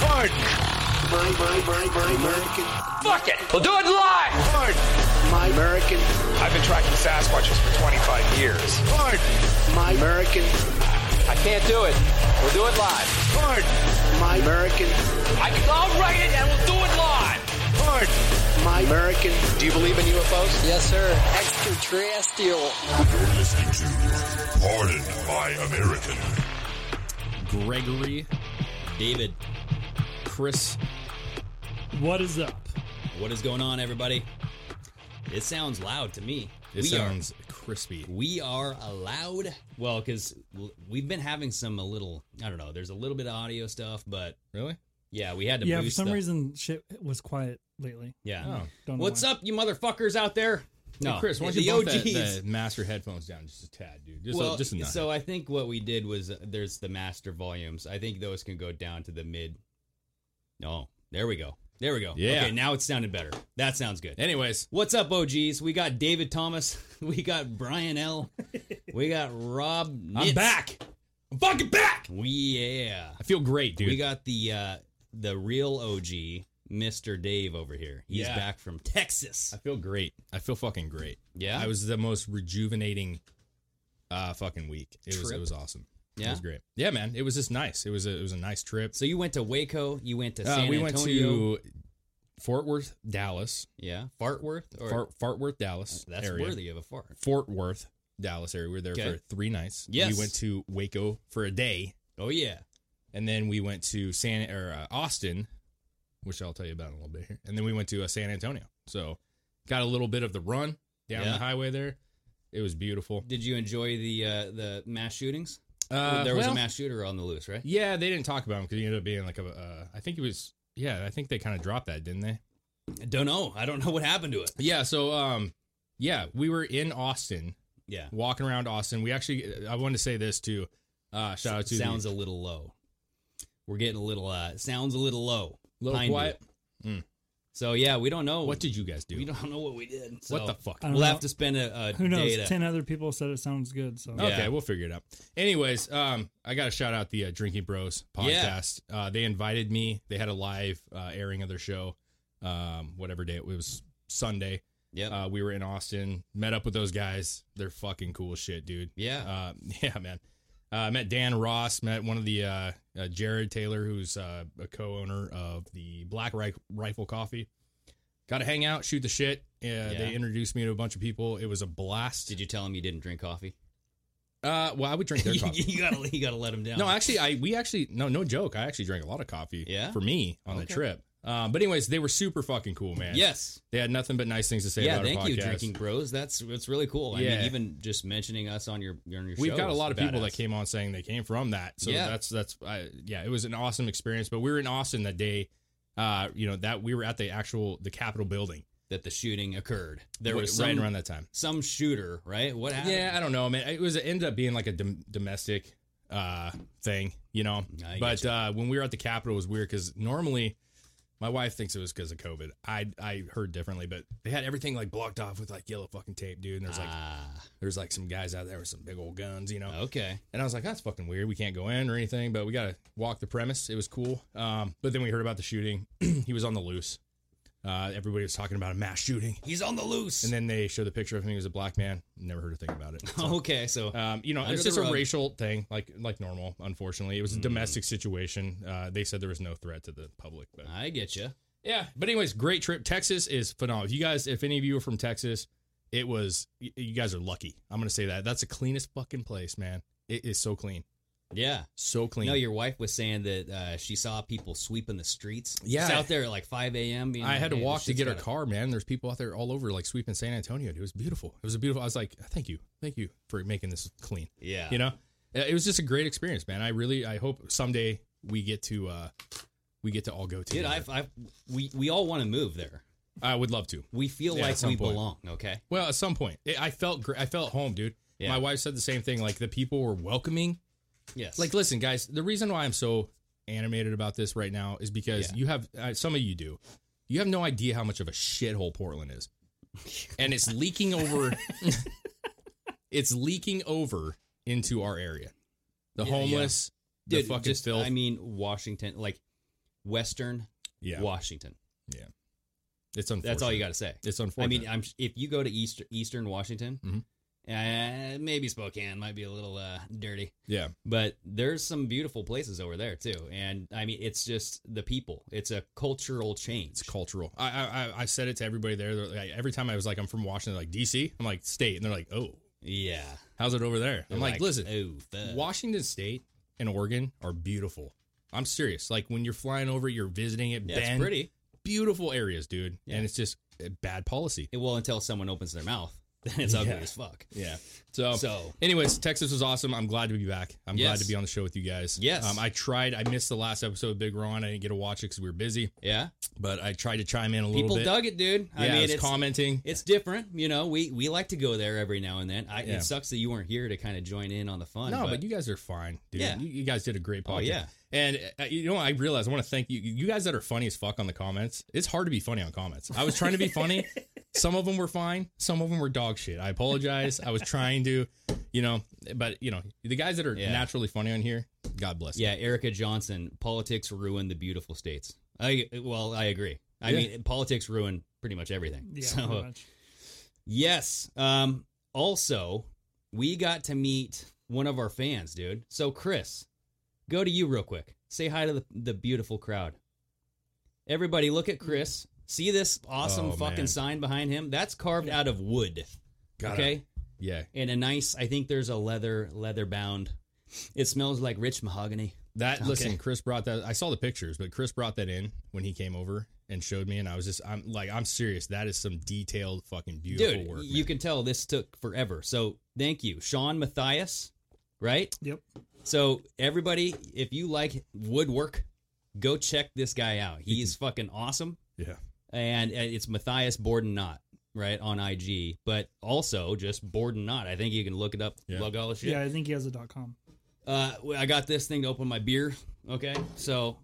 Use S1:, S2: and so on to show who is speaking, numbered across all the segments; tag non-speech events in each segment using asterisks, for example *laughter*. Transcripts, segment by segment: S1: Pardon.
S2: My, my, my, my American.
S1: Fuck it. We'll do it live.
S2: Pardon. My American.
S3: I've been tracking Sasquatches for 25 years.
S2: Pardon. My American.
S1: I can't do it. We'll do it live.
S2: Pardon. My American.
S1: I can, I'll write it and we'll do it live.
S2: Pardon. My American.
S3: Do you believe in UFOs?
S4: Yes, sir. Extraterrestrial.
S5: You're listening to Pardon My American.
S6: Gregory, David, Chris.
S7: What is up?
S6: What is going on, everybody? It sounds loud to me.
S8: It
S6: we
S8: sounds crispy.
S6: Are, we are loud. Well, because we've been having some a little. I don't know. There's a little bit of audio stuff, but
S8: Really?
S6: yeah, we had to.
S7: Yeah, for
S6: boost
S7: some
S6: the-
S7: reason shit was quiet lately.
S6: Yeah.
S8: Oh.
S7: Don't know
S6: What's
S7: why.
S6: up, you motherfuckers out there? No,
S8: Hey, Chris, why don't
S6: the
S8: you bump that,
S6: OGs.
S8: that master headphones down just a tad, dude? Just,
S6: well,
S8: a, just a notch.
S6: so I think what we did was uh, there's the master volumes. I think those can go down to the mid. No, there we go. There we go.
S8: Yeah.
S6: Okay, now it sounded better. That sounds good.
S8: Anyways,
S6: What's up, OGs? We got David Thomas. *laughs* We got Brian
S8: *laughs*
S6: L. We got Rob. Nitz.
S8: I'm back. I'm fucking back.
S6: We yeah.
S8: I feel great, dude.
S6: We got the uh the real OG, Mr. Dave over here. He's
S8: Yeah.
S6: back from Texas.
S8: I feel great. I feel fucking great.
S6: Yeah?
S8: I was the most rejuvenating uh fucking week. It was
S6: Trip?
S8: it was awesome. It
S6: Yeah?
S8: was great. Yeah, man. It was just nice. It was a it was a nice trip.
S6: So you went to Waco. You went to
S8: Uh,
S6: San
S8: we went
S6: Antonio.
S8: to Fort Worth, Dallas.
S6: yeah, Fartworth. Or,
S8: Fort, Fort Worth, Dallas.
S6: that's
S8: area.
S6: worthy of a fart.
S8: Fort Worth, Dallas area. We were there
S6: Okay.
S8: for three nights.
S6: Yes.
S8: We went to Waco for a day,
S6: Oh yeah.
S8: and then we went to San or uh, Austin, which I'll tell you about in a little bit here. And then we went to uh, San Antonio. So got a little bit of the run down
S6: Yeah.
S8: the highway there. It was beautiful.
S6: Did you enjoy the uh the mass shootings?
S8: Uh,
S6: there was
S8: well,
S6: a mass shooter on the loose, right?
S8: Yeah, they didn't talk about him because he ended up being like a. Uh, I think it was. Yeah, I think they kind of dropped that, didn't they?
S6: I don't know. I don't know what happened to it.
S8: Yeah. So, um, yeah, we were in Austin,
S6: Yeah.
S8: walking around Austin. We actually, I wanted to say this too. Uh, shout out to the-
S6: sounds a little low. We're getting a little uh sounds a little low.
S8: little
S6: Pine View.
S8: quiet.
S6: So yeah, we don't know.
S8: What did you guys do?
S6: We don't know what we did. So
S8: what the fuck?
S7: I don't
S6: We'll
S7: know.
S6: have to spend a, a
S7: Who knows?
S6: day to-
S7: Ten other people said it sounds good. So
S6: Yeah.
S8: Okay, we'll figure it out. Anyways, um, I got to shout out the uh, Drinking Bros podcast. Uh, they invited me. They had a live uh, airing of their show, um, whatever day it was, Sunday.
S6: Yep.
S8: Uh, we were in Austin, met up with those guys. They're fucking cool as shit, dude.
S6: Yeah.
S8: Uh, *laughs* yeah, man. Uh, met Dan Ross, met one of the uh, uh, Jared Taylor, who's uh, a co owner of the Black Ri- Rifle Coffee. Got to hang out, shoot the shit. Uh, They introduced me to a bunch of people. It was a blast.
S6: Did you tell him you didn't drink
S8: *laughs*
S6: coffee?
S8: Uh, well, I
S6: *laughs*
S8: would drink their
S6: you,
S8: coffee.
S6: gotta, you gotta let him down.
S8: No, actually, I we actually no no joke. I actually drank a lot of coffee.
S6: Yeah?
S8: for me on the
S6: Okay.
S8: trip. Um, but anyways, they were super fucking cool, man.
S6: yes.
S8: they had nothing but nice things to say.
S6: Yeah,
S8: about
S6: thank
S8: our
S6: you,
S8: podcast.
S6: drinking bros. That's it's really cool. I mean,
S8: Yeah.
S6: even just mentioning us on your on your show.
S8: We've got a
S6: is
S8: lot of people that
S6: badass.
S8: came on saying they came from that. So
S6: Yeah.
S8: that's that's uh, yeah, it was an awesome experience. But we were in Austin that day. Uh, you know that we were at the actual the Capitol building.
S6: that the shooting occurred. There
S8: Right-
S6: was
S8: right
S6: some,
S8: around that time.
S6: some shooter, right? What happened?
S8: Yeah, I don't know, man. It was it ended up being like a dom- domestic uh thing, you know.
S6: I
S8: but
S6: getcha.
S8: uh when we were at the Capitol, it was weird because normally my wife thinks it was because of COVID. I I heard differently, but they had everything like blocked off with like yellow fucking tape, dude. And there's like
S6: Ah,
S8: there's like some guys out there with some big old guns, you know.
S6: okay.
S8: And I was like, that's fucking weird. We can't go in or anything, but we gotta walk the premise. It was cool. Um, but then we heard about the shooting. *clears throat* he was on the loose. Uh, everybody was talking about a mass shooting.
S6: He's on the loose.
S8: And then they showed the picture of him. He was a black man. Never heard a thing about it.
S6: *laughs*
S8: So-
S6: okay, so
S8: um, you know,
S6: Under
S8: it's
S6: the
S8: just a
S6: rug. Hmm.
S8: racial thing, like like normal. Unfortunately, it was a domestic situation. Uh, they said there was no threat to the public, but
S6: I get you.
S8: yeah. But anyways, great trip. Texas is phenomenal. If you guys, if any of you are from Texas, it was y- you guys are lucky. I'm gonna say that. That's the cleanest fucking place, man. It is so clean,
S6: Yeah.
S8: so clean.
S6: No, your wife was saying that uh, she saw people sweeping the streets.
S8: Yeah.
S6: It's out there at like 5 a.m. being
S8: I
S6: like,
S8: had to
S6: "Hey, this
S8: walk to
S6: shit's
S8: get our
S6: gotta-"
S8: car, man. There's people out there all over, like sweeping San Antonio. dude. It was beautiful. It was a beautiful. I was like, thank you, thank you for making this clean.
S6: Yeah.
S8: you know it was just a great experience man i really i hope someday we get to uh we get to all go
S6: Dude,
S8: together.
S6: I've, I've, we, we all want to move there.
S8: I would love to.
S6: We feel
S8: Yeah, at
S6: like
S8: some
S6: we
S8: point.
S6: belong, okay?
S8: Well, at some point, it, I felt gr- I felt home, dude.
S6: Yeah.
S8: My wife said the same thing. Like the people were welcoming.
S6: Yes.
S8: Like, listen, guys, the reason why I'm so animated about this right now is because
S6: Yeah.
S8: you have uh, some of you do. You have no idea how much of a shithole Portland is, and it's leaking
S6: *laughs*
S8: over. it's leaking over into our area. The
S6: Yeah, yeah.
S8: homeless, the
S6: Dude,
S8: fucking
S6: just,
S8: filth.
S6: I mean, Washington, like Western
S8: yeah,
S6: Washington.
S8: it's unfortunate.
S6: That's all you got to say.
S8: It's
S6: I
S8: unfortunate.
S6: mean, I'm if you go to Eastern Eastern Washington,
S8: Mm-hmm.
S6: uh, maybe Spokane might be a little uh, dirty,
S8: yeah,
S6: but there's some beautiful places over there too. And I mean, it's just the people. It's a cultural change.
S8: it's cultural. I, I I- I said it to everybody there. They're Like, every time I was like, I'm from Washington, like DC. I'm like state, and they're like, oh,
S6: yeah.
S8: how's it over there?
S6: They're
S8: I'm like, listen,
S6: oh, fuck.
S8: Washington State and Oregon are beautiful. I'm serious. Like when you're flying over, you're visiting it.
S6: Yeah, it's
S8: Bend,
S6: pretty.
S8: Beautiful areas, dude.
S6: Yeah.
S8: And it's just uh, bad policy.
S6: Well, until someone opens their mouth, *laughs* then it's ugly
S8: Yeah.
S6: as fuck.
S8: Yeah. So,
S6: So-
S8: anyways, Texas was awesome. I'm glad to be back. I'm glad
S6: Yes.
S8: to be on the show with you guys.
S6: Yes.
S8: Um, I tried. I missed the last episode of Big Ron. I didn't get to watch it because we were busy,
S6: Yeah,
S8: but I tried to chime in a little
S6: people
S8: bit.
S6: dug it, dude.
S8: Yeah,
S6: I mean,
S8: was
S6: it's
S8: commenting.
S6: it's different. You know, we we like to go there every now and then. I,
S8: Yeah.
S6: It sucks that you weren't here to kind of join in on the fun.
S8: No, but, you guys are fine, dude.
S6: Yeah.
S8: You, you guys did a great podcast.
S6: Oh, yeah.
S8: And uh, you know, I realize I want to thank you. You guys that are funny as fuck on the comments. It's hard to be funny on comments. I was trying to
S6: *laughs*
S8: be funny. some of them were fine. Some of them were dog shit. I apologize. I was trying to, you know, but you know, the guys that are
S6: Yeah.
S8: naturally funny on here, God bless. you.
S6: yeah, Erica Johnson, politics ruined the beautiful states. I well, I agree. I
S8: Yeah.
S6: mean, politics ruined pretty much everything. *laughs*
S7: Yeah,
S6: so
S7: pretty much.
S6: yes. Um. Also, we got to meet one of our fans, dude. So Chris, go to you real quick. Say hi to the, the beautiful crowd. Everybody, look at Chris. See this awesome
S8: Oh,
S6: fucking
S8: man.
S6: sign behind him? That's carved out of wood.
S8: Got it.
S6: okay.
S8: Yeah.
S6: and a nice i think there's a leather leather bound it smells like rich mahogany
S8: That
S6: Okay.
S8: listen, Chris brought that. I saw the pictures, but Chris brought that in when he came over and showed me, and I was just, I'm like, I'm serious. That is some detailed, fucking beautiful
S6: dude
S8: work.
S6: you
S8: man.
S6: can tell this took forever so thank you sean matthias right
S7: Yep.
S6: so everybody if you like woodwork go check this guy out he's fucking awesome
S8: yeah.
S6: and uh, it's matthias borden knot right on ig but also just borden knot i think you can look it up
S8: Yeah.
S6: lug all the shit
S7: Yeah, I think he has a dot com.
S6: Uh, well, I got this thing to open my beer. Okay, so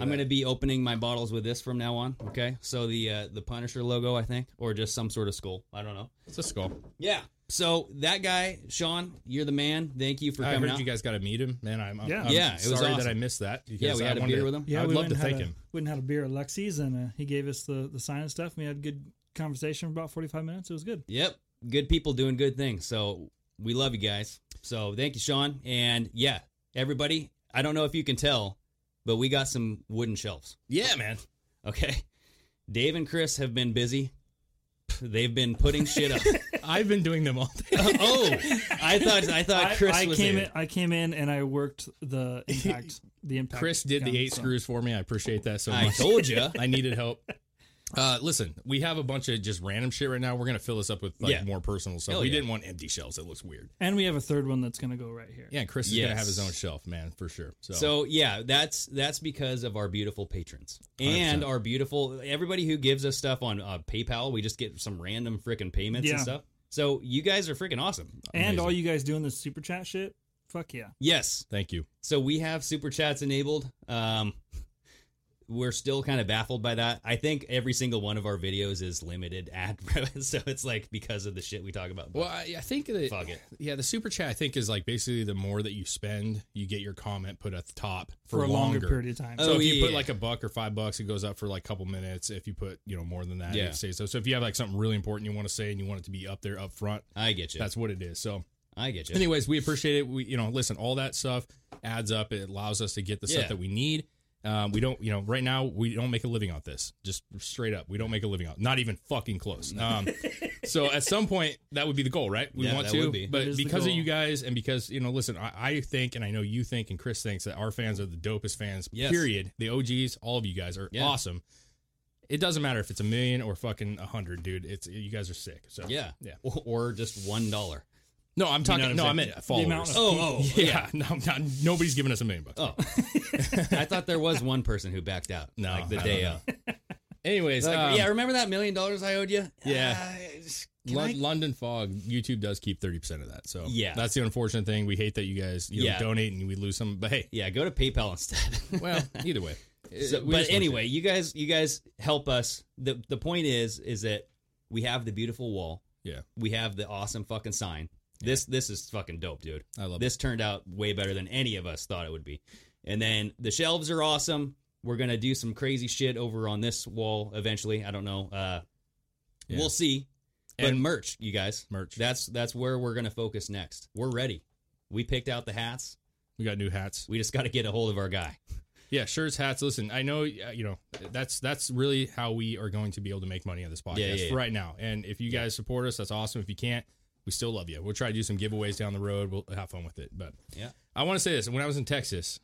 S6: I'm gonna be opening my bottles with this from now on. Okay, so the uh, the Punisher logo, I think, or just some sort of skull. I don't know.
S8: It's a skull.
S6: Yeah. So that guy, Sean, you're the man. Thank you for
S8: I
S6: coming
S8: heard
S6: out.
S8: you guys got to meet him, man. I'm, I'm,
S7: Yeah.
S8: I'm
S6: Yeah, it was
S8: sorry that
S6: awesome.
S8: I missed that.
S6: yeah,
S8: because
S6: we
S8: I
S6: had a
S8: wanted
S6: beer
S8: to-
S6: with him.
S7: Yeah,
S8: I'd
S7: we
S8: love to
S7: went and had
S8: thank
S7: a-
S8: him.
S7: Went and had a beer at Lexi's, and uh, he gave us the the sign and stuff. And we had good conversation for about forty five minutes. It was good.
S6: Yep. Good people doing good things. So we love you guys. So thank you, Sean. And yeah, everybody. I don't know if you can tell, but we got some wooden shelves. *laughs*
S8: Yeah,
S7: *laughs*
S8: man.
S6: Okay. Dave and Chris have been busy. *laughs* They've been putting shit
S7: *laughs*
S6: up.
S8: I've been doing them all day.
S6: oh, I thought I
S7: I,
S6: thought Chris
S7: I
S6: was
S7: came
S6: there.
S7: in. I came in and I worked the
S8: *laughs*
S7: impact. the impact.
S8: Chris did
S7: gun,
S8: the eight
S7: so.
S8: screws for me. I appreciate that so
S6: I
S8: much.
S6: told you.
S8: *laughs* I needed help. Uh, listen, we have a bunch of just random shit right now. We're gonna fill this up with like
S6: Yeah.
S8: more personal stuff.
S6: Hell
S8: we
S6: yeah.
S8: didn't want empty shelves. It looks weird.
S7: And we have a third one that's gonna go right here.
S8: Yeah, and Chris is gonna
S6: Yes.
S8: have his own shelf, man, for sure. So,
S6: So yeah, that's that's because of our beautiful patrons and
S8: 100%.
S6: our beautiful everybody who gives us stuff on uh, PayPal. We just get some random freaking payments and
S7: Yeah.
S6: stuff. So you guys are freaking awesome.
S7: And
S8: Amazing.
S7: all you guys doing this super chat shit. Fuck yeah.
S6: Yes.
S8: thank you.
S6: So we have super chats enabled. Um, *laughs* we're still kind of baffled by that. I think every single one of our videos is limited *laughs* ad, so it's like because of the shit we talk about.
S8: Well, I, I think that
S6: Fuck it.
S8: yeah, the super chat I think is like basically the more that you spend, you get your comment put at the top
S7: For,
S8: for,
S7: a longer, period of time.
S6: Oh,
S8: So if you
S6: yeah,
S8: put
S6: yeah.
S8: like a buck or five bucks, it goes up for like a couple minutes. If you put you know more than that,
S6: Yeah.
S8: it stays so. So if you have like something really important you want to say and you want it to be up there up front,
S6: I get you.
S8: that's what it is. So,
S6: I get you.
S8: anyways, we appreciate it. We you know listen, all that stuff adds up. It allows us to get the
S6: Yeah.
S8: stuff that we need. Um, we don't you know right now we don't make a living off this. Just straight up, we don't make a living off. Not even fucking close.
S6: *laughs*
S8: Um, so at some point that would be the goal, right? We
S6: Yeah,
S8: want
S6: that
S8: to,
S6: would be.
S7: That
S8: but
S7: is the
S8: because of
S7: goal.
S8: you guys and because you know, listen, I, I think and I know you think and Chris thinks that our fans are the dopest fans.
S6: Yes.
S8: Period. The OGs, all of you guys are
S6: Yeah.
S8: awesome. It doesn't matter if it's a million or fucking a hundred, dude. It's you guys are sick. So
S6: Yeah.
S8: yeah.
S6: Or, or just one dollar.
S8: No, I'm talking.
S7: what
S8: no,
S7: I'm
S8: I
S7: saying?
S8: meant followers.
S7: amount of
S6: Oh, oh,
S8: yeah. *laughs* No, I'm not, nobody's giving us a million bucks.
S6: Oh, I thought there was one person who backed out.
S8: *laughs* No,
S6: like the
S8: I
S6: day
S8: don't um,
S6: of.
S8: *laughs*
S6: Anyways,
S8: Like,
S6: yeah,
S8: yeah,
S6: remember that million dollars I owed you? Uh,
S8: Lon- London Fog. YouTube does keep thirty percent of that. So
S6: Yeah.
S8: that's the unfortunate thing. We hate that you guys you
S6: Yeah.
S8: know, donate and we lose some. But hey,
S6: yeah, go to PayPal instead. *laughs*
S8: well, either way.
S6: So-
S8: Uh,
S6: but
S8: we just want to-
S6: anyway, you guys, you guys help us. the The point is, is that we have the beautiful wall.
S8: Yeah.
S6: we have the awesome fucking sign. This this is fucking dope, dude.
S8: I love
S6: this turned out way better than any of us thought it would be. And then the shelves are awesome. We're gonna do some crazy shit over on this wall eventually. I don't know. Uh,
S8: Yeah.
S6: We'll see. But
S8: And-
S6: merch, you guys.
S8: Merch.
S6: That's that's where we're gonna focus next. We're ready. We picked out the hats.
S8: we got new hats.
S6: We just got to get a hold of our guy.
S8: Yeah, shirts, hats. Listen, I know uh, you know that's that's really how we are going to be able to make money on this podcast
S6: Yeah, yeah, yeah.
S8: right now. And if you guys support us, that's awesome. If you can't, we still love you. We'll try to do some giveaways down the road. We'll have fun with it. But
S6: Yeah.
S8: I want to say this: when I was in Texas,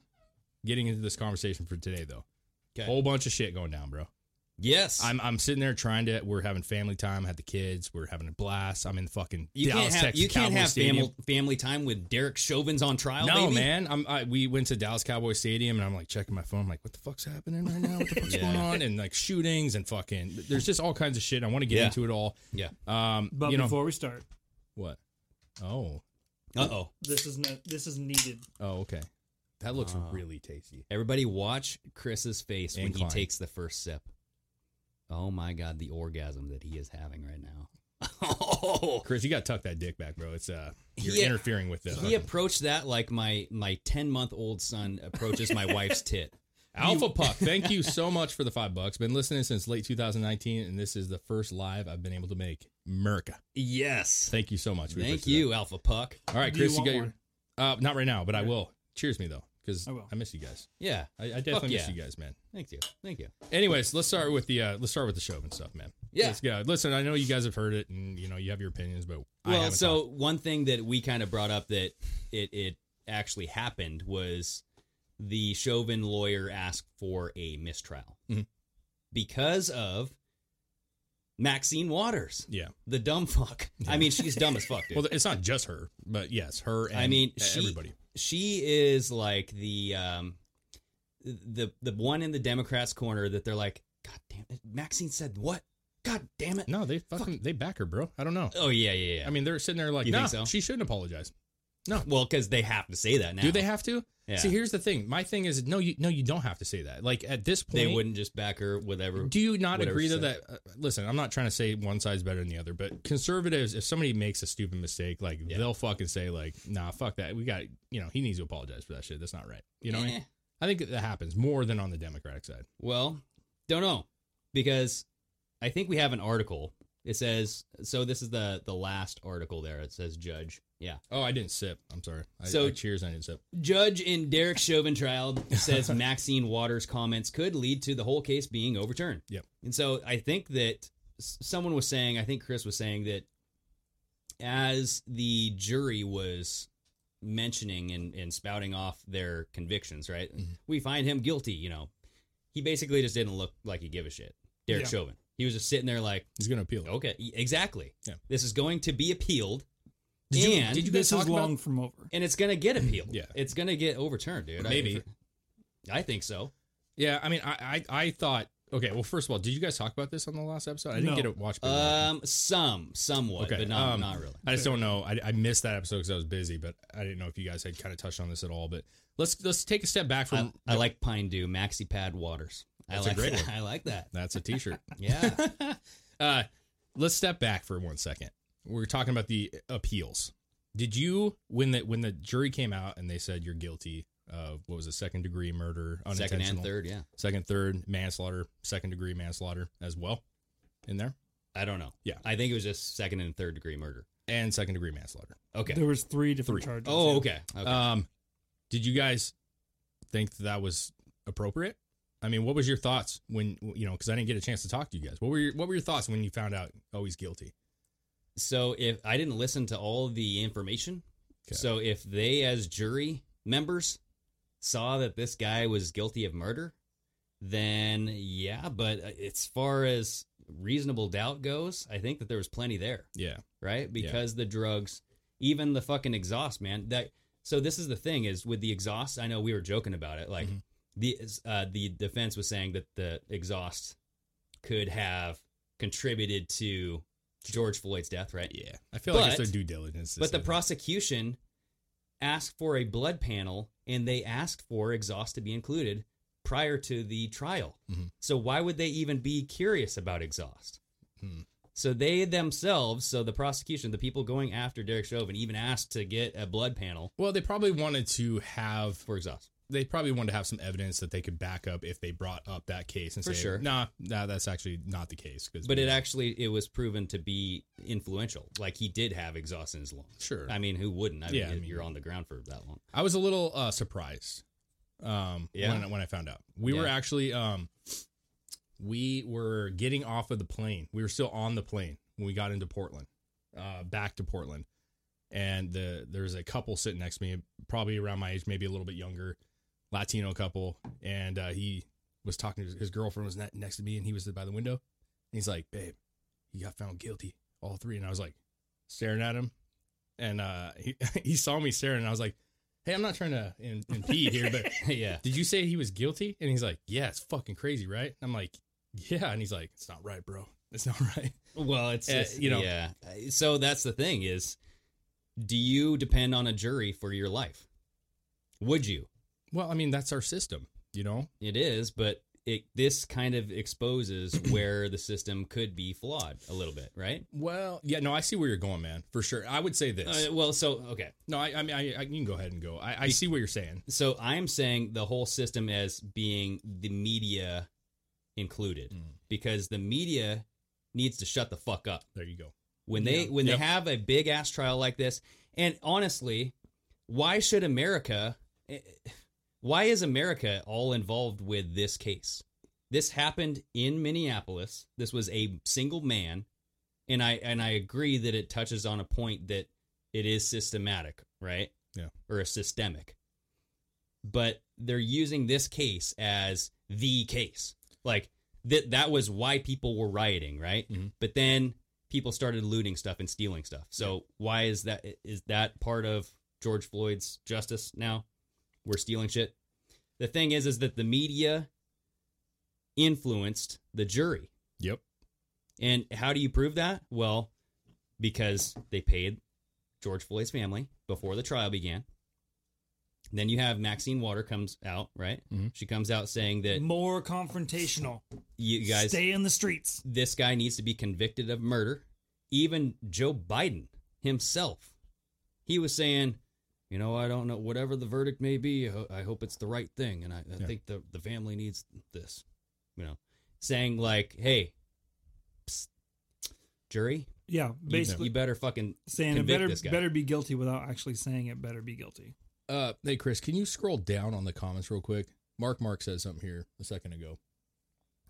S8: getting into this conversation for today though,
S6: Okay.
S8: whole bunch of shit going down, bro.
S6: Yes.
S8: I'm I'm sitting there trying to. We're having family time. Had the kids. We're having a blast. I'm in fucking
S6: you
S8: Dallas,
S6: can't have
S8: Texas.
S6: you can't
S8: Cowboys
S6: have
S8: Stadium.
S6: family family time with Derek Chauvin's on trial.
S8: No,
S6: baby.
S8: man. I'm, I, we went to Dallas Cowboy Stadium, and I'm like checking my phone. I'm like, what the fuck's happening right now? What the
S6: *laughs*
S8: fuck's
S6: Yeah.
S8: going on? And like shootings and fucking. There's just all kinds of shit. I want to get
S6: Yeah.
S8: into it all.
S6: Yeah.
S8: Um,
S7: But
S8: you know
S7: before we start,
S8: what? Oh,
S6: Uh oh.
S7: this is ne- this is needed.
S8: oh, okay. That looks
S6: Oh.
S8: really tasty.
S6: Everybody, watch Chris's face when
S8: Incline.
S6: he takes the first sip. Oh my God, the orgasm that he is having right now. oh.
S8: Chris, you got to tuck that dick back, bro. It's uh, you're
S6: He-
S8: interfering with the
S6: *laughs* He approached that like my my ten month old son approaches my *laughs* wife's tit.
S8: Alpha Puck. Thank you so much for the five bucks. Been listening since late 2019, and this is the first live I've been able to make. America.
S6: Yes.
S8: Thanhank you so much. We
S6: Thank
S8: appreciate
S6: you, Alpha Puck.
S8: that. All right,
S7: Do you
S8: Chris, you,
S7: want
S8: got your.
S7: one?
S8: Uh, not right now, but I will. Cheers me though, because
S7: I will.
S8: I miss you guys.
S6: Yeah.
S8: I, I definitely miss
S6: yeah.
S8: you guys, man.
S6: Thank you. Thank you.
S8: Anyways, let's start with the uh, let's start with the Chauvin stuff, man.
S6: Yeah.
S8: let's go. Listen, I know you guys have heard it, and you know you have your opinions, but I
S6: Well,
S8: haven't
S6: so
S8: talked-
S6: one thing that we kind of brought up that it it actually happened was the Chauvin lawyer asked for a mistrial
S8: Mhm.
S6: because of Maxine Waters,
S8: yeah.
S6: the dumb fuck. I mean, she's dumb as fuck, dude.
S8: Well, it's not just her, but yes, her. And
S6: I mean,
S8: e-
S6: she,
S8: everybody.
S6: She is like the um, the the one in the Democrats' corner that they're like, God damn it, Maxine said what? God damn it!
S8: No, they fucking they back her, bro. I don't know.
S6: Oh yeah, yeah, yeah.
S8: I mean, they're sitting there like,
S6: You
S8: nah,
S6: think so?
S8: she shouldn't apologize.
S6: well, because they have to say that now.
S8: Do they have to?
S6: Yeah.
S8: See, here's the thing. My thing is, no, you no, you don't have to say that. Like at this point,
S6: They wouldn't just back her whatever.
S8: Do you not
S6: whatever
S8: agree
S6: she
S8: though
S6: said.
S8: that? Uh, listen, I'm not trying to say one side's better than the other, but conservatives, if somebody makes a stupid mistake, like
S6: Yeah.
S8: they'll fucking say like, "Nah, fuck that. We got you know he needs to apologize for that shit. That's not right." You know, what I,
S6: *laughs*
S8: mean?
S6: Eh.
S8: I think that happens more than on the Democratic side.
S6: Well, don't know because I think we have an article. It says so. This is the the last article there. It says judge. Yeah,
S8: Oh, I didn't sip. I'm sorry. I,
S6: So-
S8: I cheers. I didn't sip.
S6: judge in Derek Chauvin trial says *laughs* Maxine Waters' comments could lead to the whole case being overturned.
S8: Yep.
S6: And so I think that s- someone was saying. I think Chris was saying that as the jury was mentioning and, and spouting off their convictions, right?
S8: Mm-hmm.
S6: We find him guilty, you know. He basically just didn't look like he gave a shit. Derek
S7: Yeah.
S6: Chauvin. He was just sitting there like,
S8: He's gonna appeal. it.
S6: okay, e- exactly.
S8: Yeah.
S6: This is going to be appealed.
S8: Did you-
S6: and
S8: did you guys
S7: This
S8: talk
S7: is
S8: about-
S7: long from over.
S6: and it's gonna get appealed.
S8: Yeah.
S6: it's gonna get overturned, dude. I-
S8: Maybe.
S6: I, think so.
S8: Yeah, I mean, I, I I thought. Okay, well, first of all, did you guys talk about this on the last episode? I didn't
S7: No.
S8: get to watch. Big Lebowski.
S6: Um, some, somewhat, but not,
S8: um,
S6: not really.
S8: I just don't know. I, I missed that episode because I was busy, but I didn't know if you guys had kind of touched on this at all. But let's let's take a step back from.
S6: I, I like Pine Dew Maxi Pad Waters.
S8: That's
S6: I
S8: a
S6: like
S8: great
S6: that.
S8: one.
S6: I like that.
S8: *laughs* That's a T-shirt.
S6: *laughs* Yeah.
S8: *laughs* uh, let's step back for one second. We're talking about the appeals. Did you when the when the jury came out and they said you're guilty of what was a second degree murder,
S6: Second and
S8: unintentional-
S6: third, yeah.
S8: second third manslaughter, second degree manslaughter as well, in there
S6: I don't know.
S8: Yeah.
S6: I think it was just second and third degree murder.
S8: and second degree manslaughter.
S6: Okay.
S7: There was three different
S8: Three.
S7: charges.
S6: oh,
S7: yeah.
S6: okay. Okay.
S8: Um, did you guys think that, that was appropriate? I mean, what was your thoughts when you know? Because I didn't get a chance to talk to you guys. What were your What were your thoughts when you found out? Oh, he's guilty.
S6: so if I didn't listen to all the information,
S8: Okay.
S6: so if they as jury members saw that this guy was guilty of murder, then yeah. But uh, as far as reasonable doubt goes, I think that there was plenty there,
S8: Yeah,
S6: right? Because the drugs Even the fucking exhaust, man. That so this is the thing is with the exhaust. I know we were joking about it.
S8: Mm-hmm.
S6: Like the uh, the defense was saying that the exhaust could have contributed to George Floyd's death, right?
S8: Yeah, I feel like it's
S6: But-
S8: their due diligence. to
S6: But the
S8: say that.
S6: prosecution asked for a blood panel and they asked for exhaust to be included prior to the trial.
S8: Mm-hmm.
S6: So why would they even be curious about exhaust?
S8: Hmm.
S6: So they themselves, so the prosecution, the people going after Derek Chauvin even asked to get a blood panel
S8: well, they probably wanted to have
S6: for exhaust.
S8: they probably wanted to have some evidence that they could back up if they brought up that case and
S6: For
S8: say,
S6: sure.
S8: nah, nah, that's actually not the case. 'cause
S6: But
S8: we-
S6: it actually it was proven to be influential. Like he did have exhaust in his lungs.
S8: Sure.
S6: I mean, who wouldn't? I mean,
S8: Yeah, I mean-
S6: you're on the ground for that long.
S8: I was a little uh, surprised um,
S6: Yeah?
S8: when, when I found out. We were
S6: Yeah.
S8: actually, um, we were getting off of the plane. We were still on the plane when we got into Portland, uh, back to Portland. And the there's a couple sitting next to me, probably around my age, maybe a little bit younger, Latino couple. And uh, he was talking to his, his girlfriend was ne- next to me and he was by the window. And he's like, babe, you got found guilty, all three. And I was like staring at him. And uh, he, *laughs* he saw me staring and I was like, hey, I'm not trying to in- impede here, *laughs* but
S6: yeah.
S8: did you say he was guilty? And he's like, yeah, it's fucking crazy, right? And I'm like, yeah. And he's like, it's not right, bro. It's not *laughs* right.
S6: Well, it's
S8: Uh,
S6: just,
S8: you know-
S6: yeah. So that's the thing is, do you depend on a jury for your life? Would you?
S8: Well, I mean, that's our system, you know?
S6: It is, but it this kind of exposes
S8: *coughs*
S6: where the system could be flawed a little bit, right?
S8: Well, yeah, no, I see where you're going, man, for sure. I would say this.
S6: Uh, well, so okay,
S8: no, I, I mean, I, I, you can go ahead and go. I, I see what you're saying.
S6: so I'm saying the whole system as being the media included,
S8: Mm.
S6: because the media needs to shut the fuck up.
S8: There you go.
S6: when they when
S8: Yep.
S6: they have a big ass trial like this and honestly why should america eh, why is america all involved with this case this happened in minneapolis this was a single man and i and i agree that it touches on a point that it is systematic right
S8: Yeah.
S6: or a systemic but they're using this case as the case like that that was why people were rioting right
S8: Mhm.
S6: but then people started looting stuff and stealing stuff so why is that is that part of george floyd's justice now we're stealing shit the thing is is that the media influenced the jury
S8: Yep.
S6: and how do you prove that? Well, because they paid George Floyd's family before the trial began. Then you have Maxine Water comes out, right?
S8: Mhm.
S6: She comes out saying that
S7: More confrontational.
S6: you guys,
S7: stay in the streets.
S6: this guy needs to be convicted of murder. Even Joe Biden himself, he was saying, you know, I don't know, whatever the verdict may be, I ho- I hope it's the right thing. And I, I
S8: Yeah.
S6: think the, the family needs this, you know, saying like, hey, psst, jury,
S7: Yeah,
S6: you-
S7: basically
S6: you better fucking
S7: saying it
S6: convict
S7: better
S6: this guy.
S7: better be guilty without actually saying it better be guilty.
S8: Uh, hey, Chris, can you scroll down on the comments real quick? Mark Mark says something here a second ago.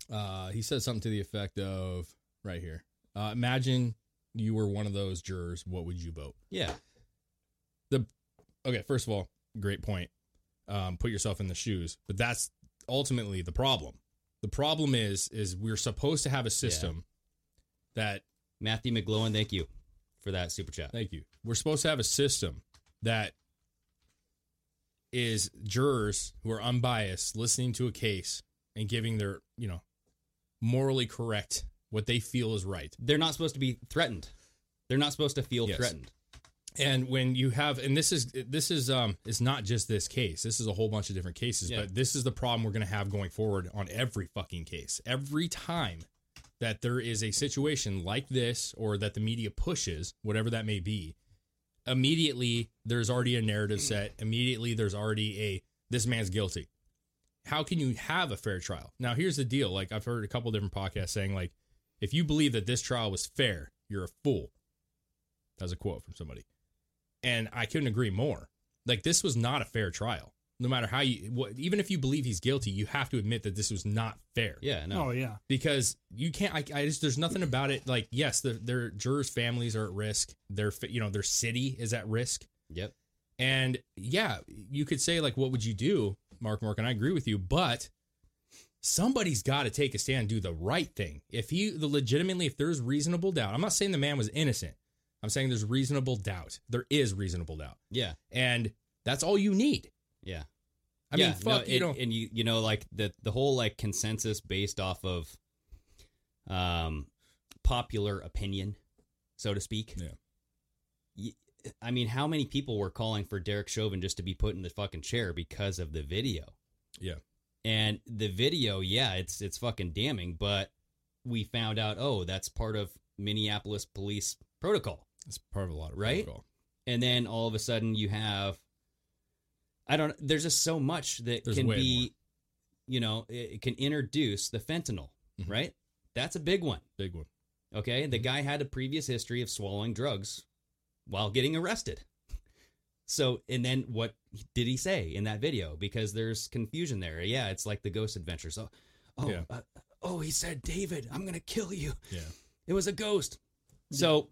S8: Uh, he says something to the effect of right here. Uh, imagine you were one of those jurors. What would you vote?
S6: Yeah,
S8: the okay first of all great point um, put yourself in the shoes but that's ultimately the problem the problem is is we're supposed to have a system that
S6: Matthew McGlowan, thank you for that super chat.
S8: thank you we're supposed to have a system that is jurors who are unbiased listening to a case and giving their you know morally correct what they feel is right
S6: They're not supposed to be threatened. They're not supposed to feel
S8: Yes.
S6: threatened.
S8: and when you have and this is this is um it's not just this case this is a whole bunch of different cases
S6: Yeah.
S8: but this is the problem we're going to have going forward on every fucking case every time that there is a situation like this or that the media pushes whatever that may be immediately there's already a narrative set immediately there's already a this man's guilty how can you have a fair trial now here's the deal like i've heard a couple different podcasts saying like if you believe that this trial was fair you're a fool that's a quote from somebody and I couldn't agree more. Like this was not a fair trial. No matter how you, what, even if you believe he's guilty, you have to admit that this was not fair.
S6: Yeah, no.
S7: Oh yeah.
S8: because you can't. I, I just there's nothing about it. Like yes, the, their jurors' families are at risk. Their fa- you know their city is at risk.
S6: Yep.
S8: And yeah, you could say like, what would you do, Mark? Mark, and I agree with you, but somebody's got to take a stand, and do the right thing. If he the legitimately, if there's reasonable doubt, I'm not saying the man was innocent. I'm saying there's reasonable doubt. There is reasonable doubt.
S6: Yeah.
S8: And that's all you need.
S6: Yeah.
S8: I
S6: yeah,
S8: mean, fuck,
S6: no,
S8: you
S6: and-
S8: know.
S6: and you you know like the the whole like consensus based off of um popular opinion, so to speak.
S8: Yeah.
S6: Y- I mean, how many people were calling for Derek Chauvin just to be put in the fucking chair because of the video?
S8: Yeah.
S6: And the video, yeah, it's it's fucking damning, but we found out, oh, that's part of Minneapolis police protocol.
S8: It's part of a lot of
S6: Right?
S8: protocol.
S6: and then all of a sudden you have i don't there's just so much that
S8: There's
S6: can
S8: way
S6: be you know it, it can introduce the fentanyl
S8: Mhm.
S6: right that's a big one
S8: Big one.
S6: okay
S8: Mm-hmm.
S6: the guy had a previous history of swallowing drugs while getting arrested so and then what did he say in that video because there's confusion there yeah it's like the ghost adventures oh oh
S8: Yeah.
S6: uh, oh he said david i'm gonna kill you
S8: Yeah.
S6: it was a ghost. So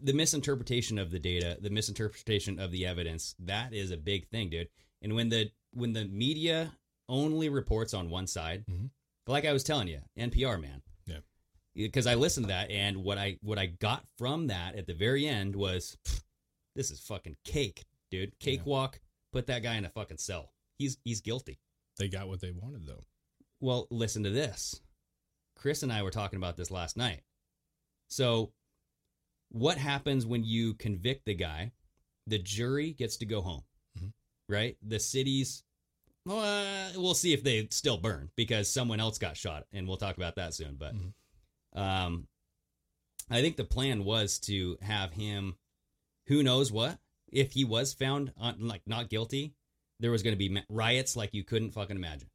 S6: the misinterpretation of the data, the misinterpretation of the evidence, that is a big thing, dude. And when the when the media only reports on one side,
S8: Mhm.
S6: like I was telling you, NPR man.
S8: Yeah.
S6: Because I listened to that and what I what I got from that at the very end was "Pfft, this is fucking cake, dude. Cakewalk. Put that guy in a fucking cell. He's he's guilty.
S8: They got what they wanted, though.
S6: Well, listen to this. Chris and I were talking about this last night. So, what happens when you convict the guy? The jury gets to go home,
S8: Mhm.
S6: right? The city's, uh, we'll see if they still burn because someone else got shot, and we'll talk about that soon. But um, I think the plan was to have him, who knows what, if he was found on, like not guilty, there was going to be ma- riots like you couldn't fucking imagine.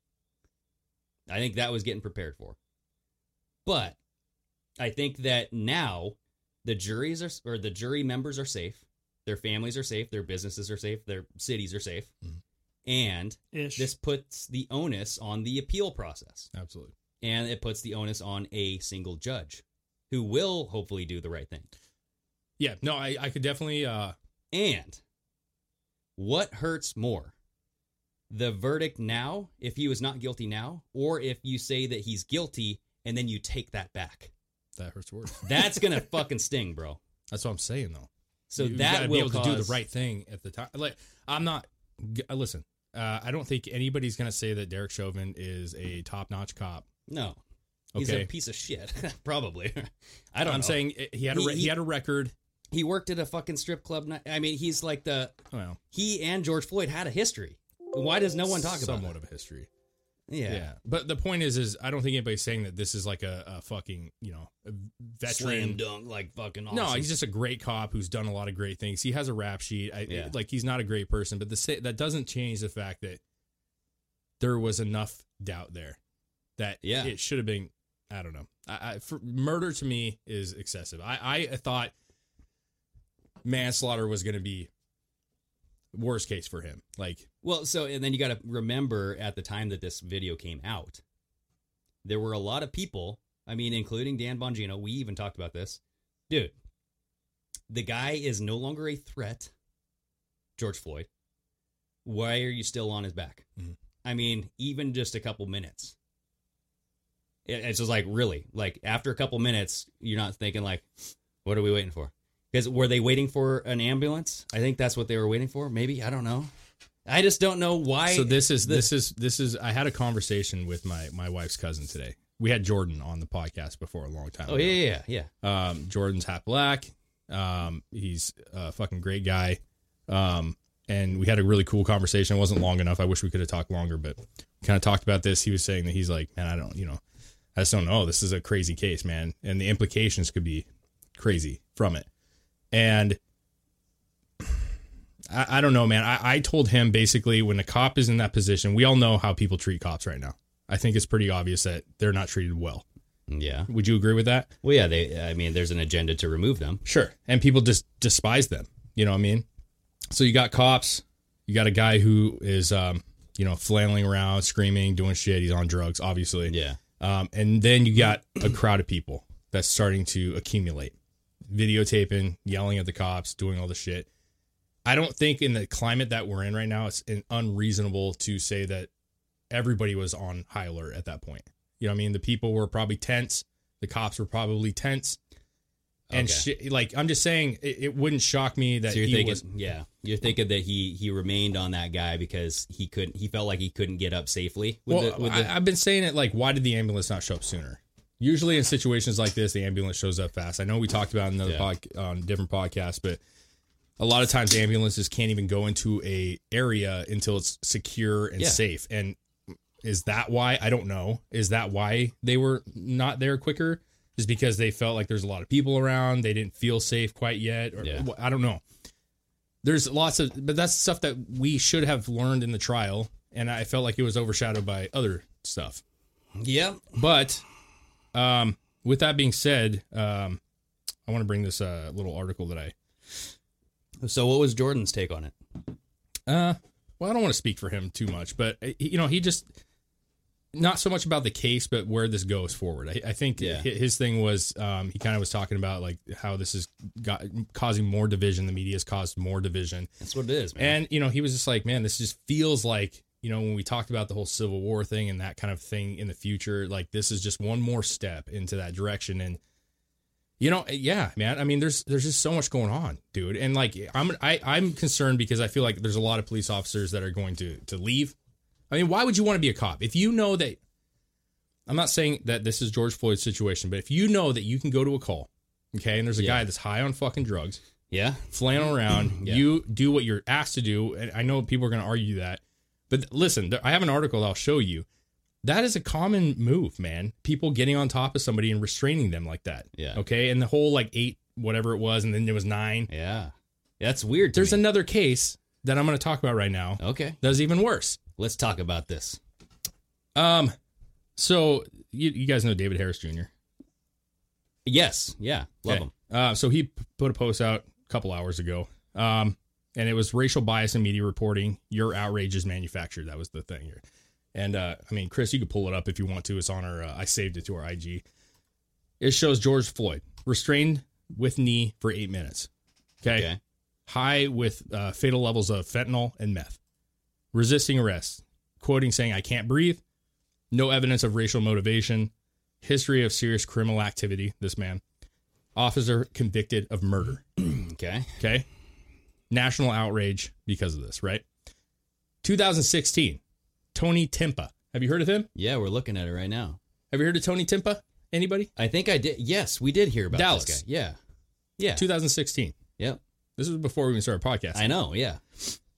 S6: I think that was getting prepared for. But I think that now the juries are or the jury members are safe, their families are safe, their businesses are safe, their cities are safe,
S8: Mhm.
S6: and
S7: Ish.
S6: this puts the onus on the appeal process
S8: Absolutely.
S6: and it puts the onus on a single judge who will hopefully do the right thing.
S8: Yeah. No, I, I could definitely. uh
S6: And what hurts more? The verdict now, if he was not guilty now, or if you say that he's guilty and then you take that back.
S8: That hurts worse.
S6: That's going to fucking sting, bro.
S8: That's what I'm saying, though.
S6: So
S8: You- you
S6: that
S8: gotta
S6: will
S8: be able to do
S6: cause-
S8: the right thing at the time. Like I'm not. g- uh, Listen, uh, I don't think anybody's gonna say that Derek Chauvin is a top notch cop.
S6: No. He's a
S8: Okay.
S6: piece of shit, *laughs* probably. I don't
S8: I'm
S6: know.
S8: saying it- he had a
S6: He-
S8: re- he,
S6: he-
S8: had a record.
S6: he worked at a fucking strip club. ni- I mean, he's like the
S8: Well,
S6: he and George Floyd had a history. Why does no one talk about
S8: somewhat
S6: it?
S8: of a history.
S6: Yeah.
S8: but the point is, is I don't think anybody's saying that this is like a, a fucking you know a
S6: Slam
S8: veteran.
S6: dunk, like fucking awesome.
S8: No, he's just a great cop who's done a lot of great things. He has a rap sheet. I,
S6: Yeah.
S8: Like he's not a great person, but the sa- that doesn't change the fact that there was enough doubt there that
S6: Yeah.
S8: it should have been. I don't know. I, I for, murder to me is excessive. I I thought manslaughter was going to be worst case for him. Like
S6: Well, so and then you got to remember at the time that this video came out, there were a lot of people. I mean, including Dan Bongino. We even talked about this, dude. The guy is no longer a threat. George Floyd. Why are you still on his back?
S8: Mhm.
S6: I mean, even just a couple minutes. It- It's just like really, like after a couple minutes, you're not thinking like, what are we waiting for? Because were they waiting for an ambulance? I think that's what they were waiting for. Maybe I don't know. I just don't know why.
S8: so this is
S6: the-
S8: this is this is I had a conversation with my my wife's cousin today. We had Jordan on the podcast before a long time.
S6: Oh
S8: ago.
S6: yeah, yeah, yeah.
S8: Um, Jordan's half black. Um, he's a fucking great guy. Um, and we had a really cool conversation. It wasn't long enough. I wish we could have talked longer, but kind of talked about this. He was saying that he's like, man, I don't, you know, I just don't know. This is a crazy case, man. And the implications could be crazy from it. And I, I don't know, man. I, I told him basically when a cop is in that position, we all know how people treat cops right now. I think it's pretty obvious that they're not treated well.
S6: yeah, yeah.
S8: Would you agree with that?
S6: Well, yeah. They. I mean, there's an agenda to remove them.
S8: Sure. And people just despise them. You know what I mean? So you got cops, you got a guy who is, um, you know, flailing around, screaming, doing shit. He's on drugs, obviously.
S6: Yeah.
S8: Um, and then you got a crowd of people that's starting to accumulate, videotaping, yelling at the cops, doing all the shit. I don't think in the climate that we're in right now, it's an unreasonable to say that everybody was on high alert at that point. You know what I mean? The people were probably tense. The cops were probably tense. And
S6: Okay.
S8: shi- like I'm just saying, it, it wouldn't shock me that
S6: so you're
S8: he
S6: thinking,
S8: was.
S6: yeah, you're thinking that he he remained on that guy because he couldn't. He felt like he couldn't get up safely. With
S8: well,
S6: the, with the,
S8: I, I've been saying it like, why did the ambulance not show up sooner? Usually in situations like this, the ambulance shows up fast. I know we talked about it in another
S6: Yeah.
S8: pod, on different podcasts, but a lot of times ambulances can't even go into a area until it's secure and
S6: Yeah.
S8: safe. And is that why? I don't know. Is that why they were not there quicker? Is because they felt like there's a lot of people around, they didn't feel safe quite yet, or
S6: Yeah.
S8: wh- I don't know. There's lots of, but that's stuff that we should have learned in the trial, and I felt like it was overshadowed by other stuff.
S6: yeah,
S8: But um, with that being said, um, I want to bring this uh, little article that I.
S6: So what was Jordan's take on it?
S8: Uh, well, I don't want to speak for him too much, but uh, you know, he just not so much about the case, but where this goes forward. I, I think
S6: Yeah.
S8: hi- his thing was um, he kind of was talking about like how this is got, causing more division. The media has caused more division,
S6: That's what it is, man.
S8: and you know, he was just like, man, this just feels like you know when we talked about the whole Civil War thing and that kind of thing in the future. Like this is just one more step into that direction, and you know, yeah, man. I mean, there's there's just so much going on, dude. And like, I'm I, I'm concerned because I feel like there's a lot of police officers that are going to to leave. I mean, why would you want to be a cop if you know that? I'm not saying that this is George Floyd's situation, but if you know that you can go to a call, okay, and there's a
S6: Yeah.
S8: guy that's high on fucking drugs,
S6: yeah,
S8: flannel around.
S6: *clears throat* Yeah.
S8: You do what you're asked to do. And I know people are going to argue that. But listen, there, I have an article that I'll show you. That is a common move, man. People getting on top of somebody and restraining them like that.
S6: Yeah.
S8: Okay. And the whole like eight, whatever it was, and then there was nine.
S6: yeah. That's weird. to
S8: There's
S6: me.
S8: another case that I'm going to talk about right now
S6: okay.
S8: that's even worse.
S6: Let's talk about this.
S8: Um, so you, you guys know David Harris Jr.
S6: Yes, yeah, love
S8: Okay.
S6: him.
S8: Uh, so he p- put a post out a couple hours ago, um, and it was racial bias in media reporting. Your outrage is manufactured. That was the thing here. And uh, I mean, Chris, you could pull it up if you want to. It's on our. Uh, I saved it to our IG. It shows George Floyd restrained with knee for eight minutes. Okay,
S6: Okay,
S8: high with uh, fatal levels of fentanyl and meth. Resisting arrest, quoting saying, "I can't breathe." No evidence of racial motivation. History of serious criminal activity. This man officer convicted of murder.
S6: okay,
S8: Okay. National outrage because of this, right? 2016, Tony Timpa. Have you heard of him?
S6: yeah. We're looking at it right now.
S8: Have you heard of Tony Timpa? Anybody?
S6: I think I did. Yes, we did hear about
S8: Dallas.
S6: this guy. Yeah, yeah,
S8: 2016.
S6: yep.
S8: This was before we even started podcasting.
S6: I know. Yeah,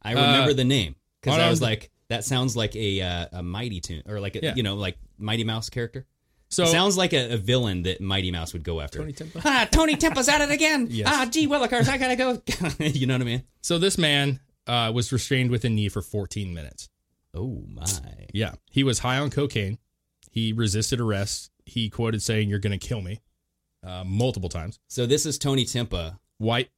S6: I remember
S8: Uh,
S6: the name because
S8: on-
S6: I was like, that sounds like a uh, a Mighty Tune or like a,
S8: Yeah.
S6: you know like Mighty Mouse character.
S8: So
S6: it sounds like a, a villain that Mighty Mouse would go after.
S8: Tony Timpa.
S6: Ah, Tony Tempa's at it again.
S8: *laughs* Yes.
S6: Ah, gee, Willikers, I gotta go. *laughs* you know what I mean?
S8: so this man uh, was restrained with a knee for 14 minutes.
S6: Oh my.
S8: Yeah. He was high on cocaine. He resisted arrest. He quoted saying, You're going to kill me uh, multiple times.
S6: So this is Tony Tempa.
S8: White,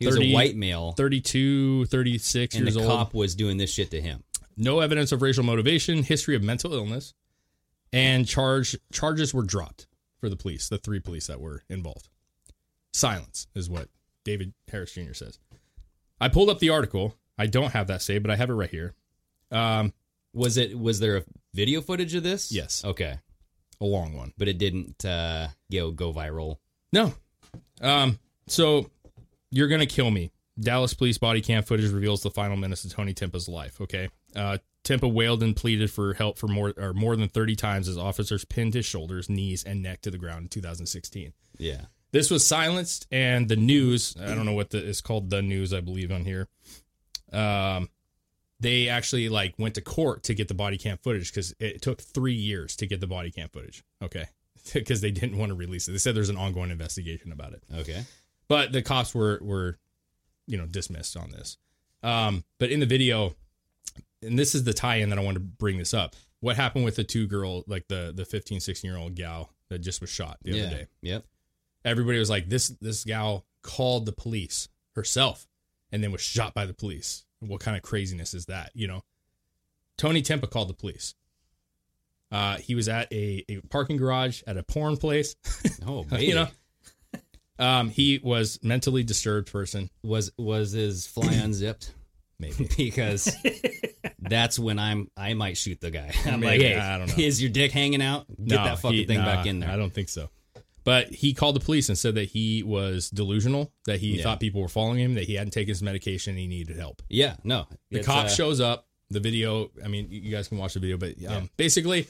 S6: He was
S8: 30
S6: a white male,
S8: 32, 36
S6: and
S8: years
S6: the
S8: old.
S6: cop was doing this shit to him.
S8: no evidence of racial motivation, history of mental illness, and charge charges were dropped for the police, the three police that were involved. Silence is what David Harris Jr. says. I pulled up the article. I don't have that saved, but I have it right here. Um,
S6: Was it? Was there a video footage of this?
S8: Yes.
S6: Okay,
S8: a long one.
S6: but it didn't uh, go go viral.
S8: No. Um, so you're gonna kill me. Dallas police body cam footage reveals the final minutes of Tony Timpa's life. Okay. Uh Timpa wailed and pleaded for help for more or more than 30 times as officers pinned his shoulders, knees, and neck to the ground in 2016.
S6: Yeah.
S8: This was silenced, and the news, I don't know what the, it's called, the news, I believe, on here. Um, they actually like went to court to get the body cam footage because it took three years to get the body cam footage. Okay. *laughs* Because they didn't want to release it. They said there's an ongoing investigation about it.
S6: Okay.
S8: But the cops were, were, you know, dismissed on this. Um, but in the video, and this is the tie in that I wanted to bring this up. What happened with the two girl, like the, the 15, 16 year old gal that just was shot the
S6: yeah.
S8: other day?
S6: Yep.
S8: everybody was like, this this gal called the police herself and then was shot by the police. What kind of craziness is that? You know, Tony Tempa called the police. Uh, he was at a, a parking garage at a porn place. *laughs*
S6: Oh, baby.
S8: you know, um, he was mentally disturbed person.
S6: was was his fly unzipped?
S8: *clears throat* Maybe
S6: *laughs*
S8: *laughs*
S6: because that's when I'm I might shoot the guy. *laughs* I'm
S8: Maybe.
S6: like, hey,
S8: I don't know.
S6: is your dick hanging out? Get
S8: No,
S6: that fucking
S8: he-
S6: thing
S8: nah,
S6: back in there.
S8: I don't think so. But he called the police and said that he was delusional, that he
S6: Yeah.
S8: thought people were following him, that he hadn't taken his medication, and he needed help.
S6: Yeah, no.
S8: The
S6: it's,
S8: cop
S6: uh,
S8: shows up. The video, I mean, you guys can watch the video, but um, basically,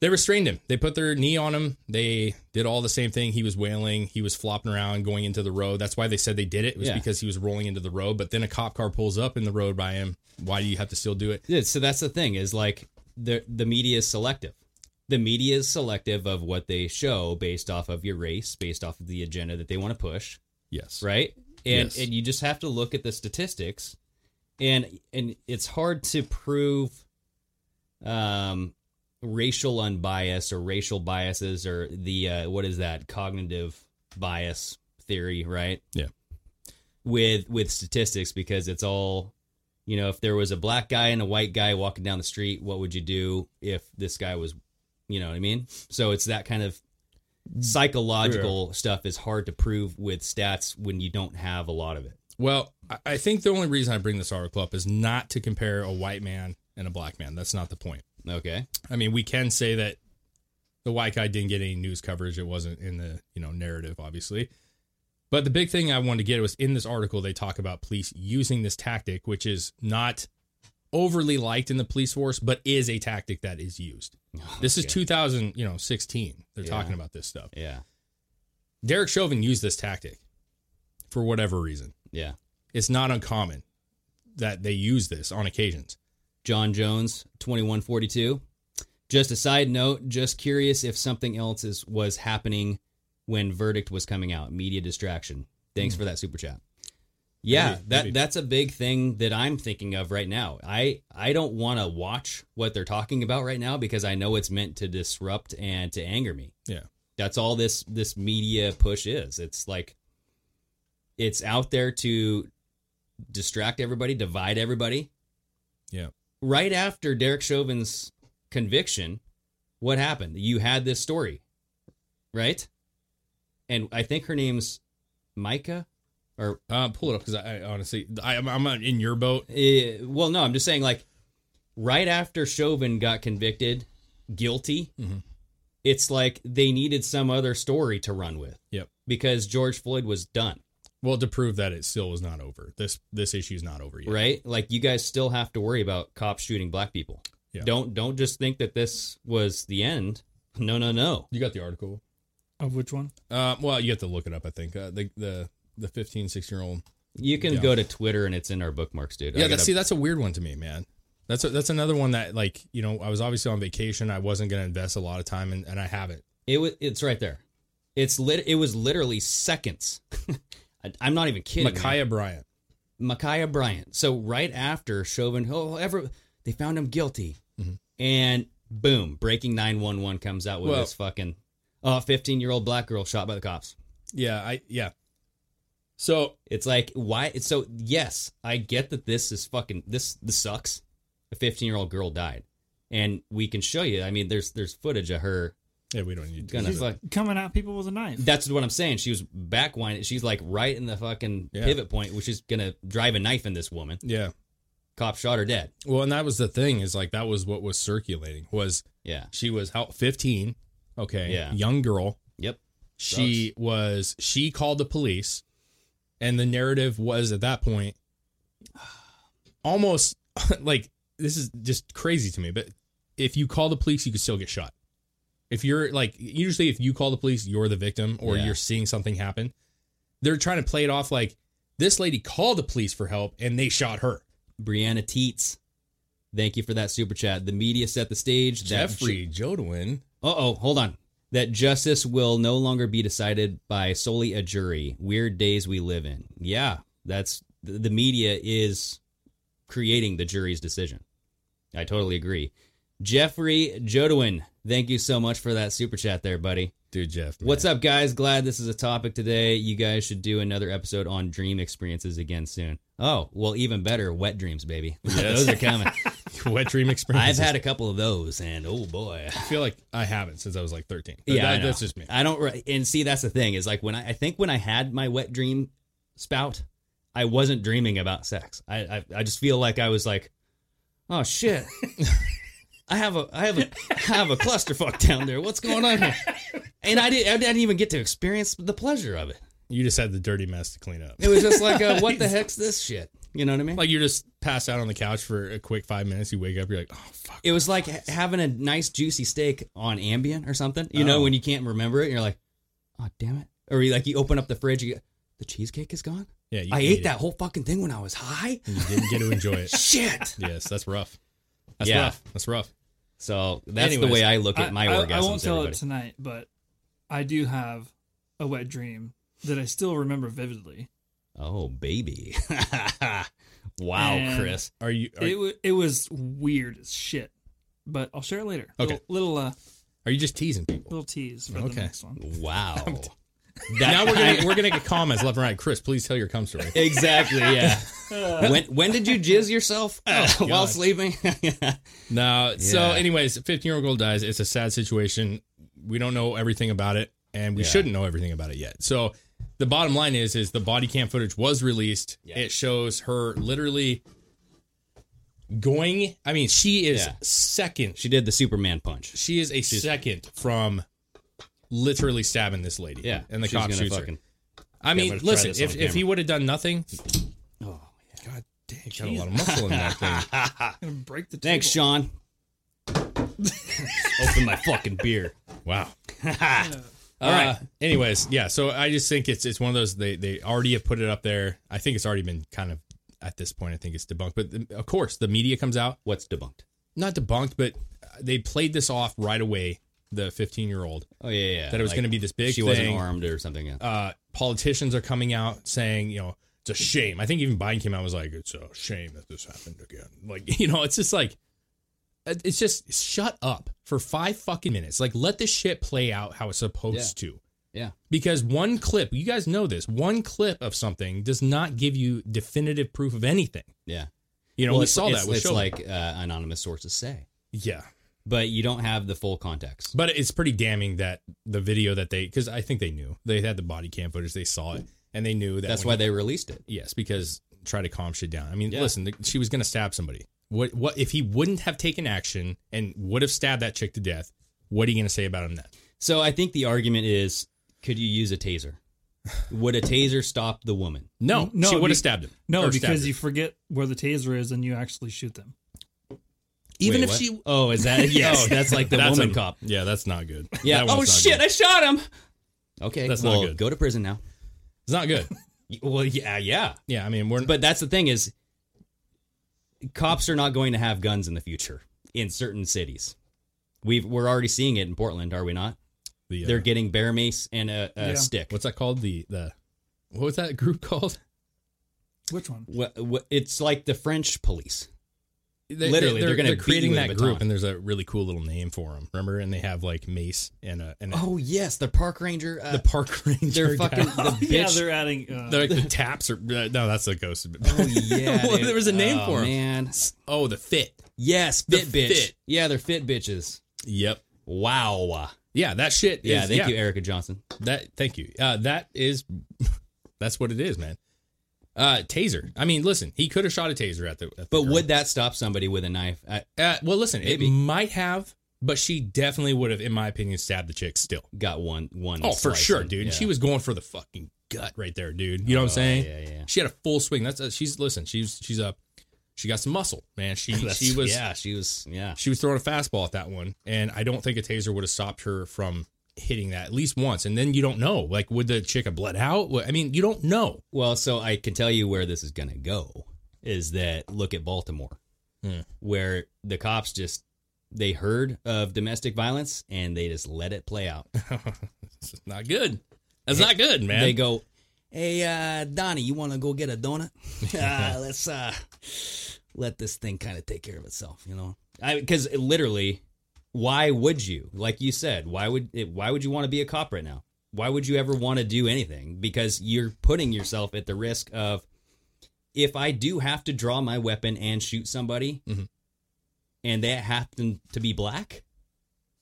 S8: they restrained him. They put their knee on him. They did all the same thing. He was wailing. He was flopping around, going into the road. That's why they said they did it. It was
S6: Yeah.
S8: because he was rolling into the road. But then a cop car pulls up in the road by him. Why do you have to still do it?
S6: Yeah, so that's the thing is like the the media is selective. The media is selective of what they show based off of your race, based off of the agenda that they want to push,
S8: Yes.
S6: right? And
S8: Yes.
S6: and you just have to look at the statistics, and and it's hard to prove, um, racial unbias or racial biases or the uh, what is that cognitive bias theory, right?
S8: Yeah.
S6: With with statistics because it's all you know, if there was a black guy and a white guy walking down the street, what would you do if this guy was, you know what I mean? So it's that kind of psychological stuff is hard to prove with stats when you don't have a lot of it.
S8: Well, I- I think the only reason I bring this article up is not to compare a white man and a black man. That's not the point.
S6: Okay.
S8: I mean, we can say that the white guy didn't get any news coverage. It wasn't in the you know narrative, obviously. But the big thing I wanted to get was in this article they talk about police using this tactic, which is not overly liked in the police force, but is a tactic that is used. This is
S6: Okay.
S8: 2000, you know, 16. They're
S6: Yeah.
S8: talking about this stuff.
S6: Yeah.
S8: Derek Chauvin used this tactic for whatever reason.
S6: Yeah.
S8: It's not uncommon that they use this on occasions.
S6: John Jones, 2142. Just a side note, just curious if something else is was happening when verdict was coming out. Media distraction. Thanks for that super chat. Yeah,
S8: Hmm. Maybe,
S6: that
S8: maybe.
S6: that's a big thing that I'm thinking of right now. I I don't want to watch what they're talking about right now because I know it's meant to disrupt and to anger me.
S8: Yeah.
S6: That's all this this media push is. It's like it's out there to distract everybody, divide everybody
S8: Yeah.
S6: right after Derek Chauvin's conviction, what happened? You had this story, right? And I think her name's Micah, or
S8: Uh, pull it up because I, I honestly, I, I'm, I'm not in your boat.
S6: eh, well, no, I'm just saying like right after Chauvin got convicted guilty, it's like they needed some other story to run with
S8: Yep.
S6: because George Floyd was done,
S8: Well, to prove that it still is not over. This this issue is not over yet.
S6: right? Like you guys still have to worry about cops shooting black people.
S8: Yeah.
S6: Don't don't just think that this was the end. No, no, no.
S8: You got the article.
S7: Of which one?
S8: Uh, well, you have to look it up. I think uh, the the the 15, 16 year old.
S6: You can
S8: Yeah.
S6: go to Twitter and it's in our bookmarks, dude. I
S8: Yeah. That,
S6: gotta-
S8: see, that's a weird one to me, man. That's a, that's another one that like you know I was obviously on vacation. I wasn't gonna invest a lot of time and, and I haven't.
S6: it was. It's right there. It's lit. It was literally seconds. *laughs* I, I'm not even kidding.
S8: Micaiah Bryant.
S6: Micaiah Bryant. So right after Chauvin, oh, ever they found him guilty,
S8: Mm-hmm.
S6: and boom, breaking 911 comes out with
S8: Well-
S6: this fucking uh, 15 year old black girl shot by the cops.
S8: Yeah. I yeah. So
S6: It's like why? So yes, I get that this is fucking this. This sucks. A 15 year old girl died, and we can show you. I mean, there's there's footage of her
S8: yeah, we don't need to.
S6: gonna
S8: do
S6: fuck.
S7: Coming at people with a knife.
S6: That's what I'm saying. She was back winded. She's like right in the fucking
S8: Yeah.
S6: pivot point, which is gonna drive a knife in this woman.
S8: that. Yeah.
S6: Cop shot her dead.
S8: Well, and that was the thing is like that was what was circulating was
S6: Yeah.
S8: she was how 15. Okay.
S6: Yeah.
S8: Young girl.
S6: Yep.
S8: she was she called the police and the narrative was at that point *sighs* almost *laughs* like this is just crazy to me but if you call the police you could still get shot if you're like usually if you call the police you're the victim or
S6: Yeah.
S8: you're seeing something happen they're trying to play it off like this lady called the police for help and they shot her
S6: Brianna Teets. Thank you for that super chat. The media set the stage.
S8: jeffrey jodwin
S6: Uh oh, hold on. That justice will no longer be decided by solely a jury. Weird days we live in. Yeah, that's th- the media is creating the jury's decision. I totally agree. Jeffrey Jodwin, thank you so much for that super chat there, buddy.
S8: dude jeff
S6: What's up, guys? Glad this is a topic today. You guys should do another episode on dream experiences again soon. Oh, well, even better, wet dreams, baby. *laughs* those are
S8: *laughs*
S6: coming.
S8: wet dream
S6: *laughs*
S8: experience
S6: I've had a couple of those, and oh boy.
S8: i feel like i haven't since i was like 13 But
S6: Yeah, I
S8: that-
S6: know.
S8: that's just me
S6: I don't. re- And see, that's the thing is like when I, I think when I had my wet dream spout, I wasn't dreaming about sex. I I, I just feel like I was like, oh shit,
S8: *laughs*
S6: I have a I have a I have a clusterfuck down there. What's going on here? and I didn't. I didn't even get to experience the pleasure of it.
S8: You just had the dirty mess to clean up.
S6: It was just like, *laughs* uh, what the heck's this shit? You know what I mean?
S8: Like you're just passed out on the couch for a quick five minutes. You wake up, you're like, oh fuck.
S6: It was like ha- having a nice juicy steak on Ambien or something. You know,
S8: Oh.
S6: when you can't remember it, and you're like, oh damn it. Or you like you open up the fridge, you, the cheesecake is gone.
S8: Yeah, you
S6: I
S8: ate
S6: ate
S8: it.
S6: that whole fucking thing when I was high.
S8: And you didn't get to enjoy
S6: *laughs*
S8: it.
S6: shit.
S8: yes, that's rough. That's
S6: Yeah.
S8: rough. That's rough.
S6: So that's
S8: Anyways,
S6: the way I look at my
S7: I,
S6: orgasms.
S7: I, I won't tell
S6: everybody.
S7: it tonight, but I do have a wet dream that I still remember vividly.
S6: Oh baby. *laughs* wow,
S7: And-
S6: Chris.
S8: Are you are,
S7: It wa it was weird as shit, but I'll share it later.
S8: Okay.
S7: Little little, uh,
S8: are you just teasing people?
S7: little tease for
S8: Okay.
S7: the next one.
S6: Wow.
S8: now we're gonna we're gonna get comments left and right. Chris, please tell your
S6: *laughs*
S8: cum story.
S6: Exactly. Yeah. when when did you jizz yourself while
S8: God.
S6: sleeping? *laughs*
S8: No. So,
S6: Yeah.
S8: anyways, 15 year old girl dies. It's a sad situation. We don't know everything about it, and we
S6: Yeah.
S8: shouldn't know everything about it yet. So, the bottom line is, is the body cam footage was released.
S6: Yeah.
S8: It shows her literally going. I mean, she is
S6: Yeah.
S8: second.
S6: she did the Superman punch.
S8: She is a second from literally stabbing this lady.
S6: Yeah,
S8: and the
S6: she's
S8: cop
S6: gonna
S8: shoots her.
S6: fucking-
S8: I
S6: I'm
S8: mean,
S6: gonna try
S8: listen,
S6: this on
S8: if, if he
S6: camera. Oh,
S8: would have done nothing, god damn, he got a lot of muscle in
S6: *laughs*
S8: that thing.
S7: I'm gonna break the table.
S6: Thanks,
S8: *laughs*
S6: Sean. Open my fucking beer.
S8: Wow.
S6: All
S8: Uh,
S6: right.
S8: Anyways, yeah. So I just think it's it's one of those they they already have put it up there. I think it's already been kind of at this point. I think it's debunked. But the, of course, the media comes out
S6: What's debunked?
S8: not debunked, but uh, they played this off right away. The 15 year old.
S6: Oh yeah, yeah.
S8: That it was gonna be this big
S6: She wasn't
S8: thing.
S6: armed or something. Yeah.
S8: Uh, politicians are coming out saying you know it's a shame. I think even Biden came out and was like it's a shame that this happened again. Like *laughs* you know it's just like it- it's just shut up for five fucking minutes. Like let this shit play out how it's supposed to.
S6: yeah.
S8: because one clip you guys know this one clip of something does not give you definitive proof of anything
S6: Yeah.
S8: you know
S6: Well,
S8: we
S6: it's-
S8: saw
S6: it's-
S8: that with
S6: It's
S8: Chauvin.
S6: like uh, anonymous sources say,
S8: yeah
S6: but you don't have the full context.
S8: but it's pretty damning that the video that they because i think they knew they had the body cam footage they saw it and they knew that
S6: That's
S8: when-
S6: why they released it.
S8: yes because try to calm shit down i mean
S6: Yeah.
S8: listen the, she was gonna stab somebody what what if he wouldn't have taken action and would have stabbed that chick to death what are you gonna say about him then
S6: So I think the argument is, could you use a taser? Would a taser stop the woman?
S8: no
S7: No,
S8: no she would
S7: be-
S8: have stabbed him
S7: No,
S8: Or stabbed
S7: because
S8: her.
S7: you forget where the taser is and you actually shoot them.
S8: even
S6: Wait,
S8: if
S6: what?
S8: she
S6: oh, is
S8: *laughs*
S6: that yes? that's like the
S8: That's
S6: woman
S8: a-
S6: cop.
S8: yeah that's not good
S6: Yeah.
S8: That
S6: Oh
S8: one's not
S6: shit!
S8: good.
S6: I shot him. Okay.
S8: That's not
S6: well,
S8: good.
S6: go to prison now.
S8: it's not good
S6: *laughs* Well, yeah, yeah.
S8: Yeah, I mean, we're
S6: But that's the thing is, cops are not going to have guns in the future in certain cities. We've we're already seeing it in Portland, are we not?
S8: the, uh,
S6: They're getting bear mace and a, a
S7: Yeah.
S6: stick.
S8: what's that called? The the what was that group *laughs* called?
S7: Which one?
S6: Wha- wha- it's like the French police.
S8: They,
S6: Literally, they're gonna beat
S8: creating
S6: you with a
S8: that group,
S6: baton.
S8: and there's a really cool little name for them. Remember? And they have like mace and a and a,
S6: Oh yes, the park *laughs* ranger. Uh,
S8: the park ranger.
S6: they're fucking
S8: guy.
S6: *laughs* the bitch.
S7: *laughs* Yeah, they're adding. Uh,
S8: They're *laughs* like the taps or no, that's the ghost.
S6: Oh yeah, *laughs*
S8: Well,
S6: dude.
S8: there was a name
S6: Oh,
S8: for 'em.
S6: Man,
S8: oh, the fit.
S6: yes,
S8: The
S6: fit bitch.
S8: fit.
S6: Yeah, they're fit bitches.
S8: Yep.
S6: Wow.
S8: Yeah, that shit.
S6: Yeah,
S8: is-
S6: thank you, Erica Johnson.
S8: That thank you. Uh, that is *laughs* that's what it is, man. Uh, taser. I mean, listen, he could have shot a taser at the. At the
S6: But
S8: girl.
S6: would that stop somebody with a knife? I,
S8: Uh, well, listen,
S6: Maybe.
S8: it might have, but she definitely would have, in my opinion, stabbed the chick still.
S6: got one. One.
S8: Oh, for
S6: slice
S8: sure,
S6: in.
S8: dude.
S6: Yeah. Oh,
S8: She was going for the fucking gut right there, dude. You know what I'm saying?
S6: yeah, yeah.
S8: She had a full swing. That's uh, she's listen. She's she's up. She got some muscle, man. *laughs* She
S6: *laughs* That's-
S8: she was
S6: yeah she was yeah
S8: she was throwing a fastball at that one, and I don't think a taser would have stopped her from hitting that at least once. And then you don't know, like, would the chick have bled out? What- I mean, you don't know. *laughs*
S6: well so i can tell you where this is gonna go is that look at baltimore
S8: Hmm.
S6: where the cops just they heard of domestic violence and they just let it play out
S8: It's not good. That's not good, man.
S6: they go hey uh donnie you want to go get a donut *laughs* uh, let's uh let this thing kind of take care of itself you know i because literally why would you like you said why would it, why would you want to be a cop right now why would you ever want to do anything because you're putting yourself at the risk of if i do have to draw my weapon and shoot somebody
S8: Mhm.
S6: and they happen to be black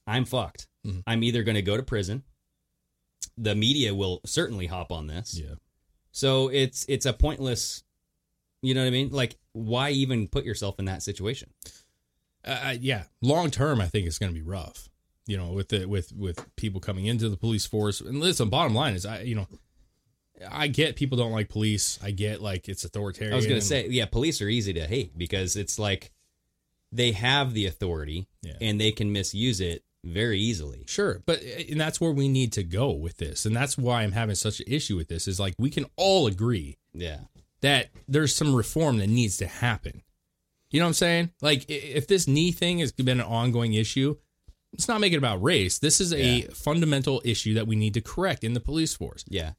S6: i'm fucked
S8: Mm-hmm.
S6: i'm either going to go to prison the media will certainly hop on this
S8: yeah.
S6: so it's it's a pointless you know what i mean like why even put yourself in that situation
S8: Uh, uh, yeah, long term, I think it's going to be rough. you know, with the with with people coming into the police force. And listen, bottom line is, I you know, I get people don't like police. I get like it's authoritarian.
S6: I was going
S8: and-
S6: to say, yeah, police are easy to hate because it's like they have the authority
S8: Yeah.
S6: and they can misuse it very easily.
S8: Sure, but eh, and that's where we need to go with this, and that's why I'm having such an issue with this. Is like we can all agree
S6: Yeah.
S8: that there's some reform that needs to happen. You know what I'm saying? Like i- if this knee thing has been an ongoing issue, let's not make it about race. This is a
S6: Yeah.
S8: fundamental issue that we need to correct in the police force.
S6: Yeah.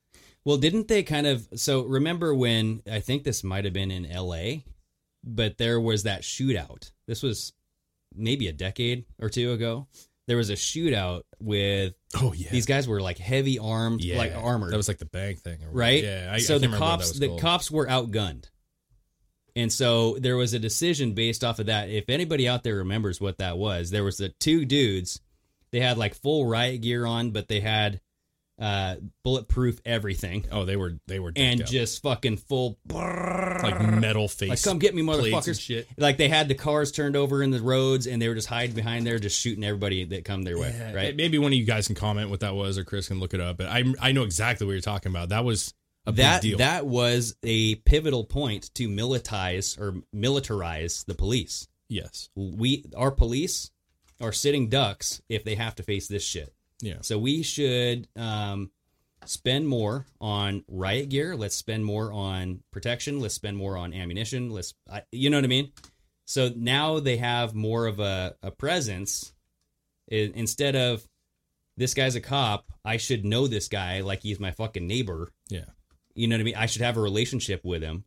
S6: Well, didn't they kind of so remember when I think this might have been in LA, but there was that shootout. This was maybe a decade or two ago. There was a shootout with
S8: Oh yeah,
S6: these guys were like heavy armed,
S8: yeah.
S6: like armored.
S8: That was like the bank thing, or whatever.
S6: right?
S8: Yeah.
S6: so
S8: I, I can't
S6: the
S8: remember what that
S6: cops,
S8: was
S6: the
S8: called.
S6: cops were outgunned, and so there was a decision based off of that. If anybody out there remembers what that was, there was the two dudes. They had like full riot gear on, but they had uh, bulletproof everything
S8: Oh, they were they were decked
S6: and
S8: out.
S6: just fucking full.
S8: like metal face.
S6: Like, come get me,
S8: plates and
S6: motherfuckers!
S8: Shit.
S6: Like they had the cars turned over in the roads, and they were just hiding behind there, just shooting everybody that come their way.
S8: Yeah,
S6: right?
S8: Maybe one of you guys can comment what that was, or Chris can look it up. But I I know exactly what you're talking about. That was a
S6: that
S8: big deal.
S6: that was a pivotal point to militize or militarize the police.
S8: yes,
S6: we our police are sitting ducks if they have to face this shit.
S8: yeah,
S6: So we should um, spend more on riot gear. Let's spend more on protection. Let's spend more on ammunition. Let's, I, you know what I mean. So now they have more of a, a presence I- instead of this guy's a cop. I should know this guy like he's my fucking neighbor.
S8: yeah.
S6: You know what I mean? I should have a relationship with him.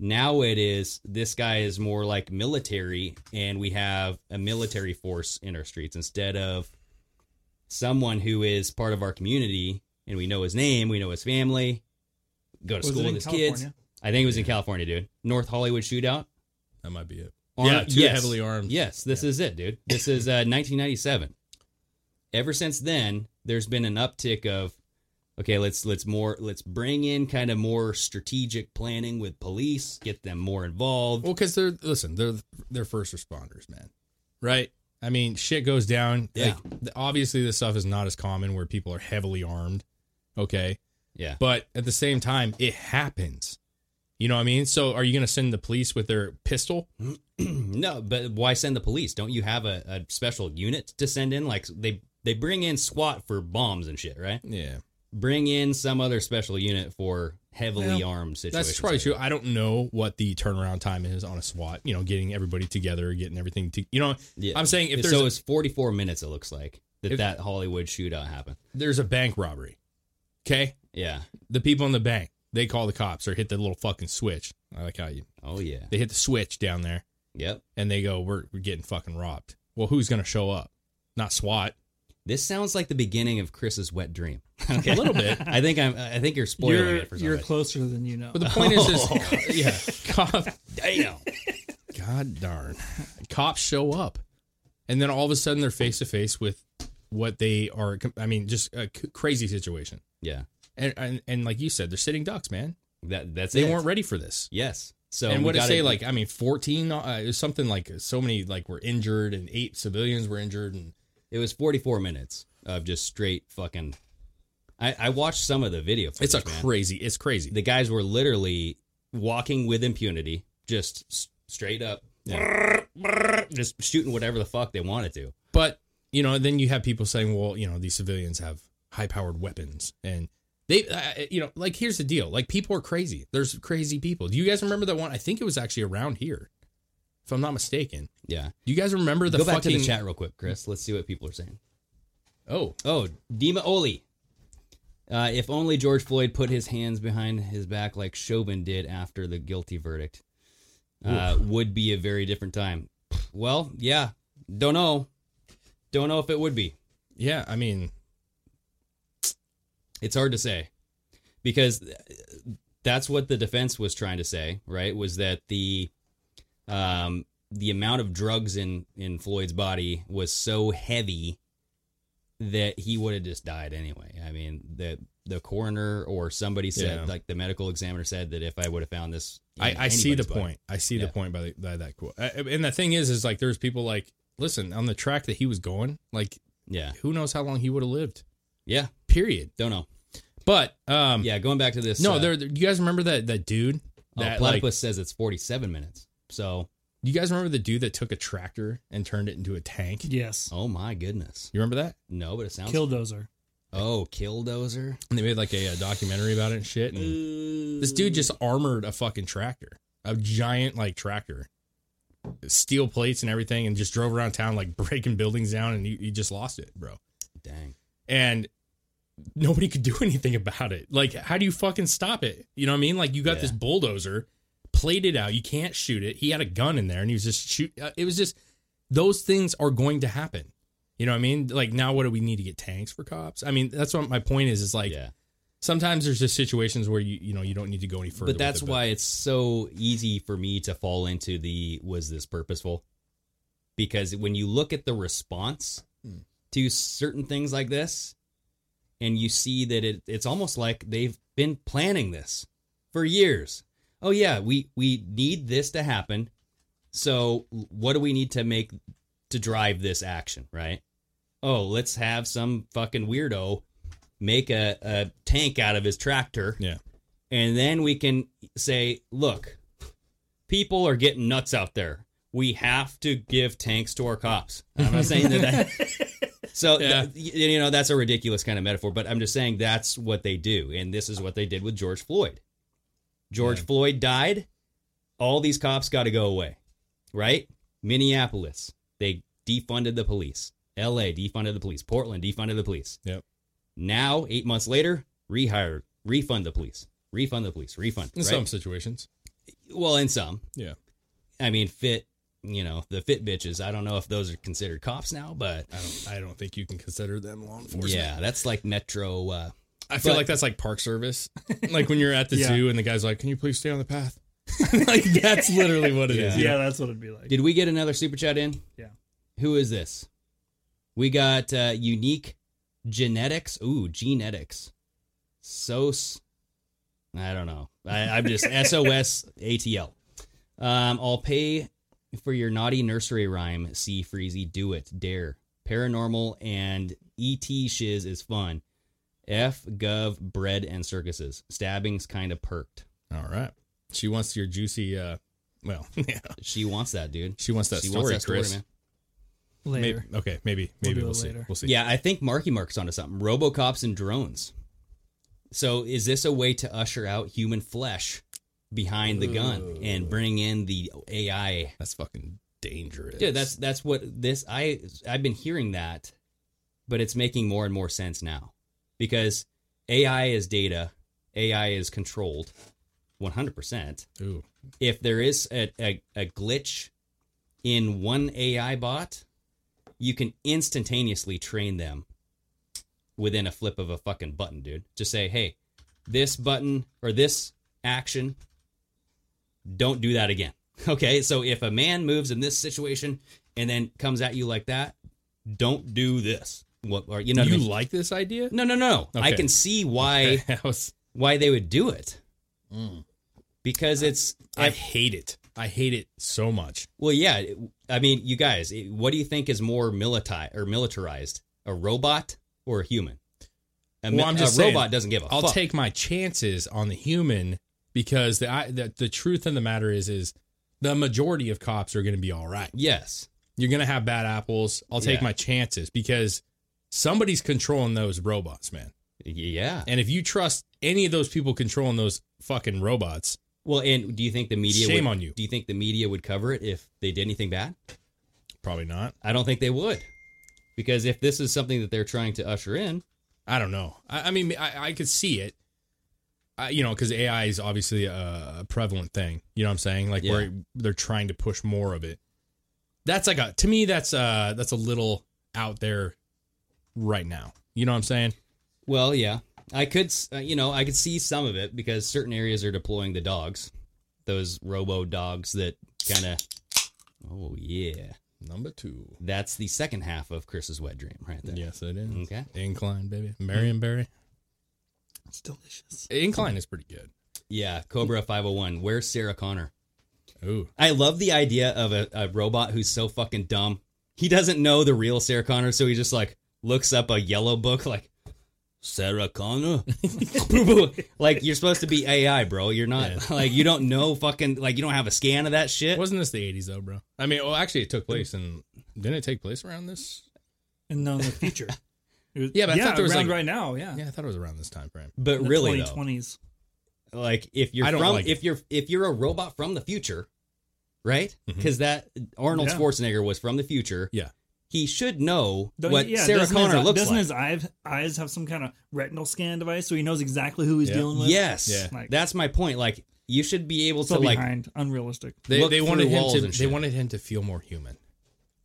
S6: Now it is this guy is more like military, and we have a military force in our streets instead of someone who is part of our community and we know his name, we know his family, go to
S7: Was it
S6: school
S7: in
S6: with his kids.
S7: California?
S6: I think it was in California, dude. North Hollywood shootout.
S8: That might be it.
S6: Arm-
S8: yeah, two heavily armed.
S6: Yes, this is it, dude. This is uh, 1997. Ever since then, there's been an uptick of okay, let's let's more let's bring in kind of more strategic planning with police, get them more involved. *clears throat*
S8: Well, because they're listen, they're they're first responders, man. Right. I mean, shit goes down.
S6: Yeah.
S8: Like, th- obviously, this stuff is not as common where people are heavily armed. Okay.
S6: yeah,
S8: But at the same time, it happens. You know what I mean? So, are you going to send the police with their pistol?
S6: no, but why send the police? Don't you have a, a special unit to send in? Like they they bring in SWAT for bombs and shit, right?
S8: Yeah.
S6: Bring in some other special unit for heavily
S8: Well,
S6: armed situations.
S8: That's probably true. I don't know what the turnaround time is on a SWAT. You know, getting everybody together, getting everything to you know.
S6: Yeah.
S8: I'm saying if there's
S6: so, it's 44 minutes. It looks like that
S8: If-
S6: that Hollywood shootout happened.
S8: there's a bank robbery, okay,
S6: Yeah.
S8: the people in the bank they call the cops or hit the little fucking switch. I like how you
S6: Oh yeah.
S8: they hit the switch down there
S6: Yep.
S8: and they go, "We're we're getting fucking robbed." Well, who's gonna show up? Not SWAT.
S6: This sounds like the beginning of Chris's wet dream.
S8: *laughs* A little bit.
S6: *laughs* I think I'm. I think you're spoiling
S7: You're,
S6: it for
S7: you're
S6: somebody.
S7: closer than you know. *laughs*
S8: But the point is,
S6: *laughs* Oh.
S8: is yeah, cop,
S6: Damn.
S8: God darn, cops show up, and then all of a sudden they're face to face with what they are. I mean, just a c- crazy situation.
S6: Yeah.
S8: and, and and like you said, they're sitting ducks, man.
S6: That that's
S8: They
S6: it.
S8: weren't ready for this.
S6: Yes. So
S8: and
S6: we
S8: what did it
S6: gotta-
S8: say? Like, I mean, fourteen, uh, it was something like so many like were injured, and eight civilians were injured, and
S6: it was 44 minutes of just straight fucking. I, I watched some of the video. Footage,
S8: it's a
S6: man.
S8: crazy, it's crazy.
S6: The guys were literally walking with impunity, just s- straight up, just shooting whatever the fuck they wanted to.
S8: but you know, then you have people saying, well, you know, these civilians have high powered weapons, and they, uh, you know, like here's the deal: like people are crazy. There's crazy people. Do you guys remember that one? I think it was actually around here, if I'm not mistaken.
S6: Yeah.
S8: Do you guys remember the
S6: Go
S8: fucking
S6: back to the chat real quick, Chris. Let's see what people are saying.
S8: Oh,
S6: Oh, Dima Oli. Uh, if only George Floyd put his hands behind his back like Chauvin did after the guilty verdict, uh, would be a very different time. Well, yeah. Don't know. Don't know if it would be.
S8: yeah. I mean,
S6: It's hard to say because th- that's what the defense was trying to say, right? Was that the um, the amount of drugs in in Floyd's body was so heavy that he would have just died anyway. I mean, the the coroner or somebody said,
S8: Yeah.
S6: like the medical examiner said, that if I would have found this, in
S8: I, I see the
S6: anybody's body-
S8: point. I see
S6: Yeah.
S8: the point by, Uh, the, by that quote. I- I- And the thing is, is like there's people like listen on the track that he was going. Like
S6: Yeah.
S8: Who knows how long he would have lived?
S6: Yeah.
S8: Period.
S6: Don't know.
S8: But um,
S6: Yeah, going back to this.
S8: no,
S6: uh,
S8: there. there- You guys remember that that dude?
S6: uh,
S8: That like,
S6: Platypus says it's 47 minutes. So,
S8: you guys remember the dude that took a tractor and turned it into a tank?
S7: Yes.
S6: oh my goodness.
S8: You remember that?
S6: No, but it sounds.
S8: *laughs*
S7: Killdozer.
S6: oh, Killdozer.
S8: And they made like a, uh documentary about it and shit. And this dude just armored a fucking tractor, a giant like tractor, steel plates and everything, and just drove around town like *laughs* breaking buildings down, and he, he just lost it, bro.
S6: Dang.
S8: and nobody could do *laughs* anything about it. Like, how do you fucking stop it? You know what I mean? Like, you got
S6: Yeah.
S8: this bulldozer, played it out. You can't shoot it. He had a gun in there, and he was just shoot. uh, It was just those things are going to happen. You know what I mean? Like, now what do we need to get tanks for cops? I mean, that's what my point is. Is like
S6: yeah.
S8: sometimes there's just situations where you you know you don't need to go any further.
S6: But
S8: with
S6: that's
S8: it,
S6: why it's so easy for me to fall into the was this purposeful? Because when you look at the response to certain things like this, and you see that it, it's almost like they've been planning this for years. Oh yeah, we we need this to happen. So what do we need to make to drive this action, right? Oh, let's have some fucking weirdo make a, a tank out of his tractor
S8: Yeah.
S6: and then we can say, look, people are getting nuts out there. We have to give tanks to our cops. I'm not saying
S7: *laughs*
S6: that. that so
S8: Yeah.
S6: th- y- you know that's a ridiculous kind of metaphor, but I'm just saying that's what they do, and this is what they did with George Floyd. George Floyd died. All these cops got to go away, right? Minneapolis, they defunded the police. L.A. defunded the police. Portland defunded the police.
S8: Yep.
S6: Now, eight months later, rehire, refund the police, refund the police, refund.
S8: in
S6: right?
S8: some situations.
S6: well, in some,
S8: Yeah.
S6: I mean, fit, you know, the fit bitches. I don't know if those are considered cops now, but
S8: I don't. I don't think you can consider them law enforcement.
S6: yeah, that's like Metro. Uh,
S8: I feel
S6: But-
S8: like that's like park service. *laughs* like when you're
S6: *laughs*
S8: at the
S7: Yeah.
S8: zoo and the guy's like, "Can you please stay on the path?" *laughs* like that's literally what it is.
S7: Yeah,
S8: you know?
S7: that's what it'd be like.
S6: did we get another super chat in?
S7: Yeah.
S6: Who is this? We got uh, unique genetics. Ooh, genetics. SOS. I don't know. I, I'm
S7: *laughs*
S6: just SOS ATL. Um, I'll pay for your naughty nursery rhyme. See Freezy, do it, dare. Paranormal and ET shiz is fun. F gov bread and circuses. Stabbing's kind of perked.
S8: All right. She wants your juicy. uh Well, *laughs* yeah.
S6: She wants that, dude.
S8: She wants that
S6: She
S8: story,
S6: wants that story,
S8: Chris.
S6: man.
S8: Maybe,
S7: Later.
S8: okay, maybe,
S7: We'll
S8: maybe
S7: do
S8: we'll,
S7: it
S8: see.
S7: later.
S8: We'll see.
S6: Yeah, I think Marky Mark's onto something. Robocops and drones. So is this a way to usher out human flesh behind the gun and bring in the AI?
S8: that's fucking dangerous.
S6: Yeah, that's that's what this I I've been hearing that, but it's making more and more sense now. Because AI is data, AI is controlled 100%.
S8: Ooh,
S6: If there is a, a, a glitch in one AI bot, you can instantaneously train them within a flip of a fucking button, dude. Just say, hey, this button or this action, don't do that again. *laughs* Okay. So if a man moves in this situation and then comes at you like that, don't do this. What or you know what
S8: you
S6: I mean?
S8: like this idea?
S6: No, no, no, no. I
S8: Okay. Mm.
S6: can see why
S8: *laughs* I, was,
S6: *laughs* why they would do it. Because it's
S8: I hate it. I hate it so much.
S6: Well, yeah. it- I mean, you guys, it- what do you think is more militized or militarized, a robot or a human? A, mi-
S8: well, I'm just
S6: a
S8: saying,
S6: robot doesn't give a
S8: I'll
S6: Oh, fuck.
S8: take my chances on the human because the I, the, the truth of the matter is is the majority of cops are going to be all right.
S6: yes,
S8: you're gonna have bad apples. I'll take
S6: Yeah.
S8: my chances because somebody's controlling those robots, man.
S6: Y- yeah.
S8: And if you trust any of those people controlling those fucking robots,
S6: Well, and do you think the media?
S8: Shame
S6: would,
S8: on you.
S6: Do you think the media would cover it if they did anything bad?
S8: probably not.
S6: I don't think they would, because if this is something that they're trying to usher in,
S8: I don't know. I, I mean, I, I could see it. I, you know, because AI is obviously a, a prevalent thing. You know what I'm saying? Like where they're trying to push more of it. That's like a to me. That's uh that's a little out there right now. You know what I'm saying?
S6: well, yeah, I could, s- uh, you know, I could see some of it because certain areas are deploying the dogs, those robo dogs that kind of, oh yeah.
S8: Number two.
S6: That's the second half of Chris's wet dream, right there.
S8: Yes, it is.
S6: Okay.
S8: Incline, baby. Marion Barry.
S7: It's delicious.
S8: Incline is pretty good.
S6: Yeah, Cobra 501. Where's Sarah Connor?
S8: Ooh.
S6: I love the idea of a, a robot who's so fucking dumb. He doesn't know the real Sarah Connor, so he's just like, looks up a yellow book like Sarah Connor. *laughs* like you're supposed to be AI, bro. You're not
S8: Yeah.
S6: *laughs* like you don't know fucking like you don't have a scan of that
S8: *laughs*
S6: shit.
S8: Wasn't this the 80s though, bro? I mean, well, actually, it took place and didn't it take place around this?
S7: And no, in the
S8: *laughs*
S7: future. It was-
S8: Yeah, but I
S7: yeah,
S8: thought there was,
S7: around
S8: like-
S7: right now. Yeah,
S8: Yeah, I thought it was around this time frame.
S6: but
S7: In the
S6: really though,
S7: 2020s.
S6: like if you're
S8: I don't
S6: from
S8: like
S6: if
S8: it.
S6: you're if you're a robot from the future, right?
S8: Mhm.
S6: Because that Arnold
S7: Yeah.
S6: Schwarzenegger was from the future.
S8: Yeah.
S6: he should know
S7: Don't-
S6: what
S7: yeah,
S6: Sarah
S7: doesn't
S8: uh,
S6: Connor
S7: his,
S6: looks
S7: doesn't
S6: like.
S7: his eyes, eyes have some kind of retinal scan device so he knows exactly who he's
S8: Yeah.
S7: dealing with?
S6: yes,
S8: uh, Yeah.
S7: Like-
S6: that's my point. Like you should be able
S7: so
S6: to like
S7: behind, unrealistic.
S8: They,
S6: Look
S8: they
S6: through
S8: wanted him
S6: walls
S8: to.
S6: and
S8: They
S6: shit.
S8: wanted him to feel more human.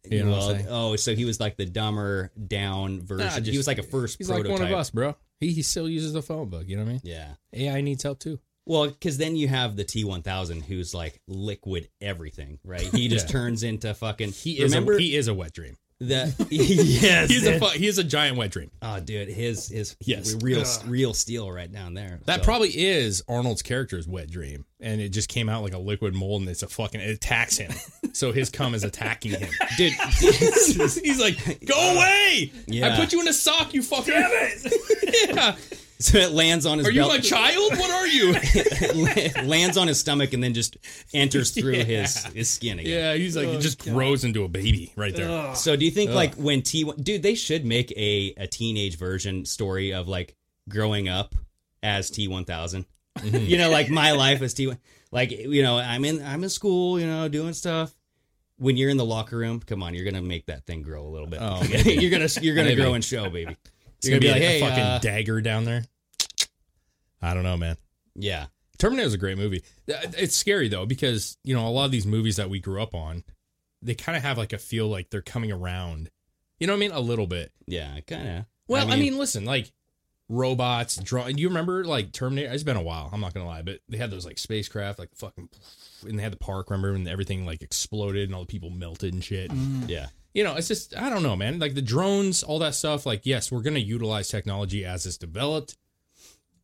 S8: You know what I'm
S6: well,
S8: saying?
S6: oh, so he was like the dumber down version.
S8: Nah, just-
S6: he was like a first
S8: He's
S6: prototype.
S8: like one of us, bro. He, he still uses the phone book. You know what I mean?
S6: Yeah.
S8: AI needs help too.
S6: Well, because then you have the T1000 who's like liquid everything, right? He just
S8: Yeah.
S6: turns into fucking.
S8: He
S6: remember
S8: is. A, he is a wet dream. *laughs*
S6: that? *laughs* *laughs* yes.
S8: He's a fu- he is a giant wet dream.
S6: oh, dude, his his
S8: Yes.
S6: real real steel right down there.
S8: That
S6: So-
S8: probably is Arnold's character's wet dream, and it just came out like a liquid mold, and it's a fucking it attacks *laughs* him. so his cum is attacking him.
S6: dude.
S8: *laughs* He's like, "Go away!
S6: yeah.
S8: I put you in a sock, you fucking Uh, Damn it! yeah.
S6: *laughs* so it lands on his
S8: Are you
S6: belt,
S8: my child? What are
S6: *laughs*
S8: you?"
S6: it lands on his stomach, and then just enters
S8: *laughs*
S6: through his his skin again.
S8: *laughs* yeah, he's like, it just grows into a baby right there.
S6: So do you think like when T dude they should make a a teenage version story of like growing up as T one thousand.
S8: Mm-hmm.
S6: You know, like my life as T one. Like you know, I'm in I'm in school. You know, doing stuff. When you're in the locker room, come on, you're gonna make that thing grow a little bit.
S8: Oh, maybe.
S6: *laughs* you're gonna you're gonna
S8: Maybe.
S6: grow and show, baby.
S8: It's
S6: You're
S8: gonna,
S6: gonna
S8: be,
S6: be
S8: like
S6: like,
S8: a
S6: "Hey,
S8: fucking
S6: uh,
S8: dagger down there. I don't know, man.
S6: Yeah,
S8: Terminator's a great movie. Th- It's scary though because you know a lot of these movies that we grew up on, they kind of have like a feel like they're coming around. You know what I mean? A little bit.
S6: yeah, kind of.
S8: Well, I mean, listen, like robots, drawing. You remember like Terminator? It's been a while. I'm not gonna lie, but they had those like spacecraft, like fucking, and they had the park. Remember when everything like exploded and all the people melted and shit?
S6: yeah,
S8: you know, it's just I don't know, man. Like the drones, all that stuff. Like, yes, we're gonna utilize technology as it's developed.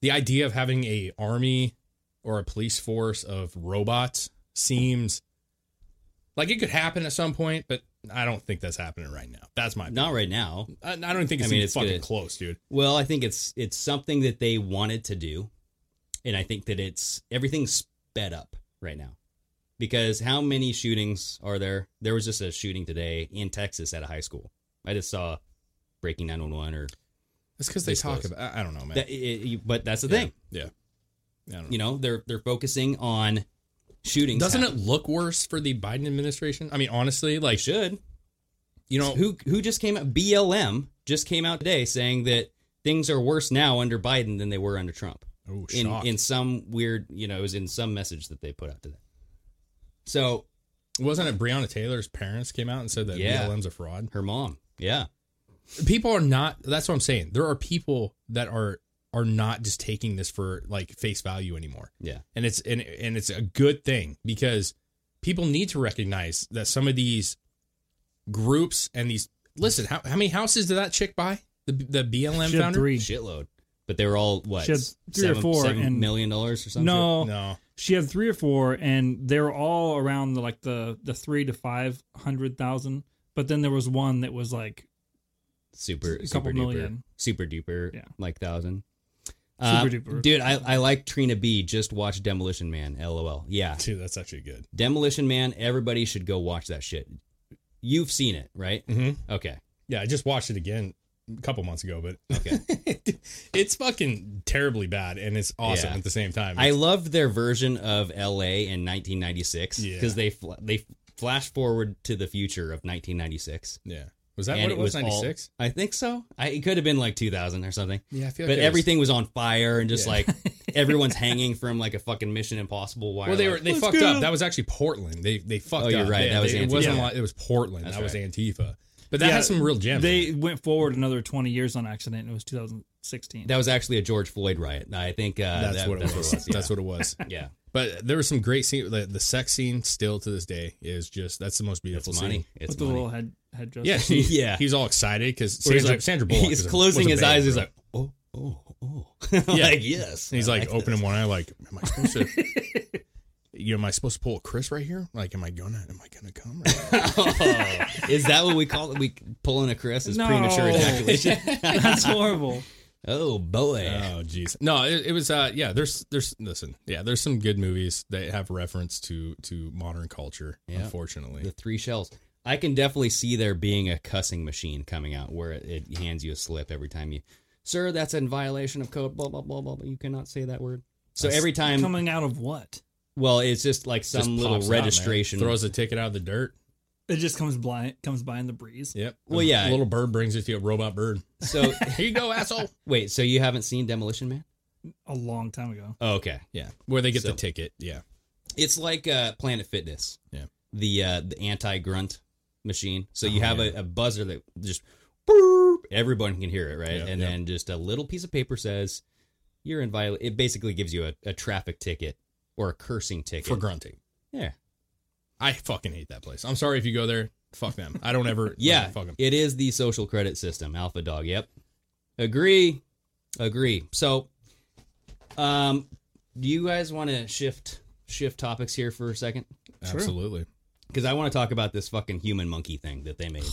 S8: The idea of having a army or a police force of robots seems like it could happen at some point, but I don't think that's happening right now. That's my.
S6: not right now.
S8: I, I don't think it's,
S6: I mean,
S8: even
S6: it's
S8: fucking
S6: gonna-
S8: close, dude.
S6: Well, I think it's it's something that they wanted to do, and I think that it's everything's sped up right now because how many shootings are there? There was just a shooting today in Texas at a high school. I just saw breaking nine one one or
S8: That's because they
S6: It's
S8: talk
S6: close.
S8: about. I, I don't know, man.
S6: that, it- it- but that's the thing.
S8: Yeah. yeah. I don't know.
S6: You know, they're they're focusing on shootings.
S8: Doesn't it
S6: happen-
S8: look worse for the Biden administration? I mean, honestly, like
S6: should
S8: you know
S6: who who just came out? BLM just came out today saying that things are worse now under Biden than they were under Trump.
S8: Oh,
S6: in
S8: shocked.
S6: in some weird, you know, it was in some message that they put out today. So
S8: wasn't it Breonna Taylor's parents came out and said that
S6: Yeah.
S8: BLM's a fraud?
S6: her mom, yeah,
S8: people are not that's what i'm saying there are people that are are not just taking this for like face value anymore
S6: yeah,
S8: and it's and, and it's a good thing because people need to recognize that some of these groups and these listen how, how many houses did that chick buy the, the blm
S7: She had
S8: founder
S7: three.
S6: shitload. But they were all what
S7: She had three or
S6: seven-
S7: four
S6: seven
S7: and-
S6: million dollars or something.
S7: No,
S8: no
S7: she had three or four, and they were all around the like the the three to five hundred thousand. But then there was one that was like
S6: super
S7: A couple
S6: super duper
S7: million.
S6: super duper
S7: Yeah.
S6: like thousand Um,
S7: Super duper.
S6: dude I, I like trina b just watch demolition man lol yeah
S8: dude that's actually good
S6: demolition man everybody should go watch that shit you've seen it right
S8: Mhm.
S6: okay
S8: yeah i just watched it again a couple months ago but
S6: Okay.
S8: it's fucking terribly bad and it's awesome
S6: Yeah.
S8: at the same time
S6: i loved their version of la in 1996
S8: Yeah.
S6: because they fl- they flash forward to the future of 1996
S8: yeah was that
S6: And
S8: what it was
S6: all-
S8: 96
S6: I think so. I, it could have been like 2000 or something.
S8: yeah i feel
S6: but
S8: it was-
S6: everything was on fire and just
S8: Yeah. *laughs*
S6: like everyone's hanging from like a fucking Mission Impossible wire.
S8: Well, they were
S6: like-
S8: they
S7: Let's
S8: fucked
S7: go.
S8: up. That was actually Portland. They they fucked
S6: Oh, you're
S8: up.
S6: right.
S8: They-
S6: That was
S8: they- it wasn't
S6: Antifa.
S8: like, it was Portland.
S6: That's
S8: that was
S6: right.
S8: Antifa. But that
S7: Yeah,
S8: has some real gems. in
S7: they
S8: it.
S7: went forward another twenty years on accident. And it was 2016.
S6: That was actually a George Floyd riot. I think uh,
S8: that's,
S6: that-
S8: what it was. That's what it was.
S6: *laughs* yeah. yeah.
S8: But there was some great scene. The, the sex scene still to this day is just that's the most beautiful
S6: It's
S8: scene.
S6: money.
S7: with
S6: It's *laughs*
S7: the little
S6: money.
S7: head headdress. *laughs*
S8: Yeah, she,
S6: Yeah.
S8: yeah. He's all excited because
S6: Where
S8: Sandra, Sandra Bullock.
S6: He's
S8: is a-
S6: closing
S8: was a
S6: his
S8: babe,
S6: eyes. He's
S8: bro.
S6: like, oh, oh, *laughs* oh. like yes.
S8: And he's
S6: I
S8: *laughs* like opening
S6: this. *laughs*
S8: one eye, like, am I supposed to? you know, am I supposed to pull a Chris right here? Like, am I gonna? Am I gonna come?
S6: Oh, is that what we call it? We pulling a Chris is premature ejaculation.
S7: *laughs*
S6: *laughs*
S7: That's horrible.
S6: Oh boy.
S8: Oh jeez. No, it, it was uh yeah, there's there's listen. Yeah, there's some good movies that have reference to to modern culture,
S6: Yeah.
S8: unfortunately.
S6: The three shells. I can definitely see there being a cussing machine coming out where it, it hands you a slip every time you, sir, that's in violation of code, blah, blah, blah, blah, blah. You cannot say that word. So every time,
S7: Coming out of what?
S6: well, it's just like
S8: Just
S6: some
S8: pops
S6: little
S8: out, man.
S6: registration.
S8: throws a ticket out of the dirt.
S7: It just comes blind, comes by in the breeze.
S8: Yep.
S6: Well, yeah.
S8: A little bird brings it to you, a robot bird.
S6: so,
S8: *laughs* Here you go, asshole.
S6: wait, so you haven't seen Demolition Man?
S7: A long time ago.
S6: Oh, okay.
S8: Yeah. Where they get
S6: So-
S8: the ticket. Yeah.
S6: It's like uh, Planet Fitness.
S8: Yeah.
S6: The uh, the anti grunt machine. So you
S8: Oh,
S6: have
S8: yeah.
S6: a, a buzzer that just boop, everyone can hear it, right?
S8: Yeah,
S6: and
S8: yeah.
S6: then just a little piece of paper says you're in viola It basically gives you a, a traffic ticket or a cursing ticket
S8: For grunting.
S6: Yeah,
S8: I fucking hate that place. I'm sorry if you go there. Fuck them. I don't ever
S6: *laughs* yeah.
S8: fuck them.
S6: It is the social credit system, Alpha Dog. Yep. Agree, agree. So, um, do you guys want to shift shift topics here for a second?
S8: Absolutely.
S6: Because I want to talk about this fucking human monkey thing that they made.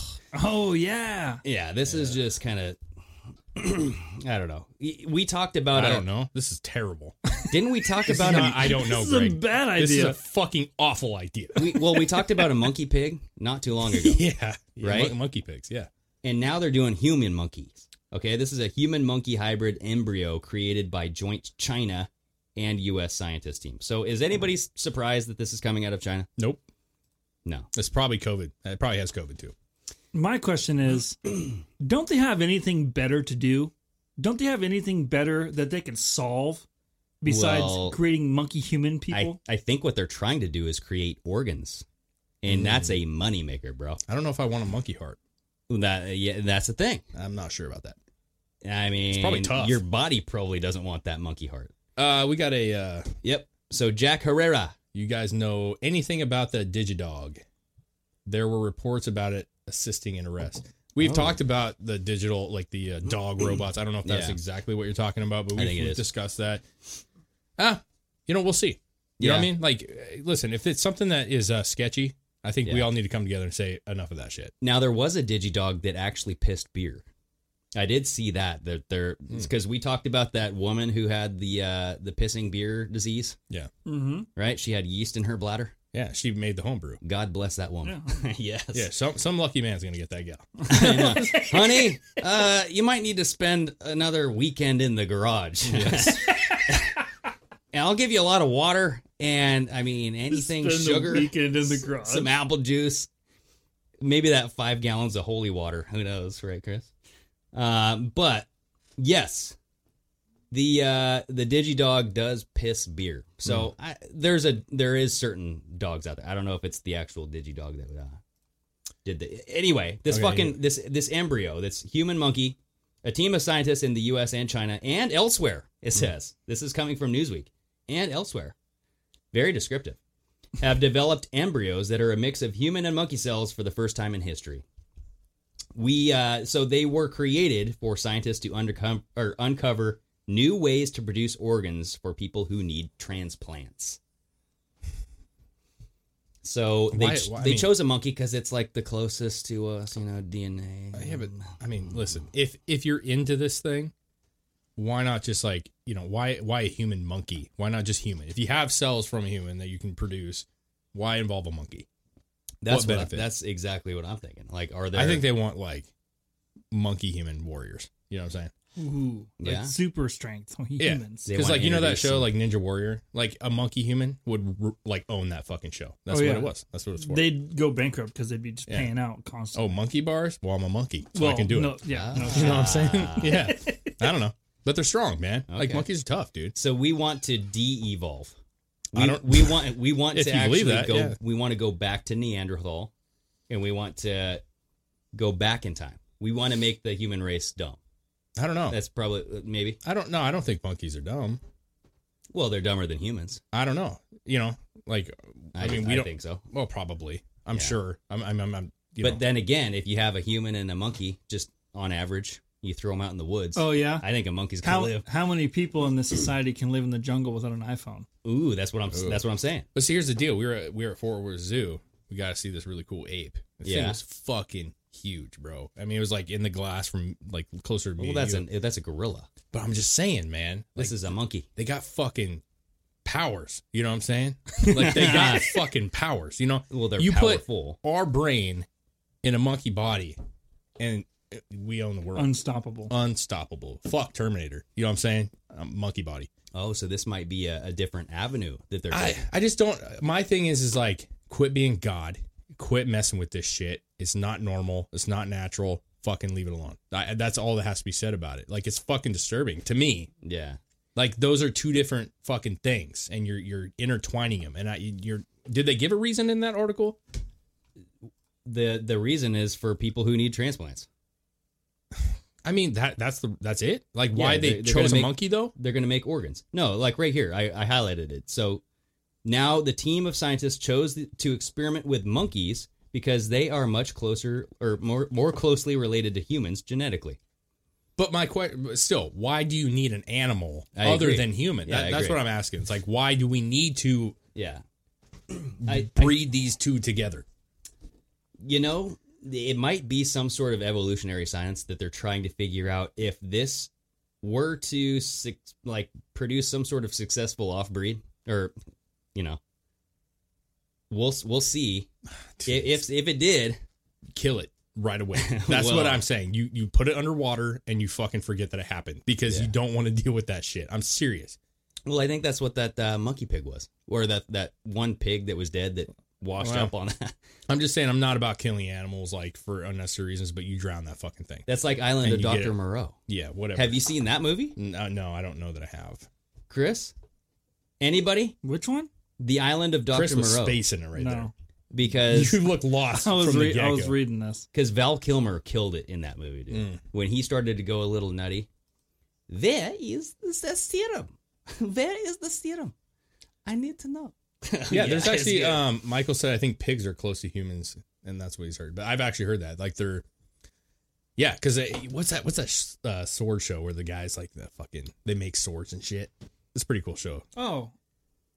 S7: Oh yeah.
S6: Yeah, this is just kind of. *clears throat* I don't know. We- We talked about.
S8: I
S6: a-
S8: don't know. This
S6: *laughs*
S8: is terrible.
S6: Didn't we
S8: *laughs*
S6: talk about?
S8: No,
S6: a, *laughs*
S8: I don't know,
S7: This is
S8: Greg.
S7: a bad
S8: Oh, This is
S7: idea.
S8: a fucking awful idea.
S6: we, well, we talked about a monkey pig not too long ago,
S8: *laughs* yeah. yeah.
S6: Right?
S8: Mon- Monkey pigs. Yeah.
S6: and now they're doing human monkeys. Okay, this is a human monkey hybrid embryo created by joint China and U.S. scientist team. So, is anybody
S8: Mm-hmm.
S6: s- surprised that this is coming out of China?
S8: Nope.
S6: No.
S8: It's probably COVID. It probably has COVID too.
S7: My
S8: *clears throat*
S7: question is, don't they have anything better to do? Don't they have anything better that they can solve besides
S6: Well,
S7: creating monkey human people?
S6: I I think what they're trying to do is create organs, and that's
S8: Mm.
S6: a moneymaker, bro.
S8: I don't know if I want a monkey heart.
S6: That yeah, that's the thing.
S8: I'm not sure about that.
S6: I mean,
S8: probably tough.
S6: Your body probably doesn't want that monkey heart.
S8: Uh, we got a. Uh,
S6: Yep. So Jack Herrera.
S8: you guys know anything about the DigiDog? There were reports about it assisting in arrest. We've talked about the digital, like the uh, *clears throat* dog robots. I don't know if that's
S6: Yeah.
S8: exactly what you're talking about, but
S6: I think it
S8: we've, we've
S6: is.
S8: discussed that. Ah, you know, we'll see. You know what I
S6: Yeah.
S8: mean? Like, eh, listen, if it's something that is uh, sketchy, I think we
S6: Yeah.
S8: all need to come together and say enough of that shit.
S6: Now there was a DigiDog that actually pissed beer. I did see that that there because we talked about that woman who had the uh, the pissing beer disease,
S7: mm-hmm.
S6: right? She had yeast in her bladder.
S8: Yeah, she made the homebrew.
S6: God bless that woman. *laughs* yes.
S8: Yeah, some some lucky man's gonna get that gal.
S6: Honey, uh, you might need to spend another weekend in the garage. *laughs* Yes. and I'll give you a lot of water and I mean anything
S7: Spend the
S6: sugar.
S7: weekend in the garage.
S6: some apple juice, maybe that five gallons of holy water. Who knows, right, Chris? Um, but yes, the uh, the DigiDog does piss beer. So
S8: Hmm.
S6: I, there's a there is certain dogs out there. I don't know if it's the actual DigiDog that uh, did the anyway. This
S8: Okay,
S6: fucking
S8: yeah.
S6: this this embryo, this human monkey, a team of scientists in the U.S. and China and elsewhere. It
S8: Hmm.
S6: says this is coming from Newsweek and elsewhere. Very descriptive have developed embryos that are a mix of human and monkey cells for the first time in history. We uh, so they were created for scientists to undercover or uncover new ways to produce organs for people who need transplants. So they
S8: Why-
S6: ch-
S8: why- I
S6: they
S8: mean-
S6: chose a monkey because it's like the closest to us, you know, DNA.
S8: Yeah, but I mean, listen, if if you're into this thing, why not just like you know why why a human monkey? Why not just human? If you have cells from a human that you can produce, why involve a monkey?
S6: that's
S8: what
S6: what I-
S8: benefit?
S6: that's exactly what I'm thinking. Like, are there?
S8: I think they want like monkey human warriors. You know what I'm saying?
S7: Ooh, like
S6: Yeah.
S7: super strength on
S8: Yeah.
S7: humans.
S6: They
S8: Because
S6: wanna
S8: like you know that
S6: introduce
S8: show
S6: some-
S8: like Ninja Warrior, like a monkey human would r- like own that fucking show. That's
S7: Oh,
S8: what
S7: yeah.
S8: it was. That's what it's for.
S7: They'd go bankrupt because they'd be just
S8: Yeah.
S7: paying out constantly.
S8: oh, monkey bars? Well, I'm a monkey, so
S7: well,
S8: I can
S6: *laughs*
S8: do
S7: no,
S8: it.
S7: Yeah,
S6: Ah.
S7: no,
S8: You know what I'm saying? *laughs* yeah. I don't know, but they're strong, man. Like
S6: Okay.
S8: monkeys are tough, dude.
S6: So we want to de-evolve.
S8: I
S6: We,
S8: don't-
S6: we want we want
S8: *laughs* If
S6: to
S8: you believe
S6: actually
S8: that,
S6: go.
S8: yeah.
S6: We want to go back to Neanderthal, and we want to go back in time. We want to make the human race dumb.
S8: I don't know.
S6: That's probably maybe.
S8: I don't know. I don't think monkeys are dumb.
S6: Well, they're dumber than humans.
S8: I don't know. You know, like I,
S6: I,
S8: mean,
S6: mean,
S8: we
S6: I
S8: don't.
S6: think so.
S8: Well, probably. I'm
S6: Yeah.
S8: sure. I'm. I'm. I'm. I'm you
S6: But
S8: know.
S6: then again, if you have a human and a monkey, just on average, You throw them out in the woods.
S7: *laughs* Oh yeah.
S6: I think a monkey's gonna
S7: How
S6: live.
S7: how many people in this society can live in the jungle without an iPhone?
S6: Ooh, that's what I'm.
S8: Ooh.
S6: That's what I'm saying.
S8: But see, here's the deal: we were at, we were at Fort Worth Zoo. We got to see this really cool ape. This thing
S6: Yeah.
S8: was fucking huge, bro. I mean, it was like in the glass from like closer to
S6: Well,
S8: me. and
S6: that's
S8: you.
S6: an that's a gorilla.
S8: But I'm just saying, man,
S6: This
S8: this
S6: is
S8: is
S6: a monkey.
S8: they got fucking powers. You know what I'm
S6: *laughs*
S8: saying? Like they got fucking powers. You know?
S6: Well, they're
S8: you
S6: powerful.
S8: Put our brain in a monkey body, and we own the world.
S7: Unstoppable.
S8: Uh, Unstoppable. Fuck Terminator. You know what I'm saying? Um, monkey body.
S6: Oh, so this might be a, a different avenue that they're.
S8: I,
S6: taking.
S8: I just don't. My thing is, is like, quit being God. Quit messing with this shit. It's not normal. It's not natural. Fucking leave it alone. I, that's all that has to be said about it. Like, it's fucking disturbing to me.
S6: yeah.
S8: Like, those are two different fucking things, and you're you're intertwining them. And I, you're. Did they give a reason in that article?
S6: The the reason is for people who need transplants.
S8: I mean, that that's the that's it. Like, why
S6: Yeah,
S8: they
S6: they're- they're
S8: chose
S6: gonna
S8: a
S6: make-
S8: monkey though?
S6: They're going to make organs. No, like right here, I, I highlighted it. So now the team of scientists chose th- to experiment with monkeys because they are much closer or more more closely related to humans genetically.
S8: But my question, still, why do you need an animal
S6: I
S8: other
S6: agree.
S8: than human?
S6: Yeah,
S8: That-
S6: I
S8: that's
S6: agree.
S8: what I'm asking. It's like, why do we need to
S6: Yeah. I, I-
S8: breed these two together?
S6: you know, it might be some sort of evolutionary science that they're trying to figure out if this were to suc like produce some sort of successful offbreed or you know we'll s- we'll
S8: *sighs*
S6: see I- if if it did
S8: kill it right
S6: *laughs*
S8: away. That's
S6: Well-
S8: what I'm saying. You you put it underwater and you fucking forget that it happened because you
S6: Yeah.
S8: don't want to deal with that shit. I'm serious.
S6: Well, I think that's what that uh, monkey pig was, or that that one pig that was dead that washed
S8: Wow.
S6: up on. *laughs*
S8: I'm just saying I'm not about killing animals like for unnecessary reasons, but you drown that fucking thing.
S6: that's like Island
S8: And
S6: of
S8: you get
S6: Doctor
S8: it.
S6: Moreau.
S8: Yeah, whatever.
S6: Have you seen that movie,
S8: No, no, I don't know that I have.
S6: Chris? Anybody?
S7: Which one?
S6: The Island of
S8: Chris
S6: Doctor
S8: was
S6: Moreau,
S8: spacing it right
S7: no.
S8: there.
S6: because
S8: *laughs* You look lost
S7: I was
S8: from
S7: re-
S8: the
S7: I was
S8: get-go.
S7: reading this.
S6: because Val Kilmer killed it in that movie, dude. When he started to go a little nutty, there is the s- serum. Where is the serum? I need to know.
S8: yeah, there's
S6: Yeah, it's
S8: actually
S6: good.
S8: um, Michael said I think pigs are close to humans, and that's what he's heard. But I've actually heard that like they're yeah, because what's that? What's that sh- uh, sword show where the guys like the fucking they make swords and shit? It's a pretty cool show.
S7: Oh,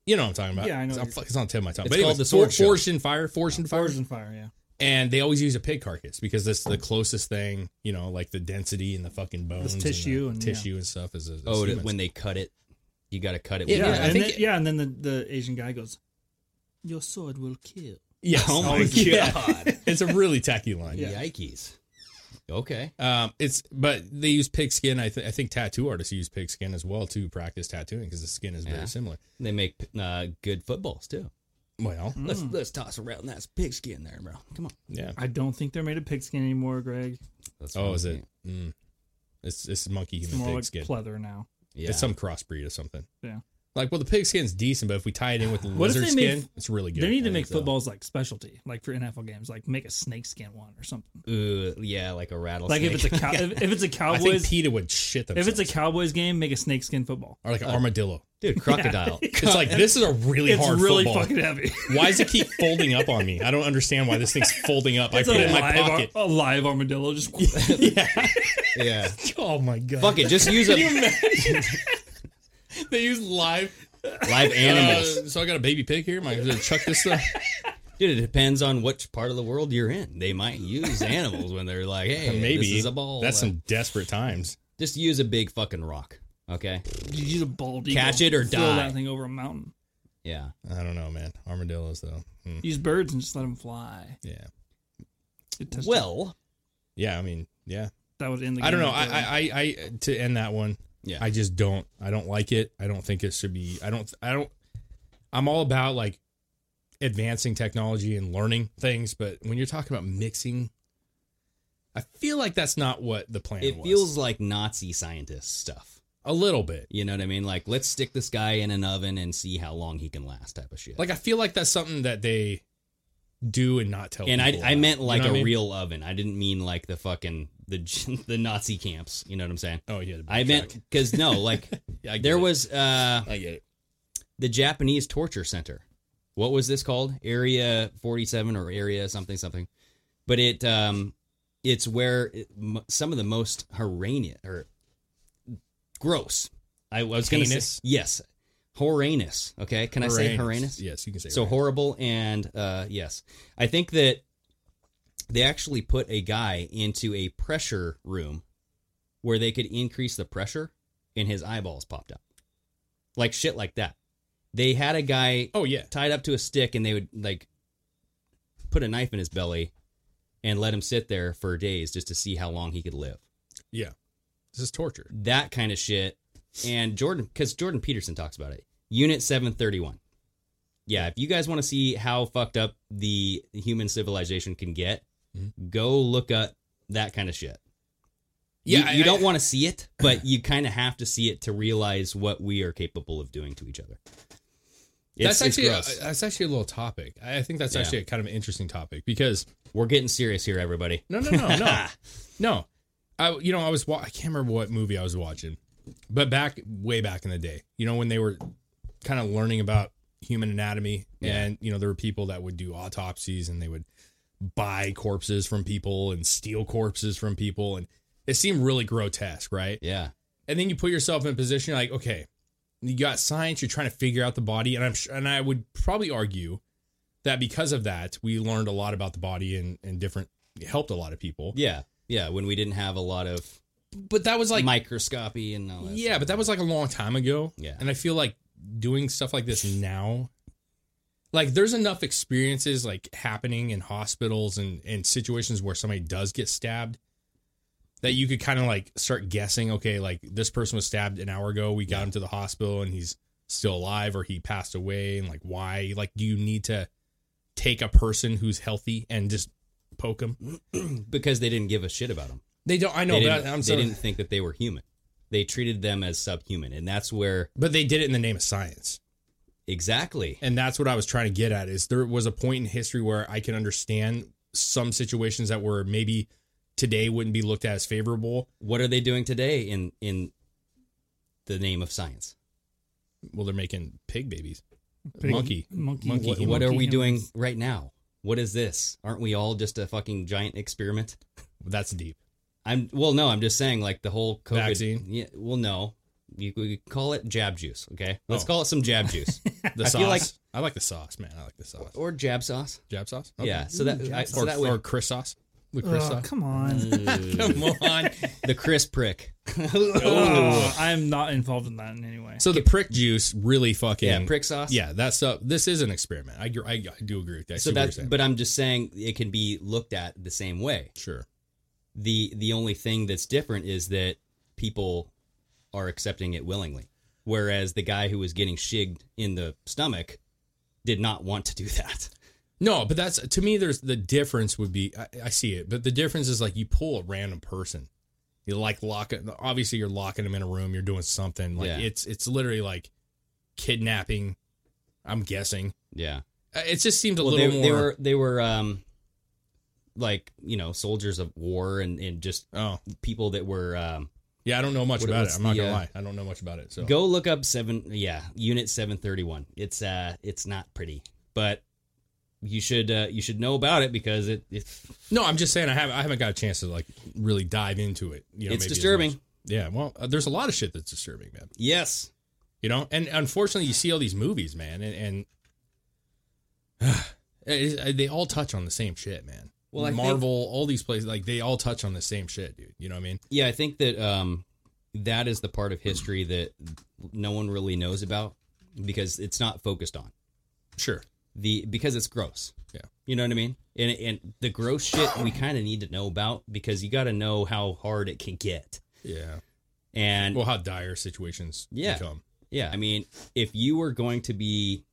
S8: You know what I'm talking about?
S7: Yeah, I know
S8: It's,
S7: what
S8: I'm
S7: you're
S8: fuck- it's on the tip of my tongue.
S6: It's
S8: but
S6: called
S8: anyways,
S6: the sword
S8: for-
S6: show.
S8: Forged in fire, forged in fire,
S7: Forge and Fire. Yeah.
S8: and they always use a pig carcass because that's the closest thing. You know, like the density and the fucking bones, and the
S7: tissue and- yeah.
S8: tissue and stuff is. is
S6: Oh,
S8: humans.
S6: when they cut it, you got to cut it.
S8: Yeah,
S6: with
S8: yeah,
S6: knives.
S8: I
S7: and
S8: think
S7: then,
S8: it-
S7: yeah, and then the, the Asian guy goes, "Your sword will kill."
S8: yes, *laughs*
S6: Oh my
S8: Yeah.
S6: God.
S8: *laughs* it's a really tacky line.
S7: Yeah.
S6: Yikes. Okay.
S8: Um, it's but they use pig skin. I, th- I think tattoo artists use pig skin as well to practice tattooing because the skin is very
S6: Yeah.
S8: similar.
S6: They make uh, good footballs too.
S8: Well,
S6: Let's let's toss around that pigskin there, bro. Come on.
S8: yeah.
S7: I don't think they're made of pigskin anymore, Greg.
S6: That's
S8: Oh, is it? Mm. It's it's monkey
S7: It's
S8: human
S7: more
S8: pig
S7: like
S8: skin.
S7: pleather now.
S6: Yeah.
S8: It's some crossbreed or something.
S7: Yeah.
S8: Like, well, the pig skin's decent, but if we tie it in with
S7: What if
S8: lizard
S7: they made
S8: skin,
S7: f-
S8: it's really good.
S7: they need to
S8: I
S7: make
S8: think so.
S7: footballs like specialty, like for NFL games, like make a snakeskin one or something.
S6: Ooh, yeah, like a rattlesnake.
S7: Like if it's a cow, if, if it's
S8: *laughs*
S7: a
S8: I think
S7: Cowboys,
S8: PETA would shit
S7: if
S8: themselves.
S7: it's a Cowboys game, make a snakeskin football. *laughs*
S8: or like an armadillo.
S6: dude crocodile.
S8: *laughs* It's like this is a really
S7: it's
S8: hard
S7: really
S8: football.
S7: fucking heavy.
S8: *laughs*
S7: *laughs*
S8: Why does it keep folding up on me? I don't understand why this thing's folding up. I
S7: It's
S8: put it
S7: a
S8: in my
S7: live, ar-
S8: pocket.
S7: a live armadillo. Just
S6: *laughs*
S7: *laughs*
S6: yeah.
S8: *laughs* Oh my god!
S6: Fuck it. Just use a
S7: *laughs*
S8: They use live
S6: live animals.
S8: Uh, so I got a baby pig here. Am I gonna chuck this *laughs* stuff?
S6: Dude, it depends on which part of the world you're in. They might use animals when they're like, hey,
S8: *laughs* Maybe
S6: this is a ball.
S8: That's
S6: Uh,
S8: some desperate times.
S6: Just use a big fucking rock. Okay.
S7: you use a bald eagle.
S6: Catch it or
S7: throw
S6: die.
S7: that thing over a mountain.
S6: Yeah.
S8: I don't know, man. Armadillos though. Hmm.
S7: Use birds and just let them fly.
S8: Yeah,
S7: It touched-
S6: Well,
S8: yeah. I mean, yeah.
S7: that would end the game.
S8: I don't know. I,
S7: right there.
S8: I, I, I, to end that one.
S6: Yeah.
S8: I just don't. I don't like it. I don't think it should be. I don't. I don't. I'm all about like advancing technology and learning things, but when you're talking about mixing, I feel like that's not what the plan
S6: it
S8: was.
S6: feels like Nazi scientist stuff.
S8: a little bit.
S6: You know what I mean? Like, let's stick this guy in an oven and see how long he can last, type of shit.
S8: Like I feel like that's something that they do and not tell.
S6: and I,
S8: people
S6: I
S8: about.
S6: meant
S8: You know
S6: like
S8: what
S6: a
S8: I mean?
S6: real oven. I didn't mean like the fucking the the *laughs* Nazi camps. You know what I'm saying?
S8: Oh yeah,
S6: I meant because
S8: *laughs*
S6: no, like
S8: I get
S6: there
S8: it.
S6: was uh
S8: I get it.
S6: the Japanese torture center. What was this called? Area 47 or area something something. But it um it's where it, m- some of the most horrendous or gross. I, I was going to
S8: Heinous?
S6: say yes, horrendous. Okay, can I say horrendous?
S8: Yes, you can say
S6: so
S8: horrendous.
S6: horrible and uh, yes, I think that they actually put a guy into a pressure room where they could increase the pressure, and his eyeballs popped out, like shit, like that. They had a guy
S8: Oh yeah,
S6: tied up to a stick and they would like put a knife in his belly and let him sit there for days just to see how long he could live.
S8: yeah. This is torture.
S6: That kind of shit. And Jordan, because Jordan Peterson talks about it. Unit 731. Yeah, if you guys want to see how fucked up the human civilization can get,
S8: Mm-hmm.
S6: go look up that kind of shit. You-
S8: Yeah, I-
S6: you, don't
S8: I-
S6: want to see it, but
S8: *laughs*
S6: you kind of have to see it to realize what we are capable of doing to each other. It's-
S8: that's
S6: it's
S8: actually
S6: gross.
S8: uh, that's actually a little topic. I I think that's
S6: Yeah.
S8: actually a kind of an interesting topic because
S6: We're getting serious here, everybody.
S8: no, no, no, no, no. I you know I was wa- I can't remember what movie I was watching, but back way back in the day, you know when they were kind of learning about human anatomy,
S6: Yeah.
S8: and you know there were people that would do autopsies and they would buy corpses from people and steal corpses from people, and it seemed really grotesque, right?
S6: Yeah.
S8: and then you put yourself in a position you're like okay you got science you're trying to figure out the body and i'm sure, and i would probably argue that because of that we learned a lot about the body and and different it helped a lot of people
S6: Yeah, yeah. When we didn't have a lot of
S8: but that was like
S6: microscopy and all that.
S8: yeah but that was like a long time ago
S6: Yeah.
S8: and i feel like doing stuff
S6: *laughs*
S8: like this now like there's enough experiences like happening in hospitals and and situations where somebody does get stabbed that you could kind of like start guessing okay like this person was stabbed an hour ago we got him to the hospital and he's still alive or he passed away and like why like do you need to take a person who's healthy and just poke him
S6: stuff. because they didn't give a shit about them.
S8: they don't i know
S6: they
S8: but
S6: didn't,
S8: I, am
S6: they
S8: sorry
S6: didn't think that they were human. They treated them as subhuman, and that's where
S8: but they did it in the name of science
S6: exactly.
S8: and that's what I was trying to get at is there was a point in history where I can understand some situations that were maybe today wouldn't be looked at as favorable.
S6: What are they doing today in in the name of science?
S8: Well, they're making pig babies,
S7: Pig-
S8: monkey, monkey.
S7: monkey.
S6: What,
S7: Monkey
S8: humans.
S6: what are we
S7: humans.
S6: doing right now? What is this? Aren't we all just a fucking giant experiment?
S8: That's deep.
S6: I'm well, no, I'm just saying like the whole COVID.
S8: Vaccine?
S6: Yeah, well, no, you, we could call it jab juice. Okay, let's
S8: Oh.
S6: call it some jab
S8: *laughs*
S6: juice
S8: The
S6: I
S8: sauce.
S6: feel like-
S8: I like the sauce, man. I like the sauce.
S6: or jab sauce.
S8: Jab sauce.
S6: Yeah, so that I, so
S8: or,
S6: that way
S8: or Chris sauce. The Chris
S7: Ugh,
S8: sauce.
S7: come
S8: Mm.
S7: on.
S8: Come on. Oh,
S6: the crisp prick.
S7: Ugh, I'm not involved in that in any way.
S8: So the prick juice really fucking
S6: Yeah, prick sauce.
S8: Yeah, that's uh, this is an experiment. I, gr- I, I do agree with that. I see
S6: So
S8: what you're
S6: that's
S8: saying.
S6: but I'm just saying it can be looked at the same way.
S8: sure.
S6: The the only thing that's different is that people are accepting it willingly. Whereas the guy who was getting shigged in the stomach did not want to do that.
S8: No, but that's to me. There's the difference would be I, I see it, but the difference is like you pull a random person, you like lock it. Obviously, you're locking them in a room. You're doing something like
S6: Yeah.
S8: it's it's literally like kidnapping. I'm guessing
S6: Yeah.
S8: Uh, it just seemed
S6: *laughs*
S8: a
S6: well, they,
S8: little more.
S6: they were they were um like, you know, soldiers of war and, and just
S8: oh
S6: people that were um
S8: yeah, I don't know much
S6: What-
S8: about it.
S6: what's
S8: I'm not
S6: the,
S8: gonna
S6: uh,
S8: lie, I don't know much about it. So
S6: Go look up seven. Yeah, unit seven thirty one. It's uh, it's not pretty, but you should uh, you should know about it because it, it
S8: no, I'm just saying I haven't I haven't got a chance to like really dive into it. You know,
S6: It's
S8: maybe as
S6: disturbing.
S8: much. Yeah, well, uh, there's a lot of shit that's disturbing, man.
S6: yes.
S8: you know and unfortunately you see all these movies man and, and *sighs* it- it- they all touch on the same shit man
S6: Well, I think-
S8: marvel all these places like they all touch on the same shit dude you know what i mean
S6: Yeah, I think that um, that is the part of history that no one really knows about because it's not focused on
S8: sure
S6: the because it's gross.
S8: Yeah.
S6: you know what I mean. And and the gross shit we kind of need to know about because you got to know how hard it can get.
S8: yeah
S6: And
S8: well how dire situations
S6: Yeah.
S8: become
S6: Yeah, I mean, if you were going to be,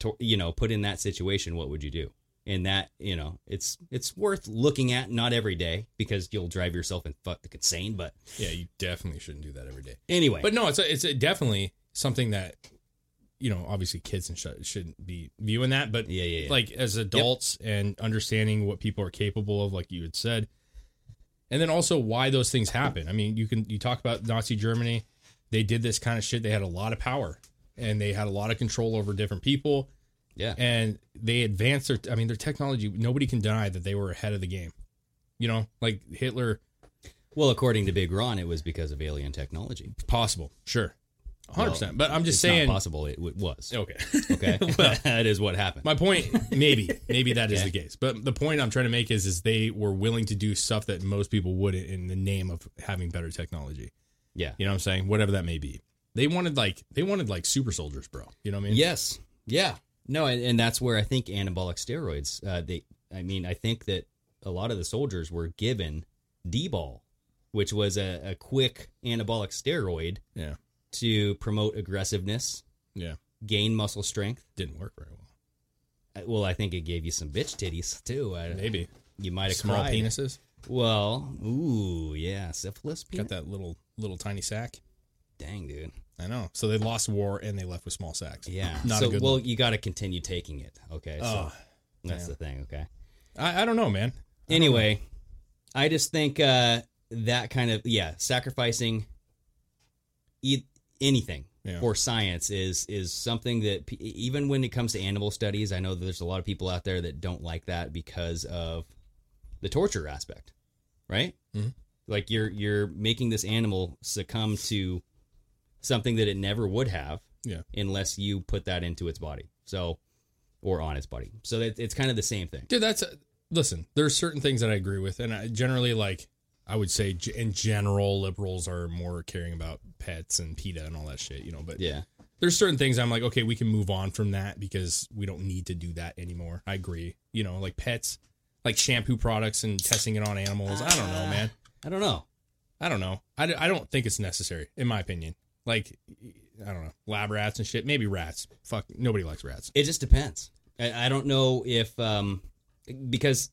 S6: to, you know, put in that situation, what would you do? And that, you know, it's it's worth looking at. Not every day because you'll drive yourself and fuck insane. But
S8: yeah you definitely shouldn't do that every day
S6: anyway,
S8: but no it's a, it's a definitely something that you know obviously kids and sh- shouldn't be viewing that but
S6: Yeah, yeah, yeah.
S8: like as adults and understanding what people are capable of like you had said and then also why those things happen. I mean, you can you talk about Nazi Germany, they did this kind of shit. They had a lot of power and they had a lot of control over different people
S6: yeah,
S8: and they advanced their I mean, their technology, nobody can deny that they were ahead of the game. You know, like Hitler,
S6: Well, according to Big Ron, it was because of alien technology.
S8: possible, sure, hundred percent. But I'm just
S6: It's not
S8: saying,
S6: possible. It, it was.
S8: okay. *laughs*
S6: Okay.
S8: well,
S6: *laughs* that is what happened.
S8: my point, maybe, maybe that is
S6: Okay.
S8: the case. But the point I'm trying to make is, is they were willing to do stuff that most people wouldn't in the name of having better technology.
S6: yeah.
S8: You know what I'm saying? Whatever that may be. They wanted like they wanted like super soldiers, bro. You know what I mean?
S6: Yes. Yeah. No, and, and that's where I think anabolic steroids. Uh, they, I mean, I think that a lot of the soldiers were given D-ball, which was a, a quick anabolic steroid
S8: Yeah.
S6: to promote aggressiveness,
S8: Yeah.
S6: gain muscle strength.
S8: Didn't work very well.
S6: Uh, Well, I think it gave you some bitch titties too. I,
S8: Maybe.
S6: you might have
S8: Small
S6: cried.
S8: penises.
S6: Well, ooh, yeah, syphilis. Penis?
S8: Got that little little tiny sack.
S6: Dang, dude.
S8: I know. So they lost war and they left with small sacks.
S6: Yeah.
S8: Not
S6: so,
S8: a good
S6: well,
S8: look.
S6: you got to continue taking it. Okay. So
S8: Oh,
S6: that's
S8: yeah.
S6: the thing. Okay.
S8: I, I don't know, man. I don't know.
S6: anyway, I just think uh, that kind of yeah, sacrificing e- anything
S8: Yeah.
S6: for science is is something that pe- even when it comes to animal studies, I know there's a lot of people out there that don't like that because of the torture aspect, right?
S8: Mhm.
S6: Like you're you're making this animal succumb to something that it never would have
S8: Yeah.
S6: unless you put that into its body. So or on its body. So it, it's kind of the same thing.
S8: Dude, that's a, listen. There's certain things that I agree with, and I generally like. I would say g- in general, liberals are more caring about pets and PETA and all that shit, you know. But
S6: Yeah.
S8: there's certain things I'm like, okay, we can move on from that because we don't need to do that anymore. I agree. You know, like pets, like shampoo products and testing it on animals. I don't know, man.
S6: I don't know.
S8: I don't know. I, d- I don't think it's necessary, in my opinion. Like, I don't know. Lab rats and shit. Maybe rats. Fuck. Nobody likes rats.
S6: It just depends. I, I don't know if um because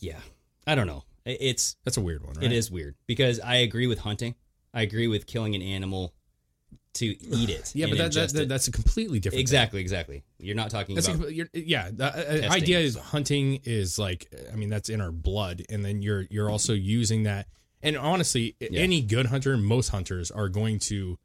S6: yeah, I don't know. I- It's
S8: That's a weird one, right?
S6: it is weird because I agree with hunting. I agree with killing an animal
S8: *sighs*
S6: to eat it.
S8: Yeah, but
S6: and
S8: that, that,
S6: ingest
S8: that-
S6: it.
S8: that's a completely different. thing.
S6: exactly exactly. You're not talking
S8: That's a,
S6: about
S8: compl- you're, yeah. The uh, idea is hunting is like, I mean, that's in our blood, and then you're you're also using that. And honestly, a-
S6: Yeah.
S8: any good hunter, most hunters are going to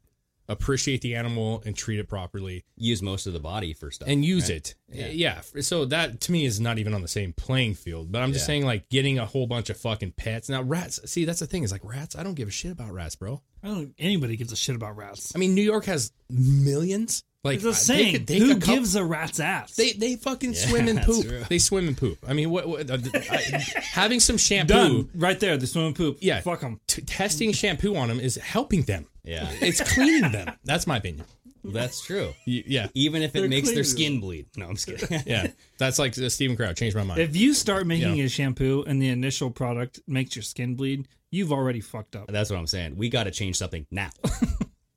S8: appreciate the animal and treat it properly
S6: use most of the body for stuff
S8: and use
S6: right?
S8: it.
S6: Yeah.
S8: Yeah. So that to me is not even on the same playing field. But I'm just
S6: Yeah.
S8: saying, like getting a whole bunch of fucking pets. Now rats. See, that's the thing is like rats. I don't give a shit about rats, bro.
S7: I don't. Anybody gives a shit about rats.
S8: I mean, New York has millions. Like
S7: It's a
S8: they
S7: saying.
S8: could take
S7: Who
S8: a couple-
S7: gives a rat's ass?
S8: They they fucking
S6: Yeah,
S8: swim
S6: *laughs*
S8: and
S6: that's
S8: poop.
S6: true.
S8: They swim and poop. I mean, what, what uh, I,
S6: *laughs*
S8: having some shampoo,
S7: done right there. The swim and poop.
S8: Yeah.
S7: fuck them.
S8: t- testing shampoo on them is helping them.
S6: Yeah,
S8: It's cleaning them. That's my opinion.
S6: that's true.
S8: Y- Yeah,
S6: Even if it
S7: They're
S6: makes their
S7: clean.
S6: skin bleed. No, I'm just kidding.
S8: *laughs* yeah. That's like uh, Stephen Crowd. Changed my mind.
S7: If you start making
S8: Yeah.
S7: a shampoo and the initial product makes your skin bleed, you've already fucked up.
S6: That's what I'm saying. We got to change something now. *laughs*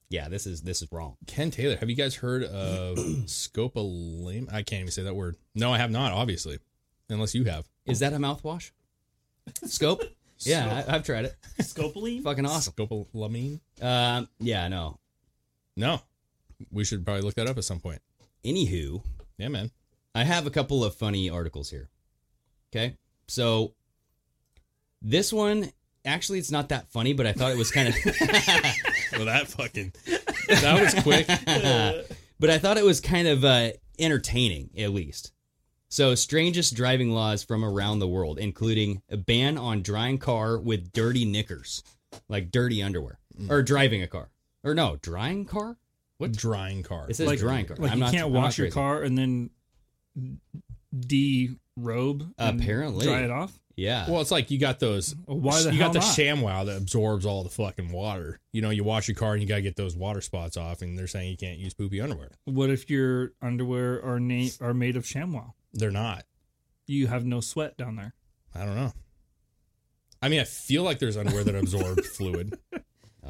S6: yeah, this is this is wrong.
S8: Ken Taylor, have you guys
S6: *clears throat*
S8: heard of scopolamine? I can't even say that word. No, I have not. Obviously, unless you have.
S6: Is that a mouthwash?
S8: *laughs*
S6: Scope? yeah, I, I've tried it.
S7: Scopoline.
S6: Fucking awesome.
S8: Scopolamine.
S6: Um, yeah, no.
S8: No, we should probably look that up at some point.
S6: Anywho,
S8: Yeah, man.
S6: I have a couple of funny articles here. Okay, so this one actually it's not that funny, but I thought it was *laughs* kind of,
S8: *laughs* Well, that fucking that was quick.
S6: *laughs* but I thought it was kind of uh, entertaining at least. So strangest driving laws from around the world, including a ban on drying car with dirty knickers, like dirty underwear,
S7: Mm.
S6: or driving a car, or no drying car.
S8: What drying car?
S6: It says drying car.
S7: Like
S6: I'm
S7: you
S6: not-
S7: can't
S6: I'm not
S7: wash your
S6: crazy.
S7: car and then de robe.
S6: Apparently.
S7: dry it off.
S6: Yeah.
S8: Well, it's like you got those.
S7: Why the
S8: you got
S7: hell
S8: the
S7: not?
S8: ShamWow that absorbs all the fucking water. You know, you wash your car and you gotta get those water spots off, and they're saying you can't use poopy underwear.
S7: What if your underwear are na- are made of chamois?
S8: They're not.
S7: You have no sweat down there.
S8: I don't know. I mean, I feel like there's underwear that
S7: *laughs*
S8: absorbed fluid.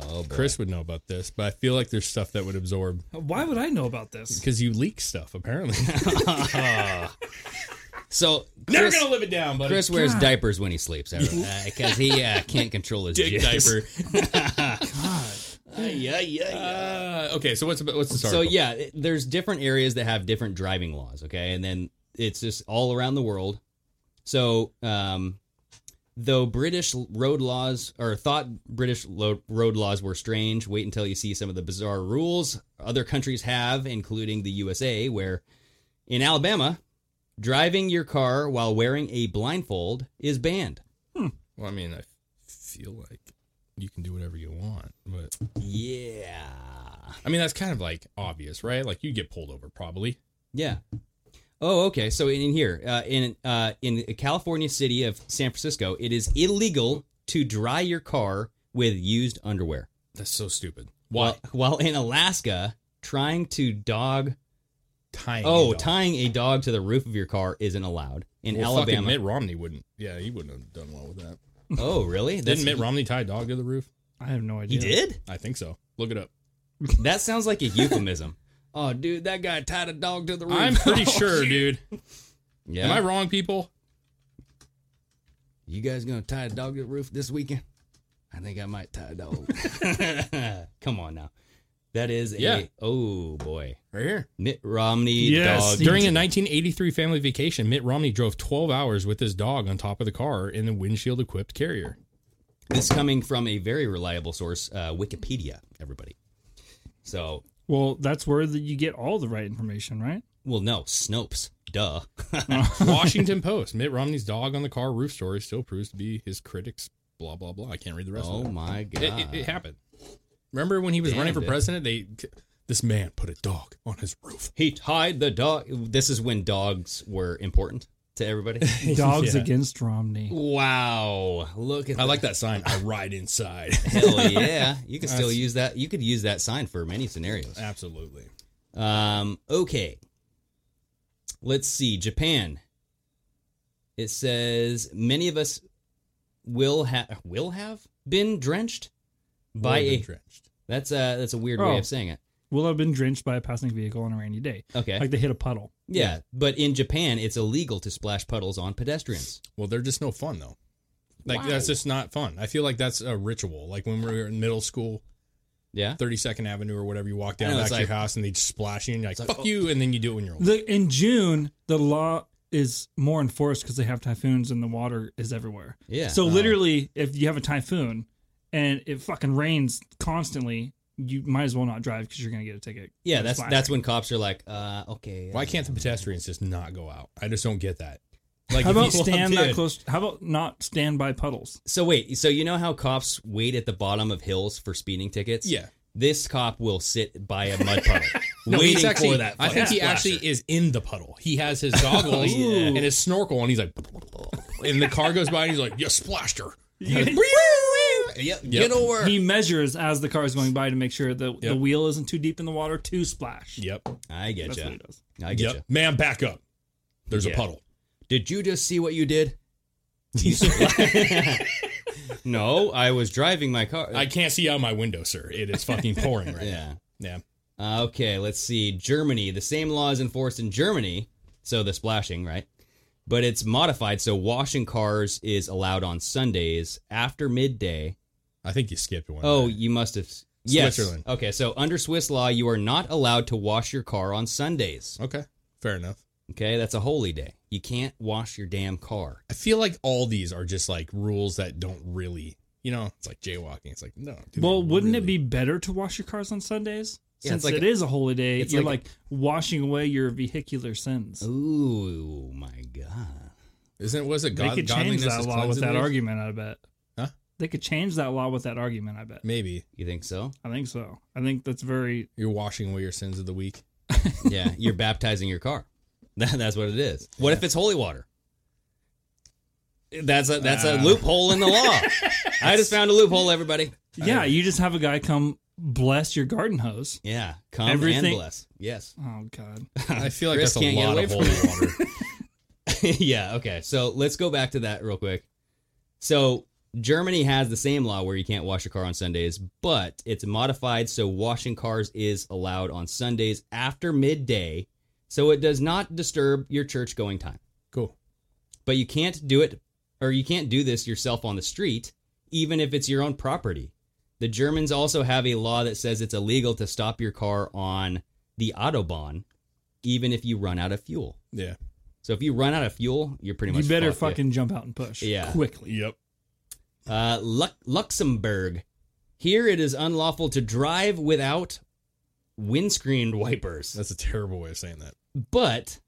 S6: oh, boy.
S8: Chris would know about this, but I feel like there's stuff that would absorb
S7: Why would I know about this?
S8: because you leak stuff.
S7: *laughs*
S8: Apparently, *laughs*
S6: So
S8: never
S6: Chris-
S8: gonna live it down, buddy.
S6: Chris wears diapers when he sleeps
S7: *laughs*
S6: because he uh, can't control his
S8: dick
S6: jizz.
S8: diaper.
S6: yeah, yeah,
S8: Uh, okay, so what's what's the start?
S6: So yeah, it- there's different areas that have different driving laws. Okay, and then it's just all around the world. So um, though British road laws or thought British lo- road laws were strange, wait until you see some of the bizarre rules other countries have, including the USA, where in Alabama, driving your car while wearing a blindfold is banned.
S8: Well, I mean, I feel like you can do whatever you want, but
S6: Yeah.
S8: I mean, that's kind of like obvious, right? Like you get pulled over probably.
S6: Yeah. Oh, okay. So in, in here, uh, in uh, in a California city of San Francisco, it is illegal to dry your car with used underwear.
S8: That's so stupid. Why
S6: While while in Alaska, trying to dog
S8: tying?
S6: oh
S8: it all?
S6: tying a dog to the roof of your car isn't allowed in
S8: Well, fucking
S6: Alabama.
S8: Mitt Romney wouldn't. Yeah, he wouldn't have done well with that.
S6: oh, really?
S8: Didn't Mitt Romney tie a dog to the roof?
S7: I have no
S6: He
S7: idea.
S6: did?
S8: I think so. Look it up.
S6: That sounds like a
S8: *laughs*
S6: euphemism. oh, dude, that guy tied a dog to the roof. *laughs*
S8: I'm pretty sure, dude.
S6: Yeah.
S8: Am I wrong, people?
S6: You guys gonna tie a dog to the roof this weekend? I think I might tie a
S8: *laughs*
S6: dog. Come on now. That is
S8: Yeah.
S6: a oh boy.
S8: Right here.
S6: Mitt Romney
S7: Yes,
S6: dog.
S7: he-
S8: During a 1983 family vacation, Mitt Romney drove 12 hours with his dog on top of the car in the windshield equipped carrier.
S6: This coming from a very reliable source, uh, Wikipedia, everybody. So
S7: Well, that's where the, you get all the right
S6: *laughs*
S7: information, right?
S6: well no, Snopes. Duh. *laughs*
S8: Washington Post. Mitt Romney's dog on the car roof story still proves to be his critics. Blah blah blah. I can't read the rest.
S6: oh
S8: of it.
S6: my god.
S8: It, it, it happened. Remember when he was
S6: Damn,
S8: running for
S6: dude.
S8: president? They this man put a dog on his roof.
S6: He tied the dog this is when dogs were important to
S8: *laughs*
S6: everybody.
S7: Dogs
S8: Yeah.
S7: against Romney.
S6: wow. Look at
S8: I like that sign. I ride *laughs* inside.
S6: Hell yeah. You could still
S8: That's-
S6: use that. You could use that sign for many scenarios.
S8: Absolutely.
S6: Um, okay. Let's see. Japan. It says many of us will have will have been drenched by
S8: More
S6: a
S8: than drenched.
S6: that's a that's a weird way
S7: Oh.
S6: of saying it.
S7: Will have been drenched by a passing vehicle on a rainy day.
S6: Okay.
S7: Like they hit a puddle.
S6: yeah, but in Japan it's illegal to splash puddles on pedestrians.
S8: Well, they're just no fun though. Like that's just not fun. I feel like that's a ritual. Like when we were in middle school,
S6: Yeah.
S8: 32nd Avenue or whatever, you walk down
S6: I know,
S8: back
S6: it's
S8: to
S6: like-
S8: your house and they just splash you and you're like,
S6: like,
S8: fuck
S6: oh.
S8: you. And then you do it when you're old.
S7: The, in June, the law is more enforced because they have typhoons and the water is everywhere.
S6: Yeah. Uh,
S7: So literally, if you have a typhoon and it fucking rains constantly, you might as well not drive because you're gonna get a ticket.
S6: Yeah,
S7: for
S6: that's
S7: splashing.
S6: that's when cops are like, uh, okay.
S8: Why
S6: uh,
S8: can't the pedestrians just not go out? I just don't get that. Like,
S7: How
S8: if you- *laughs*
S7: about stand
S8: Well,
S7: that
S8: dude,
S7: close? How about not stand by puddles?
S6: So wait, so you know how cops wait at the bottom of hills for speeding tickets?
S8: Yeah.
S6: This cop will sit by a mud puddle,
S8: No, he's
S6: waiting
S8: actually,
S6: for that.
S8: I think
S6: fucking
S8: he
S6: splasher.
S8: actually is in the puddle. He has *laughs* his goggles and his snorkel, and he's like, *laughs* and the car goes by, and he's like, "You splashed her." *laughs*
S6: Yep,
S8: Yep.
S6: Get over.
S7: *laughs* He measures as the car is going by to make sure that the
S8: Yep.
S7: wheel isn't too deep in the water to splash.
S8: Yep.
S6: I get
S7: That's what
S6: you.
S7: he does.
S6: I get you.
S8: Yep. Man, back up. There's
S6: Yeah.
S8: a puddle.
S6: Did you just see what you
S8: *laughs*
S6: did? *laughs* no, I was driving my car.
S8: I can't see out my window, sir. It is fucking pouring right
S6: yeah.
S8: now. *laughs* Yeah.
S6: Uh, Okay, let's see. Germany. The same law is enforced in Germany, so the splashing, right? But it's modified, so washing cars is allowed on Sundays after midday.
S8: I think you skipped one.
S6: Oh, you must have. Yes.
S8: Switzerland.
S6: Okay, so under Swiss law, you are not allowed to wash your car on Sundays.
S8: Okay. Fair enough.
S6: Okay, that's a holy day. You can't wash your damn car.
S8: I feel like all these are just like rules that don't really, you know, it's like jaywalking. It's like no. do they
S7: Well, wouldn't it
S8: really-
S7: be better to wash your cars on Sundays?
S6: Yeah, it's
S7: Since
S6: like
S7: it
S6: a-
S7: is a holy day,
S6: it's
S7: you're
S6: like Oh,
S7: like, washing away your vehicular sins.
S6: Ooh, my God.
S8: Isn't was it
S7: they
S8: God,
S7: could change
S8: godliness
S7: that
S8: is
S7: law with
S8: cleansing
S7: that
S8: ways?
S7: argument. I bet.
S8: Huh?
S7: They could change that law with that argument. I bet.
S8: Maybe
S6: You think so?
S7: I think so. I think that's very.
S8: you're washing away your sins of the
S7: *laughs*
S8: week.
S6: Yeah, you're baptizing your car. *laughs* That, that's what it is. What if it's holy water? That's a that's a
S8: Uh.
S6: loophole in the law. I just found a loophole, everybody.
S7: Yeah, you just have a guy come bless your garden hose.
S6: Yeah, come and
S7: Everything-
S6: bless. Yes. *laughs*
S7: Oh God.
S8: I feel like
S6: Chris
S8: that's a
S6: can't get
S8: lot
S6: away
S8: of
S6: from
S8: holy water.
S7: *laughs*
S6: yeah, okay. So let's go back to that real quick. So Germany has the same law where you can't wash your car on Sundays, but it's modified so washing cars is allowed on Sundays after midday, so it does not disturb your church going time.
S8: Cool.
S6: But you can't do it or you can't do this yourself on the street, even if it's your own property. The Germans also have a law that says it's illegal to stop your car on the Autobahn, even if you run out of fuel.
S8: Yeah.
S6: So if you run out of fuel, you're pretty much
S7: You better
S6: fucked, yeah.
S7: fucking jump out and push.
S6: Yeah.
S7: Quickly.
S8: Yep.
S6: Uh, Lu- Luxembourg. Here it is unlawful to drive without windscreen wipers,
S8: That's a terrible way of saying that.
S6: but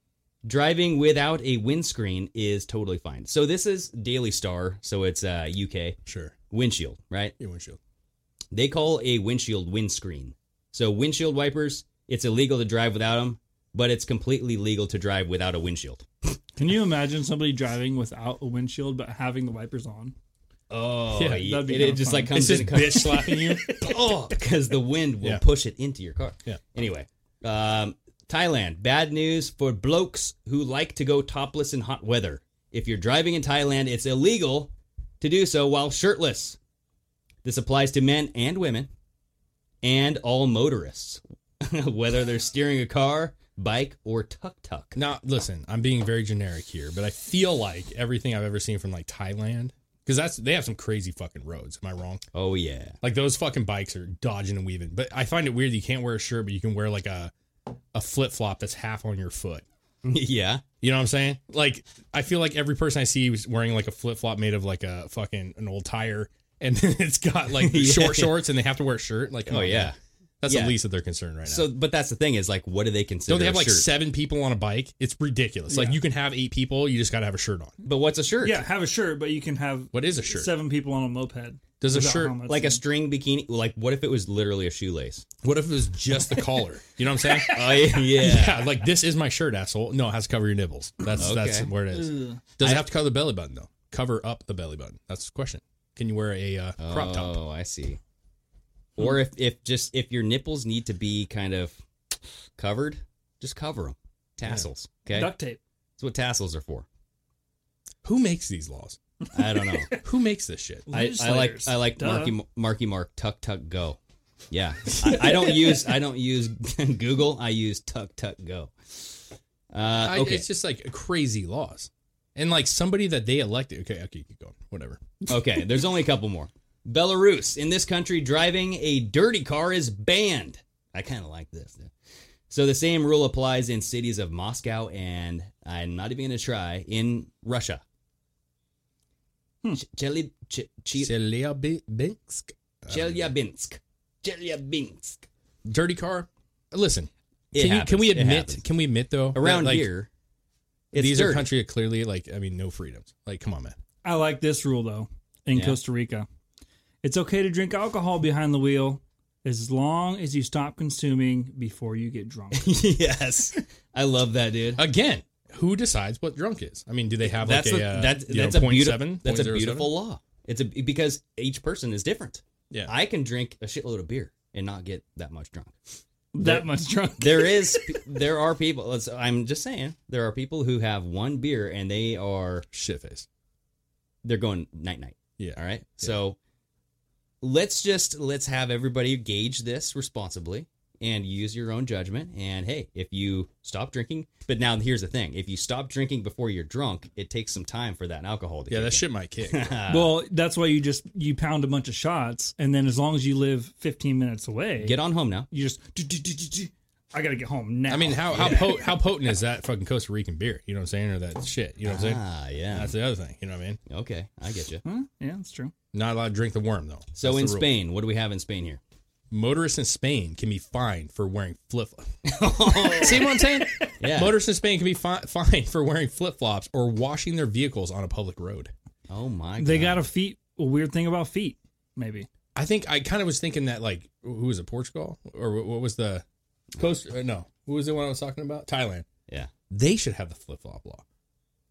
S6: Driving without a windscreen is totally fine. So this is Daily Star, so it's uh, UK
S8: Sure.
S6: windshield, right?
S8: Your windshield.
S6: They call a windshield windscreen. So windshield wipers, it's illegal to drive without them, but it's completely legal to drive without a windshield.
S7: Can you imagine somebody driving without a windshield but having the wipers on?
S6: Oh,
S7: Yeah,
S6: yeah,
S7: that'd be
S6: it,
S7: kinda
S6: it just
S7: fun.
S6: like comes
S8: It's
S6: in
S8: just bitch
S6: slapping you. *laughs* oh, because the wind will
S8: Yeah.
S6: push it into your car.
S8: Yeah.
S6: Anyway, um, Thailand. Bad news for blokes who like to go topless in hot weather. If you're driving in Thailand, it's illegal to do so while shirtless. This applies to men and women, and all motorists, *laughs* whether they're steering a car, bike, or tuk tuk.
S8: Now, listen, I'm being very generic here, but I feel like everything I've ever seen from like Thailand, because that's they have some crazy fucking roads. Am I wrong?
S6: Oh yeah.
S8: Like those fucking bikes are dodging and weaving. But I find it weird that you can't wear a shirt, but you can wear like a a flip flop that's half on your foot.
S6: *laughs* yeah.
S8: You know what I'm saying? Like I feel like every person I see is wearing like a flip flop made of like a fucking an old tire, and *laughs* then it's
S6: *laughs*
S8: got like
S6: Yeah.
S8: short shorts, and they have to wear a shirt. Like, come
S6: Oh,
S8: on,
S6: yeah.
S8: man. that's
S6: Yeah.
S8: the least of their concern right now.
S6: So, but that's the thing is like, what do they consider?
S8: Don't they have
S6: a
S8: like
S6: shirt?
S8: seven people on a bike? It's ridiculous. Like
S7: Yeah.
S8: you can have eight people, you just got to have a shirt on.
S6: But what's a shirt?
S7: Yeah, have a shirt, but you can have
S8: What is a shirt?
S7: seven people on a moped.
S8: Does a
S7: without
S8: shirt
S7: helmets
S6: like a
S7: and-
S6: string bikini. Like, what if it was literally a shoelace?
S8: What if it was just the collar? You know what I'm saying? Uh,
S6: Oh yeah, *laughs* yeah.
S8: *laughs* yeah, like this is my shirt, asshole. No, it has to cover your nipples. That's that's
S6: Okay. Mm.
S8: where it is.
S7: Ugh.
S8: Does it have to cover the belly button though? Cover up the belly button. That's the question. Can you wear a uh, crop top? Hmm.
S6: Oh, I see. Or if if just if your nipples need to be kind of covered, just cover them. Tassels. Okay,
S7: Duct tape.
S6: that's what tassels are for.
S8: Who makes these laws?
S6: I don't know.
S8: *laughs* Who makes this shit?
S6: I, I like
S7: Legislators.
S6: I like
S7: Duh.
S6: Marky Marky Mark Tuck Tuck Go. Yeah, I, I don't use I don't use *laughs* Google. I use Tuck Tuck Go. Uh,
S8: I,
S6: okay,
S8: It's just like crazy laws, and like somebody that they elected. Okay, okay, keep going. Whatever.
S6: *laughs* Okay, there's only a couple more. Belarus. In this country, driving a dirty car is banned. I kind of like this. though. So the same rule applies in cities of Moscow and I'm not even going to try in Russia.
S8: Hmm.
S6: Ch- Chely- Ch- Ch-
S8: Chelyabinsk.
S6: Chelyabinsk. Chelyabinsk.
S8: Dirty car. Listen,
S6: It
S8: can, you,
S6: happens.
S8: can we
S6: It
S8: admit?
S6: happens.
S8: Can we admit though? that,
S6: around
S8: like,
S6: here? *laughs* It's
S8: these are
S6: dirty.
S8: country that clearly like I mean no freedoms. Like come on man.
S7: I like this rule though in
S6: Yeah.
S7: Costa Rica. It's okay to drink alcohol behind the wheel as long as you stop consuming before you get drunk.
S6: yes, I love that, dude.
S8: Again, who decides what drunk is? I mean, do they have like
S6: that's
S8: a,
S6: a,
S8: uh,
S6: that's
S8: you know,
S6: that's a
S8: 0.7,
S6: beautiful that's a
S8: 0.07?
S6: beautiful law. It's a because each person is different.
S8: Yeah.
S6: I can drink a shitload of beer and not get that much drunk.
S7: that much drunk.
S6: There
S8: *laughs*
S6: is, there are people. let's- I'm just saying, there are people who have one beer and they are
S8: shit face.
S6: they're going night night.
S8: Yeah.
S6: All right. So let's just let's have everybody gauge this responsibly and use your own judgment. And hey, if you stop drinking, but now here's the thing: if you stop drinking before you're drunk, it takes some time for that alcohol to.
S8: Yeah,
S6: kick
S8: that
S6: in.
S8: shit
S6: *laughs*
S8: might kick.
S7: well, that's why you just you pound a bunch of shots, and then as long as you live 15 minutes away,
S6: Get on home now.
S7: you just. "Do, do, do, do, do. I gotta get home now.
S8: I mean, how how po- how potent is that fucking Costa Rican beer? You know what I'm saying, or that shit? You know what I'm saying?
S6: Ah, yeah.
S8: That's the other thing. You know what I mean?
S6: Okay, I get you.
S7: Huh? Yeah, that's true.
S8: Not allowed to drink the worm though.
S6: So
S8: That's
S6: in
S8: the rule.
S6: Spain, what do we have in Spain here?
S8: motorists in Spain can be fined for wearing flip.
S6: *laughs*
S8: See what I'm saying?
S6: Yeah.
S8: Motorists in Spain can be fi- fined for wearing flip flops or washing their vehicles on a public road.
S6: Oh my god.
S7: They got a feet. A weird thing about feet, maybe.
S8: I think I kind of was thinking that like who was it Portugal or wh- what was the coast? uh, No, who was the one I was talking about? Thailand.
S6: Yeah.
S8: They should have the flip flop law.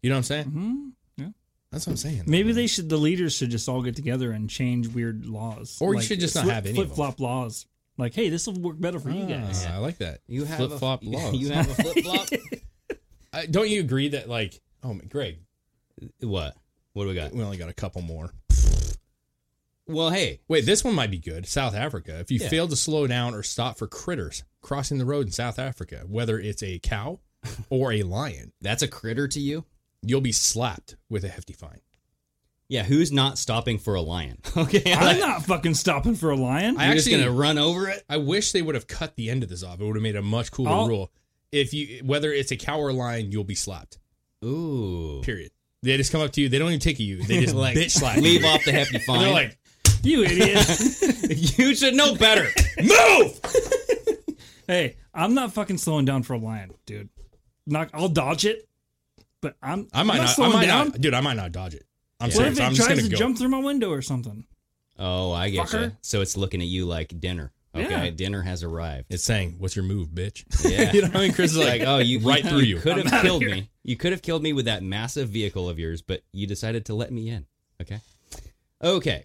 S8: You know what I'm saying?
S6: Mm-hmm.
S7: hmm
S8: That's what I'm saying.
S7: Maybe they should. The leaders should just all get together and change weird laws,
S8: Or you should just not have any of them.
S7: flip flop laws. Like, hey, this will work better for you
S8: *laughs*
S7: guys.
S8: Ah, I like that.
S6: You have
S8: flip flop
S6: a, *laughs*
S8: laws.
S6: You have a flip flop.
S8: I- don't you agree that like oh my, Greg,
S6: what? What do we got?
S8: we only got a couple more.
S6: Well, hey,
S8: Wait, this one might be good. South Africa. If you
S6: Yeah.
S8: fail to slow down or stop for critters crossing the road in South Africa, whether it's a cow or a lion,
S6: that's a critter to you.
S8: you'll be slapped with a hefty fine.
S6: Yeah, who's not stopping for a lion? *laughs* Okay,
S7: I'm not fucking stopping for a lion.
S8: I
S6: You're just
S8: actually-
S6: gonna run over it.
S8: I wish they would have cut the end of this off. It would have made a much cooler
S7: I'll-
S8: rule. If you whether it's a cow or a lion, you'll be slapped.
S6: Ooh,
S8: Period. They just come up to you. They don't even take you. They just
S6: Like,
S8: bitch
S6: *laughs*
S8: slap.
S6: leave
S8: you.
S6: off the hefty fine.
S8: And they're like,
S7: you idiot.
S8: *laughs*
S6: you should know better.
S8: move.
S7: *laughs* hey, I'm not fucking slowing down for a lion, dude. not I'll dodge it, but I'm
S8: I might not.
S7: I'm
S8: I
S7: slowing
S8: might
S7: down.
S8: not, dude. I might not dodge it. I'm
S7: What
S8: serious.
S7: if it
S8: I'm just
S7: tries
S8: gonna
S7: to
S8: go.
S7: jump through my window or something?
S6: Oh, I get you.
S7: Fucker.
S6: So it's looking at you like dinner. Okay,
S7: Yeah.
S6: dinner has arrived.
S8: It's saying, "What's your move, bitch?"
S6: Yeah.
S8: *laughs* you know what I mean? Chris is
S6: It's
S8: like,
S6: like, oh, you
S8: *laughs* right through you.
S6: could
S7: I'm
S6: have
S7: outta
S6: killed
S7: here.
S6: me. You could have killed me with that massive vehicle of yours, but you decided to let me in. Okay, okay.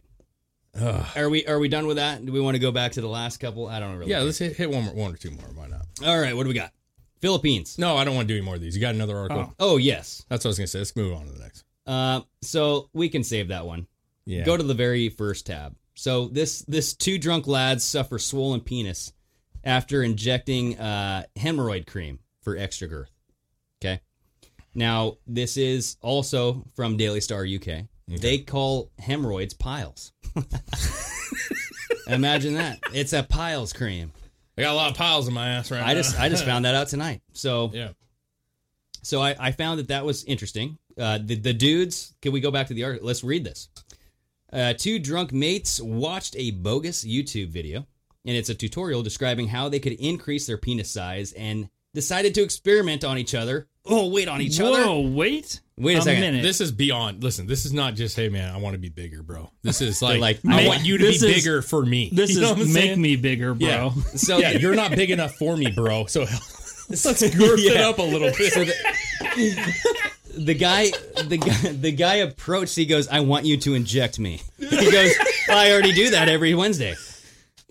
S6: Are we are we done with that? Do we want to go back to the last couple? I don't really.
S8: Yeah,
S6: care.
S8: let's hit, hit one more, one or two more. Why not?
S6: All right, what do we got? Philippines.
S8: No, I don't want to do any more of these. You got another article?
S7: Oh.
S6: Oh yes.
S8: That's what I was gonna say. Let's move on to the next.
S6: Uh, so we can save that one.
S8: Yeah.
S6: Go to the very first tab. So this this two drunk lads suffer swollen penis after injecting uh, hemorrhoid cream for extra girth. Okay. Now this is also from Daily Star UK. They call hemorrhoids piles. *laughs* Imagine that. It's a piles cream.
S8: I got a lot of piles in my ass right now.
S6: I just I just found that out tonight. So
S8: *laughs* yeah.
S6: So I, I found that that was interesting. Uh, the, the dudes, can we go back to the article? Let's read this. Uh, two drunk mates watched a bogus YouTube video, and it's a tutorial describing how they could increase their penis size and decided to experiment on each other. Oh, wait, on each
S7: Whoa,
S6: other?
S7: wait.
S6: Wait a second.
S7: minute.
S8: This is beyond. Listen, this is not just hey man, I want to be bigger, bro. This
S6: *laughs*
S8: is
S6: They're
S8: like,
S6: like,
S8: I
S6: "Make-
S8: want you to be
S7: this is-
S8: bigger for me.
S7: this
S8: *laughs* You know what I'm
S7: is
S6: *laughs*
S7: make
S8: saying?
S7: me bigger, bro.
S8: Yeah.
S7: *laughs*
S8: *laughs*
S6: So,
S8: Yeah, you're not big enough for me,
S6: *laughs*
S8: bro. So *laughs* let's girth it
S6: Yeah.
S8: up a little
S6: *laughs*
S8: bit.
S6: so the, the guy, the guy, the guy approached. He goes, "I want you to inject me." He goes, "I already do that every Wednesday,"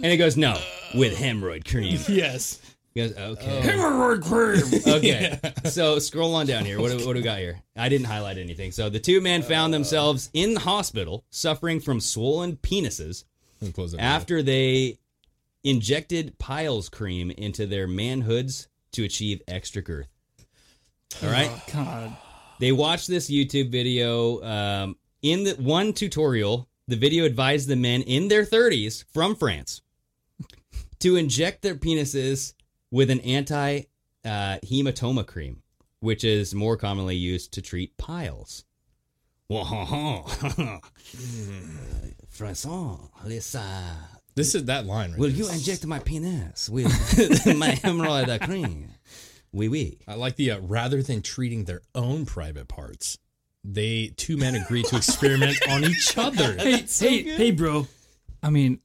S6: and he goes, "No, with hemorrhoid cream."
S8: yes.
S6: He goes, "Okay." *laughs* Okay. So scroll on down here. What do, what do we got here? I didn't highlight anything. So the two men found themselves in the hospital suffering from swollen penises
S8: Let me close that window.
S6: after they injected Piles cream into their manhoods to achieve extra girth. All right.
S8: *laughs*
S7: God.
S6: They watched this YouTube video. Um, in the one tutorial, the video advised the men in their 30s from France to inject their penises with an anti uh, hematoma cream, which is more commonly used to treat piles. Wahaha. François, les, uh,
S8: This is that line right
S6: will
S8: there.
S6: you inject my penis with my hemorrhoid cream? Oui, oui.
S8: I like the uh, rather than treating their own private parts, they two men agreed to experiment on each other.
S7: *laughs* Hey, hey, hey, bro. I mean,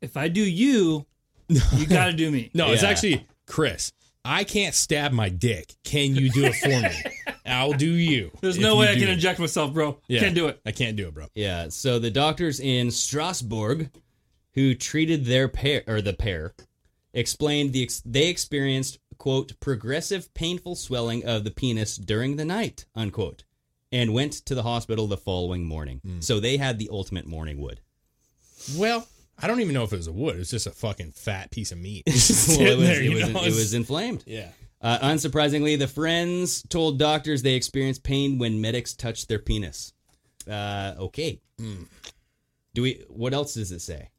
S7: if I
S8: *laughs*
S7: do you, you gotta do me.
S8: No, it's
S6: Yeah.
S8: actually Chris. I can't stab my dick. Can you do it for me? I'll do you.
S7: There's
S8: if
S7: no
S8: you
S7: way I
S8: do
S7: can
S8: it.
S7: inject myself, bro.
S8: Yeah,
S7: Can't do it.
S8: I can't do it, bro.
S6: Yeah. So the doctors in Strasbourg, who treated their pair or the pair, explained the ex- they experienced quote progressive painful swelling of the penis during the night unquote, and went to the hospital the following morning. So they had the ultimate morning wood. *laughs*
S8: Well, I don't even know if it was a wood. It was just a fucking fat piece of
S7: *laughs*
S8: meat.
S6: Well, it was, it,
S8: you
S6: was,
S8: know?
S6: it was inflamed.
S8: Yeah.
S6: Uh, unsurprisingly, the friends told doctors they experienced pain when medics touched their penis. Uh, okay.
S8: Hmm.
S6: Do we? What else does it
S8: *sighs*
S6: say?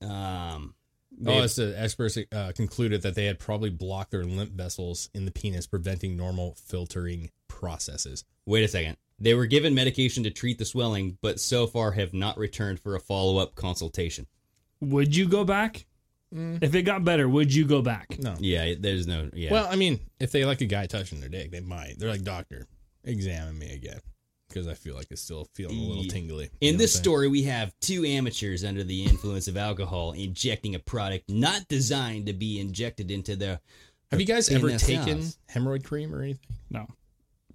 S6: um.
S8: Oh,
S6: they-
S8: it's the experts uh, concluded that they had probably blocked their lymph vessels in the penis, preventing normal filtering processes.
S6: wait a second. They were given medication to treat the swelling, but so far have not returned for a follow-up consultation.
S7: Would you go back? If it got better, would you go back?
S8: Mm. No.
S6: Yeah, there's no. Yeah.
S8: Well, I mean, if they like a guy touching their dick, they might. They're like, doctor, examine me again. Because I feel like it's still feeling a little
S6: Yeah.
S8: tingly. You know
S6: In
S8: what
S6: this
S8: I'm saying?
S6: story, we have two amateurs under the influence of alcohol injecting a product not designed to be injected into their.
S8: have you guys ever
S6: penis
S8: taken
S6: cells.
S8: hemorrhoid cream or anything?
S7: No.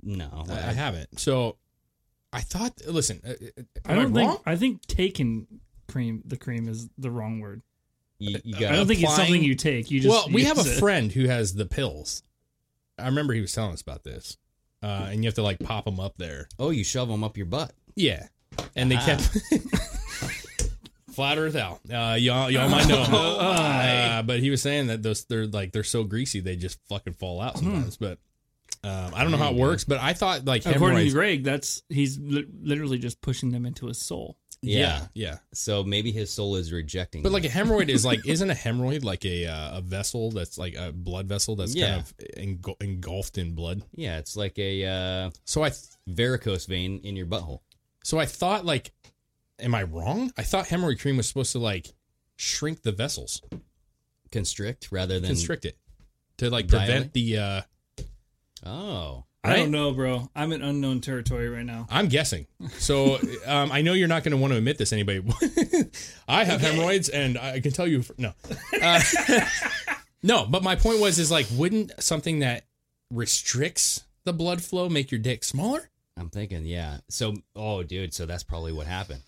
S6: No,
S8: I, I haven't. So I thought, listen, uh, uh,
S7: I
S8: am
S7: don't think
S8: wrong?
S7: I think taken cream the cream is the wrong word.
S6: you, you
S7: I
S6: got
S7: don't think it's
S8: applying-
S7: something you take. You just
S8: well, we have a
S7: use it.
S8: friend who has the pills. I remember he was telling us about this, uh, and you have to like pop them up there.
S6: Oh, you shove them up your butt.
S8: Yeah, and they
S7: *laughs*
S8: kept flat Earth out. Uh, y'all, y'all might
S7: *laughs*
S8: know,
S7: Oh,
S8: uh, but he was saying that those they're like they're so greasy they just fucking fall out
S7: Hmm.
S8: sometimes. But um, I don't know how it works. But I thought like
S7: According to
S8: hemorrhoids.
S7: Greg, that's he's li- literally just pushing them into his soul.
S8: Yeah, yeah.
S6: So maybe his soul is rejecting.
S8: But like a
S6: that.
S8: hemorrhoid is like isn't a hemorrhoid like a uh, a vessel that's like a blood vessel that's
S6: Yeah.
S8: kind of engul engulfed in blood.
S6: yeah, it's like a uh,
S8: So I th-
S6: varicose vein in your butthole.
S8: So I thought, like, am I wrong? I thought hemorrhoid cream was supposed to like shrink the vessels,
S6: Constrict rather than
S8: constrict it. to like
S6: Dilate?
S8: prevent the. uh
S6: Oh,
S7: I don't know, bro. I'm in unknown territory right now.
S8: I'm guessing. So um, I know you're not going to want to admit this, to anybody. *laughs* I have hemorrhoids, and I can tell you no, Uh, *laughs* no. But my point was, is like, wouldn't something that restricts the blood flow make your dick smaller?
S6: I'm thinking, yeah. So, oh, dude, so that's probably what happened.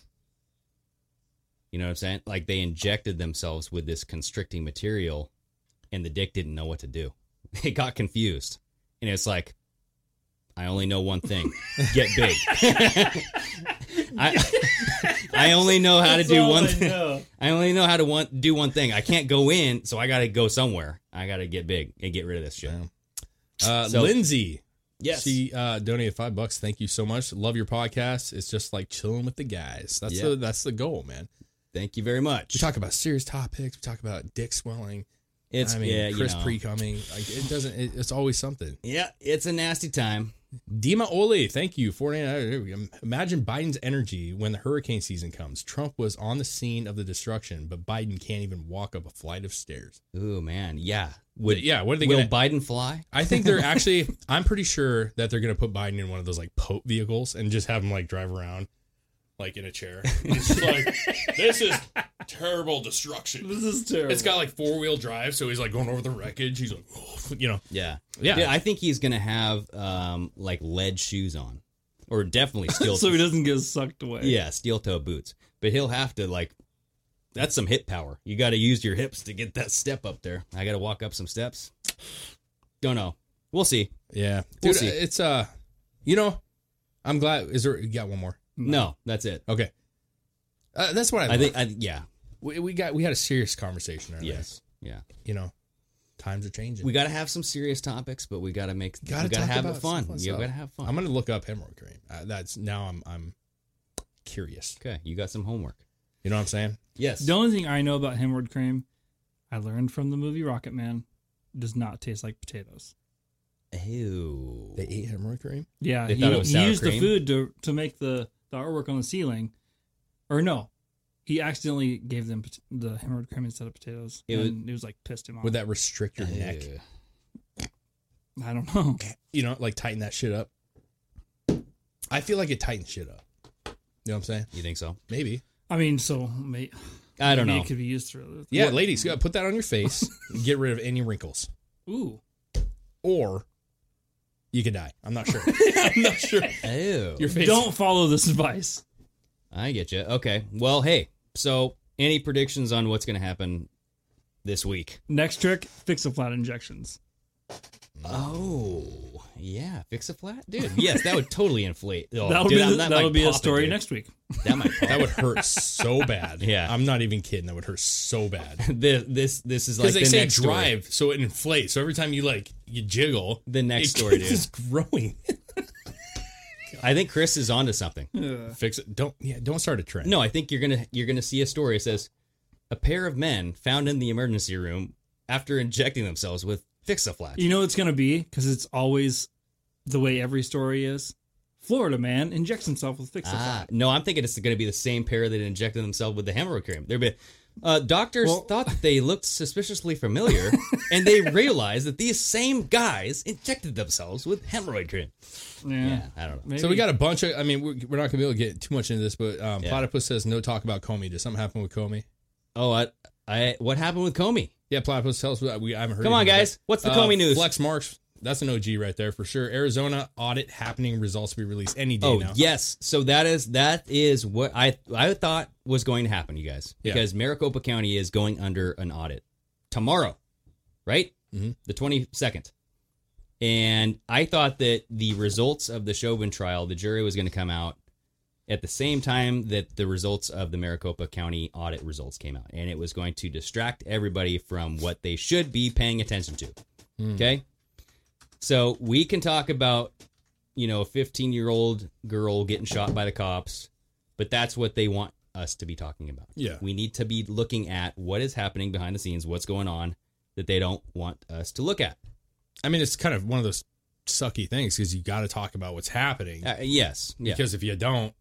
S6: You know what I'm saying? Like they injected themselves with this constricting material, and the dick didn't know what to do. *laughs* It got confused, and it's like, I only know one thing: get big. *laughs* I I only know how to
S7: That's
S6: do
S7: all
S6: one
S7: I
S6: thing.
S7: know.
S6: I only know how to one, do one thing. I can't go in, so I got to go somewhere. I got to get big and get rid of this shit.
S8: Uh,
S6: So-
S8: Lindsay,
S6: Yes.
S8: she uh, donated five bucks. Thank you so much. Love your podcast. It's just like chilling with the guys. That's
S6: Yeah.
S8: the that's the goal, man.
S6: Thank you very much.
S8: We talk about serious topics. We talk about dick swelling.
S6: It's
S8: I mean,
S6: yeah, you
S8: Chris
S6: know.
S8: Pre coming. Like, it doesn't. It, it's always something.
S6: Yeah, it's a nasty time.
S8: Dima Ole, thank you. 49. Imagine Biden's energy when the hurricane season comes. Trump was on the scene of the destruction, but Biden can't even walk up a flight of stairs.
S6: Ooh man, yeah. Would
S8: Yeah, what are they
S6: will
S8: gonna-
S6: Biden fly?
S8: I
S6: *laughs*
S8: think they're actually, I'm pretty sure that they're going to put Biden in one of those like Pope vehicles and just have him like drive around like in
S6: *laughs*
S8: a chair. It's just like, this is terrible destruction.
S7: This is terrible.
S8: It's got like four wheel drive, so he's like going over the wreckage. He's like, "Oh," you know,
S6: Yeah,
S8: Yeah.
S6: I think he's gonna have um like lead shoes on, or
S8: *laughs*
S6: definitely steel.
S7: so he doesn't get sucked away.
S6: yeah, steel toe boots. But he'll have to like. That's some hip power. You got to use your hips to get that step up there. I got to walk up some steps. Don't know. We'll see.
S8: yeah,
S6: We'll
S8: dude.
S6: see.
S8: it's uh, you know, I'm glad. Is there? You got one more?
S6: No, that's it.
S8: Okay. Uh, that's what I,
S6: I
S8: think.
S6: think. I, yeah.
S8: We, we got we had a serious conversation. Earlier.
S6: Yes. Yeah.
S8: You know, times are changing.
S6: We got to have some serious topics, but we got to make. we got to
S8: talk
S6: have
S8: about
S6: it fun.
S8: some
S6: You
S8: stuff.
S6: got to have fun.
S8: I'm gonna look up hemorrhoid cream. Uh, that's now I'm I'm curious.
S6: okay. You got some homework.
S8: You know what I'm saying?
S6: Yes.
S7: The only thing I know about hemorrhoid cream, I learned from the movie Rocket Man, does not taste like potatoes.
S6: Ew.
S8: They eat hemorrhoid cream.
S7: Yeah,
S6: They
S7: he,
S6: thought it was
S7: he
S6: sour
S7: used
S6: cream?
S7: the food to to make the, the artwork on the ceiling, or no, he accidentally gave them pot- the hemorrhoid cream instead of potatoes,
S6: It was-
S7: and it was like pissed him off.
S8: Would that restrict your neck?
S6: Ew.
S7: I don't know.
S8: You know, like tighten that shit up. I feel like it tightens shit up. You know what I'm saying?
S6: You think so?
S8: Maybe.
S7: I mean, so may,
S6: I don't
S7: maybe
S6: know.
S7: It could be used for other things.
S8: Yeah, ladies, you gotta put that on
S6: *laughs*
S8: your face. and get rid of any wrinkles,
S7: Ooh,
S8: or you could die. I'm *laughs* not sure. I'm not sure.
S6: Ew.
S8: Your face.
S7: don't follow this advice.
S6: I get you. Okay. Well, hey. So, any predictions on what's going to happen this week?
S7: Next trick: fix a flat injections.
S6: Oh, yeah. Fix a flat, dude. Yes, that would totally
S8: *laughs*
S6: inflate. Oh,
S7: that'll
S6: dude,
S7: be
S6: I'm-
S7: the- that'll
S6: might
S7: be a
S6: pop it,
S7: story
S6: dude.
S7: next week.
S6: That might.
S8: That would *laughs* hurt so bad.
S6: Yeah.
S8: I'm not even kidding. That would hurt so bad.
S6: this *laughs* this this is like
S8: Because
S6: the
S8: they say
S6: next story.
S8: drive, so it inflates. So every time you like you jiggle,
S6: The next
S8: it
S6: story,
S8: keeps *laughs*
S6: dude.
S8: just growing.
S6: I think Chris is onto something.
S8: Fix it. Don't yeah. Don't start a trend.
S6: No, I think you're gonna you're gonna see a story that says a pair of men found in the emergency room after injecting themselves with fix a flat.
S7: You know what it's gonna be because it's always the way every story is. Florida man injects himself with fix a
S6: Ah,
S7: flat.
S6: no, I'm thinking it's going to be the same pair that injected themselves with the hemorrhoid cream. They're be, uh, doctors
S7: Well-
S6: thought that they looked suspiciously
S7: *laughs*
S6: familiar, and they realized that these same guys injected themselves with hemorrhoid cream.
S7: Yeah.
S6: Yeah, I don't know.
S7: Maybe.
S8: So we got a bunch of. I mean, we're, we're not gonna be able to get too much into this, but um,
S6: Yeah.
S8: platypus says no talk about Comey. Did something happen with Comey?
S6: Oh, I, I what happened with Comey?
S8: Yeah, platypus tells us. We I haven't heard.
S6: Come on,
S8: anything about
S6: guys.
S8: it.
S6: What's the Comey news?
S8: Flex marks. That's an OG right there for sure. Arizona audit happening. Results will be released any day
S6: Oh
S8: now.
S6: yes, so that is that is what I I thought was going to happen, you guys,
S8: Yeah.
S6: because Maricopa County is going under an audit tomorrow, right?
S8: Mhm.
S6: The twenty second, and I thought that the results of the Chauvin trial, the jury was going to come out at the same time that the results of the Maricopa County audit results came out, and it was going to distract everybody from what they should be paying attention to. Okay, so we can talk about you know, a 15 year old girl getting shot by the cops, but that's what they want us to be talking about.
S8: Yeah.
S6: We need to be looking at what is happening behind the scenes, what's going on that they don't want us to look at.
S8: I mean, it's kind of one of those sucky things because you got to talk about what's happening.
S6: Uh, yes. Yeah.
S8: Because if you don't,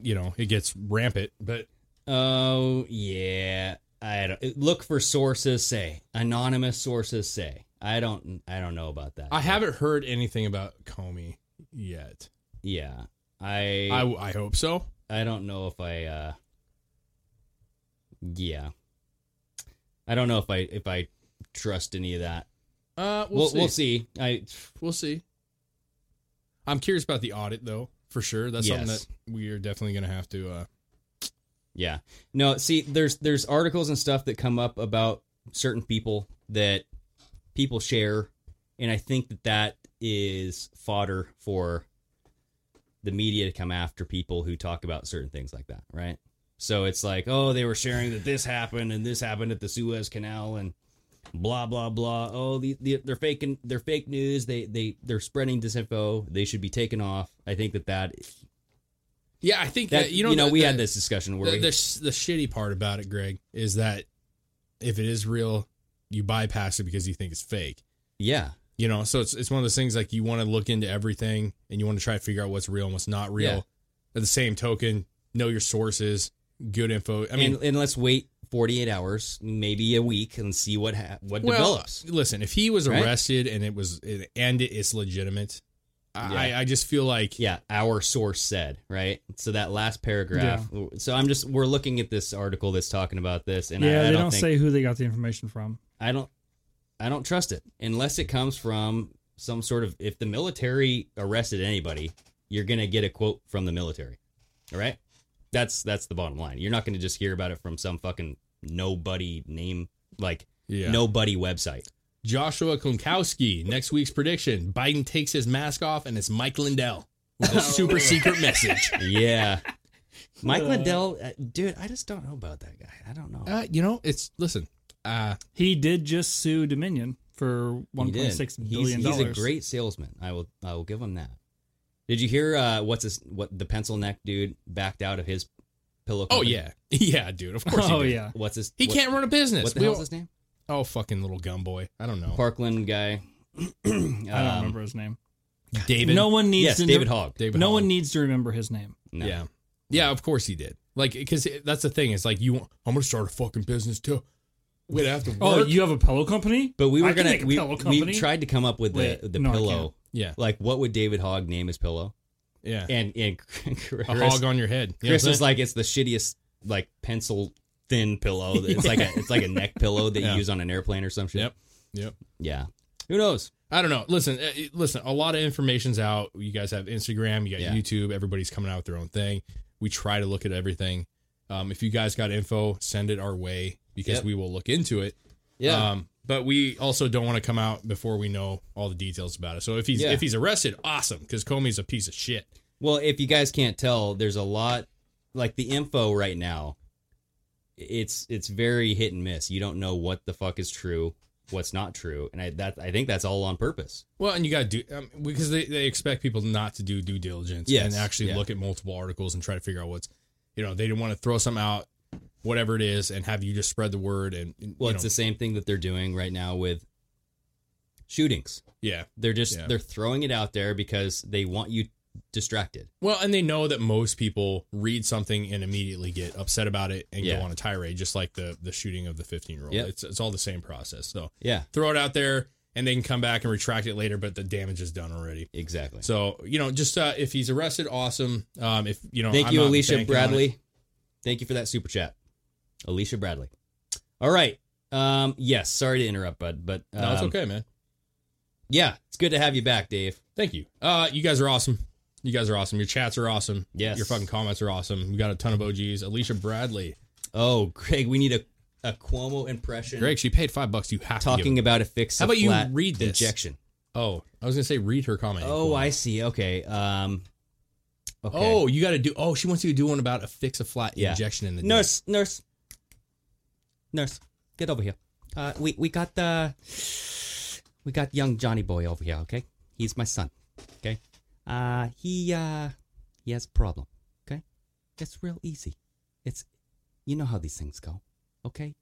S8: you know, it gets rampant. But
S6: oh, yeah. I don't, look for sources say, anonymous sources say. I don't. I don't know about that.
S8: I haven't heard anything about Comey yet.
S6: Yeah. I.
S8: I, I hope so.
S6: I don't know if I uh yeah. I don't know if I if I trust any of that.
S8: Uh,
S6: We'll
S8: we'll,
S6: we'll see. I
S8: We'll see. I'm curious about the audit though, for sure. That's
S6: Yes.
S8: something that we are definitely going to have to. Uh,
S6: yeah. No, see there's there's articles and stuff that come up about certain people that people share and I think that that is fodder for the media to come after people who talk about certain things like that, right? So it's like, oh, they were sharing that this happened and this happened at the Suez Canal and blah blah blah. Oh, the, the, they're faking, they're fake news. They they they're spreading disinfo. They should be taken off. I think that that,
S8: yeah, I think
S6: that
S8: that, you know the-
S6: we
S8: the-
S6: had this discussion where
S8: the,
S6: we,
S8: the, sh- the shitty part about it, Greg, is that if it is real, you bypass it because you think it's fake.
S6: yeah
S8: You know, so it's it's one of those things like you want to look into everything and you want to try to figure out what's real and what's not real.
S6: Yeah.
S8: At the same token, know your sources, good info. I mean,
S6: and, and let's wait forty eight hours, maybe a week, and see what ha- what develops.
S8: Listen, if he was
S6: Right?
S8: arrested and it was it- and it's legitimate, I,
S6: Yeah.
S8: I just feel like
S6: Yeah, our source said, right? So that last paragraph. So I'm just we're looking at this article that's talking about this, and I-
S7: yeah,
S6: I,
S7: they
S6: don't,
S7: don't
S6: think,
S7: say who they got the information from.
S6: I don't I don't trust it unless it comes from some sort of if the military arrested anybody, you're going to get a quote from the military. All right? That's that's the bottom line. You're not going to just hear about it from some fucking nobody name like
S8: Yeah.
S6: nobody website.
S8: Joshua Konkowski next week's prediction: Biden takes his mask off and it's Mike Lindell with a
S6: *laughs*
S8: super secret message.
S7: *laughs*
S6: Yeah. Mike Lindell, uh, dude, I just don't know about that guy. I don't know.
S8: Uh, you know, it's listen. Uh,
S7: He did just sue Dominion for one
S6: He did.
S7: point six
S6: He's-
S7: billion
S6: he's,
S7: dollars.
S6: a great salesman. I will I will give him that. Did you hear uh, what's his, what the pencil neck dude backed out of his pillow?
S8: oh
S6: company?
S8: yeah, *laughs* yeah, dude. Of course.
S7: Oh
S8: he did.
S7: yeah,
S6: What's his?
S8: He
S6: what-
S8: can't run a business.
S6: What the
S8: We
S6: hell's
S8: all-
S6: his name?
S8: Oh fucking little gum boy. I don't know.
S6: Parkland guy.
S7: Oh.
S6: *clears throat* Um,
S7: I don't remember his name.
S8: David.
S7: no one needs
S6: Yes,
S7: to
S6: David Hogg.
S8: David
S7: no
S8: Holland.
S7: one needs to remember his name.
S6: No.
S8: Yeah. Yeah, of course he did. Like, because that's the thing. It's like, you, I'm going to start a fucking business too. We'd have to work.
S7: Oh, you have a pillow company?
S6: But we
S7: I
S6: were
S7: can
S6: gonna
S7: make a
S6: we,
S7: pillow
S6: we
S7: company.
S6: tried to come up with
S7: Wait,
S6: the the
S7: no, I
S6: pillow.
S8: yeah.
S6: Like what would David Hogg name his pillow?
S8: Yeah.
S6: And and *laughs*
S8: a
S6: Chris,
S8: hog on your head. You know
S6: Chris
S8: what I'm
S6: was
S8: saying?
S6: like it's the shittiest like pencil thin
S8: *laughs*
S6: pillow. It's like a it's like a neck pillow that
S8: Yeah.
S6: you use on an airplane or some shit.
S8: Yep. Yep.
S6: Yeah. Who knows?
S8: I don't know. Listen, uh, listen, a lot of information's out. You guys have Instagram, you got
S6: Yeah.
S8: YouTube, everybody's coming out with their own thing. We try to look at everything. Um, if you guys got info, send it our way because
S6: Yep.
S8: we will look into it. Um, but we also don't want to come out before we know all the details about it. So if he's
S6: Yeah.
S8: if he's arrested, awesome, because Comey's a piece of shit.
S6: Well, if you guys can't tell, there's a lot like the info right now. It's it's very hit and miss. You don't know what the fuck is true, what's not true, and I that I think that's all on purpose.
S8: Well, and you got to do um, because they, they expect people not to do due diligence
S6: Yes,
S8: and actually
S6: yeah.
S8: look at multiple articles and try to figure out what's, you know, they didn't want to throw some out, whatever it is, and have you just spread the word and and,
S6: Well,
S8: you
S6: it's
S8: know,
S6: the same thing that they're doing right now with shootings.
S8: yeah.
S6: They're just
S8: Yeah.
S6: they're throwing it out there because they want you distracted.
S8: Well, and they know that most people read something and immediately get upset about it and
S6: Yeah.
S8: go on a tirade, just like the the shooting of the fifteen year old.
S6: Yep.
S8: It's it's all the same process. So
S6: Yeah,
S8: throw it out there and they can come back and retract it later, but the damage is done already.
S6: exactly. So,
S8: So you know, just uh, if he's arrested, awesome. Um, if you know,
S6: Thank
S8: I'm
S6: you,
S8: not
S6: Alicia
S8: banking on it.
S6: Bradley. Thank you for that super chat, Alicia Bradley. All right. Um. Yes. Sorry to interrupt, bud. But um,
S8: No, it's okay, man.
S6: Yeah, it's good to have you back, Dave.
S8: Thank you. Uh, you guys are awesome. You guys are awesome. Your chats are awesome.
S6: Yes.
S8: Your fucking comments are awesome. We got a ton of OGs. Alicia Bradley,
S6: Oh, Greg, we need a, a Cuomo impression.
S8: Greg. She paid five bucks. You have to give
S6: talking
S8: it.
S6: about a fix.
S8: How about you read this?
S6: injection?
S8: Oh, I was gonna say read her comment.
S6: Oh, I see. Okay. Um. Okay.
S8: Oh, you got to do. Oh, she wants you to do one about a fix a flat
S6: Yeah.
S8: injection in the dick.
S6: nurse, nurse, nurse, get over here. Uh, we we got the we got young Johnny boy over here. Okay, he's my son. Okay, uh, he uh he has a problem. Okay, it's real easy. It's you know how these things go. Okay,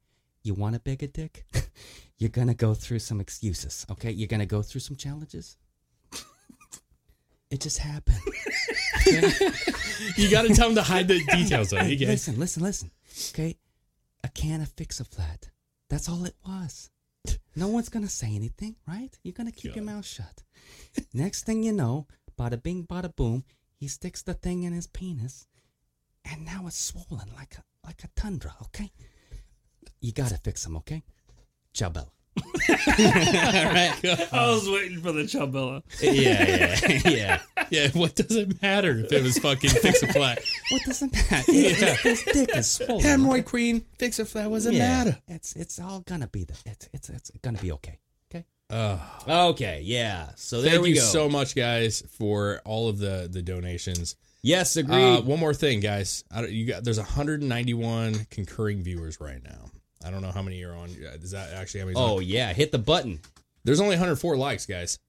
S6: you want a bigger dick, *laughs* you're gonna go through some excuses. Okay, you're gonna go through some challenges. *laughs* It just happened.
S8: You got to tell him to hide *laughs* the details of it. You guys-
S6: Listen, listen, listen. Okay, a can of fix a flat. That's all it was. No one's gonna say anything, right? You're gonna keep your mouth shut. Next thing you know, bada bing, bada boom, he sticks the thing in his penis, and now it's swollen like a like a tundra. Okay, you gotta fix him. Okay, Chabela.
S7: I was waiting for the Chabela.
S8: yeah, *laughs* yeah, yeah, yeah. What does it matter if it was fucking fix a flat?
S6: What doesn't matter? Yeah. His dick is swollen.
S8: *laughs* Hemorrhoid queen, fix a flat. What's it
S6: Yeah.
S8: matter?
S6: It's it's all gonna be the it's it's it's gonna be okay. Okay.
S8: Oh.
S6: Okay. Yeah. So there
S8: Thank
S6: we
S8: you
S6: go.
S8: so much, guys, for all of the the donations.
S6: yes, agreed.
S8: Uh, one more thing, guys. I don't, you got there's 191 concurring viewers right now. I don't know how many are on. Is that actually how many?
S6: oh yeah, hit the button.
S8: There's only 104 likes, guys.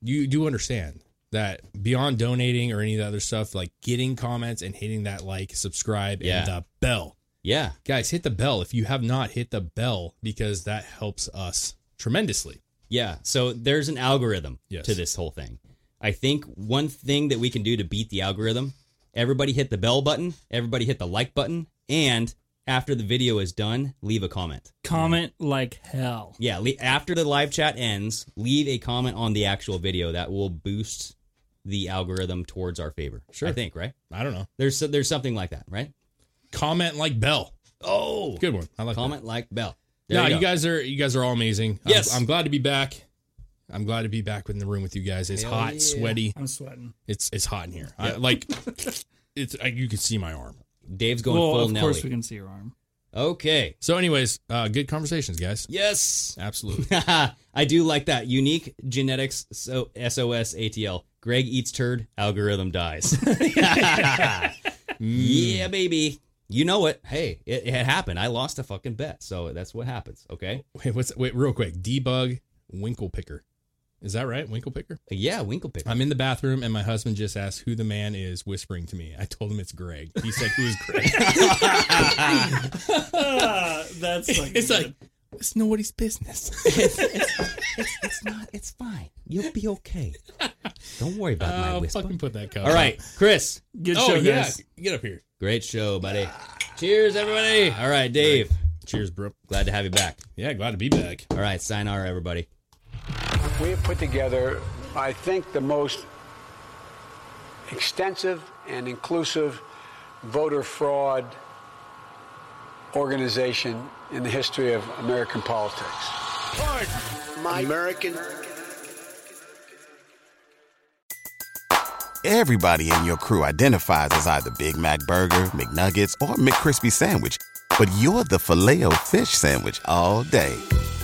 S8: You do understand that beyond donating or any of the other stuff, like getting comments and hitting that like, subscribe,
S6: Yeah.
S8: and the bell.
S6: Yeah.
S8: Guys, hit the bell if you have not hit the bell because that helps us tremendously.
S6: Yeah. So there's an algorithm
S8: Yes.
S6: to this whole thing. I think one thing that we can do to beat the algorithm, everybody hit the bell button, everybody hit the like button, and after the video is done, leave a comment.
S7: Comment like hell.
S6: Yeah, le- after the live chat ends, leave a comment on the actual video that will boost the algorithm towards our favor.
S8: Sure.
S6: I think, right?
S8: I don't know.
S6: There's there's something like that, right?
S8: Comment like bell.
S6: Oh,
S8: Good one. I like that.
S6: comment like bell. There
S8: No, you,
S6: you, go.
S8: guys are you guys are all amazing. I'm-
S6: Yes.
S8: I'm, glad to be back. I'm glad to be back in the room with you guys. It's hot, sweaty.
S7: I'm sweating.
S8: It's it's hot in here.
S6: *laughs*
S8: I- like it's I, you can see my arm.
S6: Dave's going
S7: well,
S6: full
S7: of
S6: Nelly.
S7: course we can see your
S6: *laughs*
S7: arm.
S6: Okay.
S8: So, anyways, uh, good conversations, guys.
S6: Yes. *laughs*
S8: Absolutely. *laughs*
S6: I do like that. Unique genetics so SOS ATL. Greg eats turd, algorithm dies. *laughs*
S7: Hmm.
S6: yeah, baby. You know it. Hey, it, it happened. I lost a fucking bet. So that's what happens. Okay.
S8: wait, what's wait real quick? Debug Winkle Picker. Is that right? Winkle Picker.
S6: Yeah, Winkle Picker.
S8: I'm in the bathroom and my husband just asked who the man is whispering to me. I told him it's Greg. He said, "Who is
S6: *laughs*
S8: Greg?"
S7: Ah, that's like
S8: it's like it's nobody's business.
S6: it's not, it's fine. You'll be okay. Don't worry about my
S7: Uh,
S8: I'll
S6: whisper.
S8: fucking put that cover.
S6: All right, Chris.
S7: good
S8: Oh
S7: show,
S8: yeah,
S7: guys.
S8: get up here.
S6: Great show, buddy. Cheers, everybody. All right, Dave.
S8: Cheers, bro.
S6: Glad to have you back.
S8: Yeah, glad to be back.
S6: All right, sign our everybody.
S9: We have put together, I think, the most extensive and inclusive voter fraud organization in the history of American politics.
S2: My American.
S10: Everybody in your crew identifies as either Big Mac Burger, McNuggets, or McCrispy Sandwich. But you're the filet fish Sandwich all day.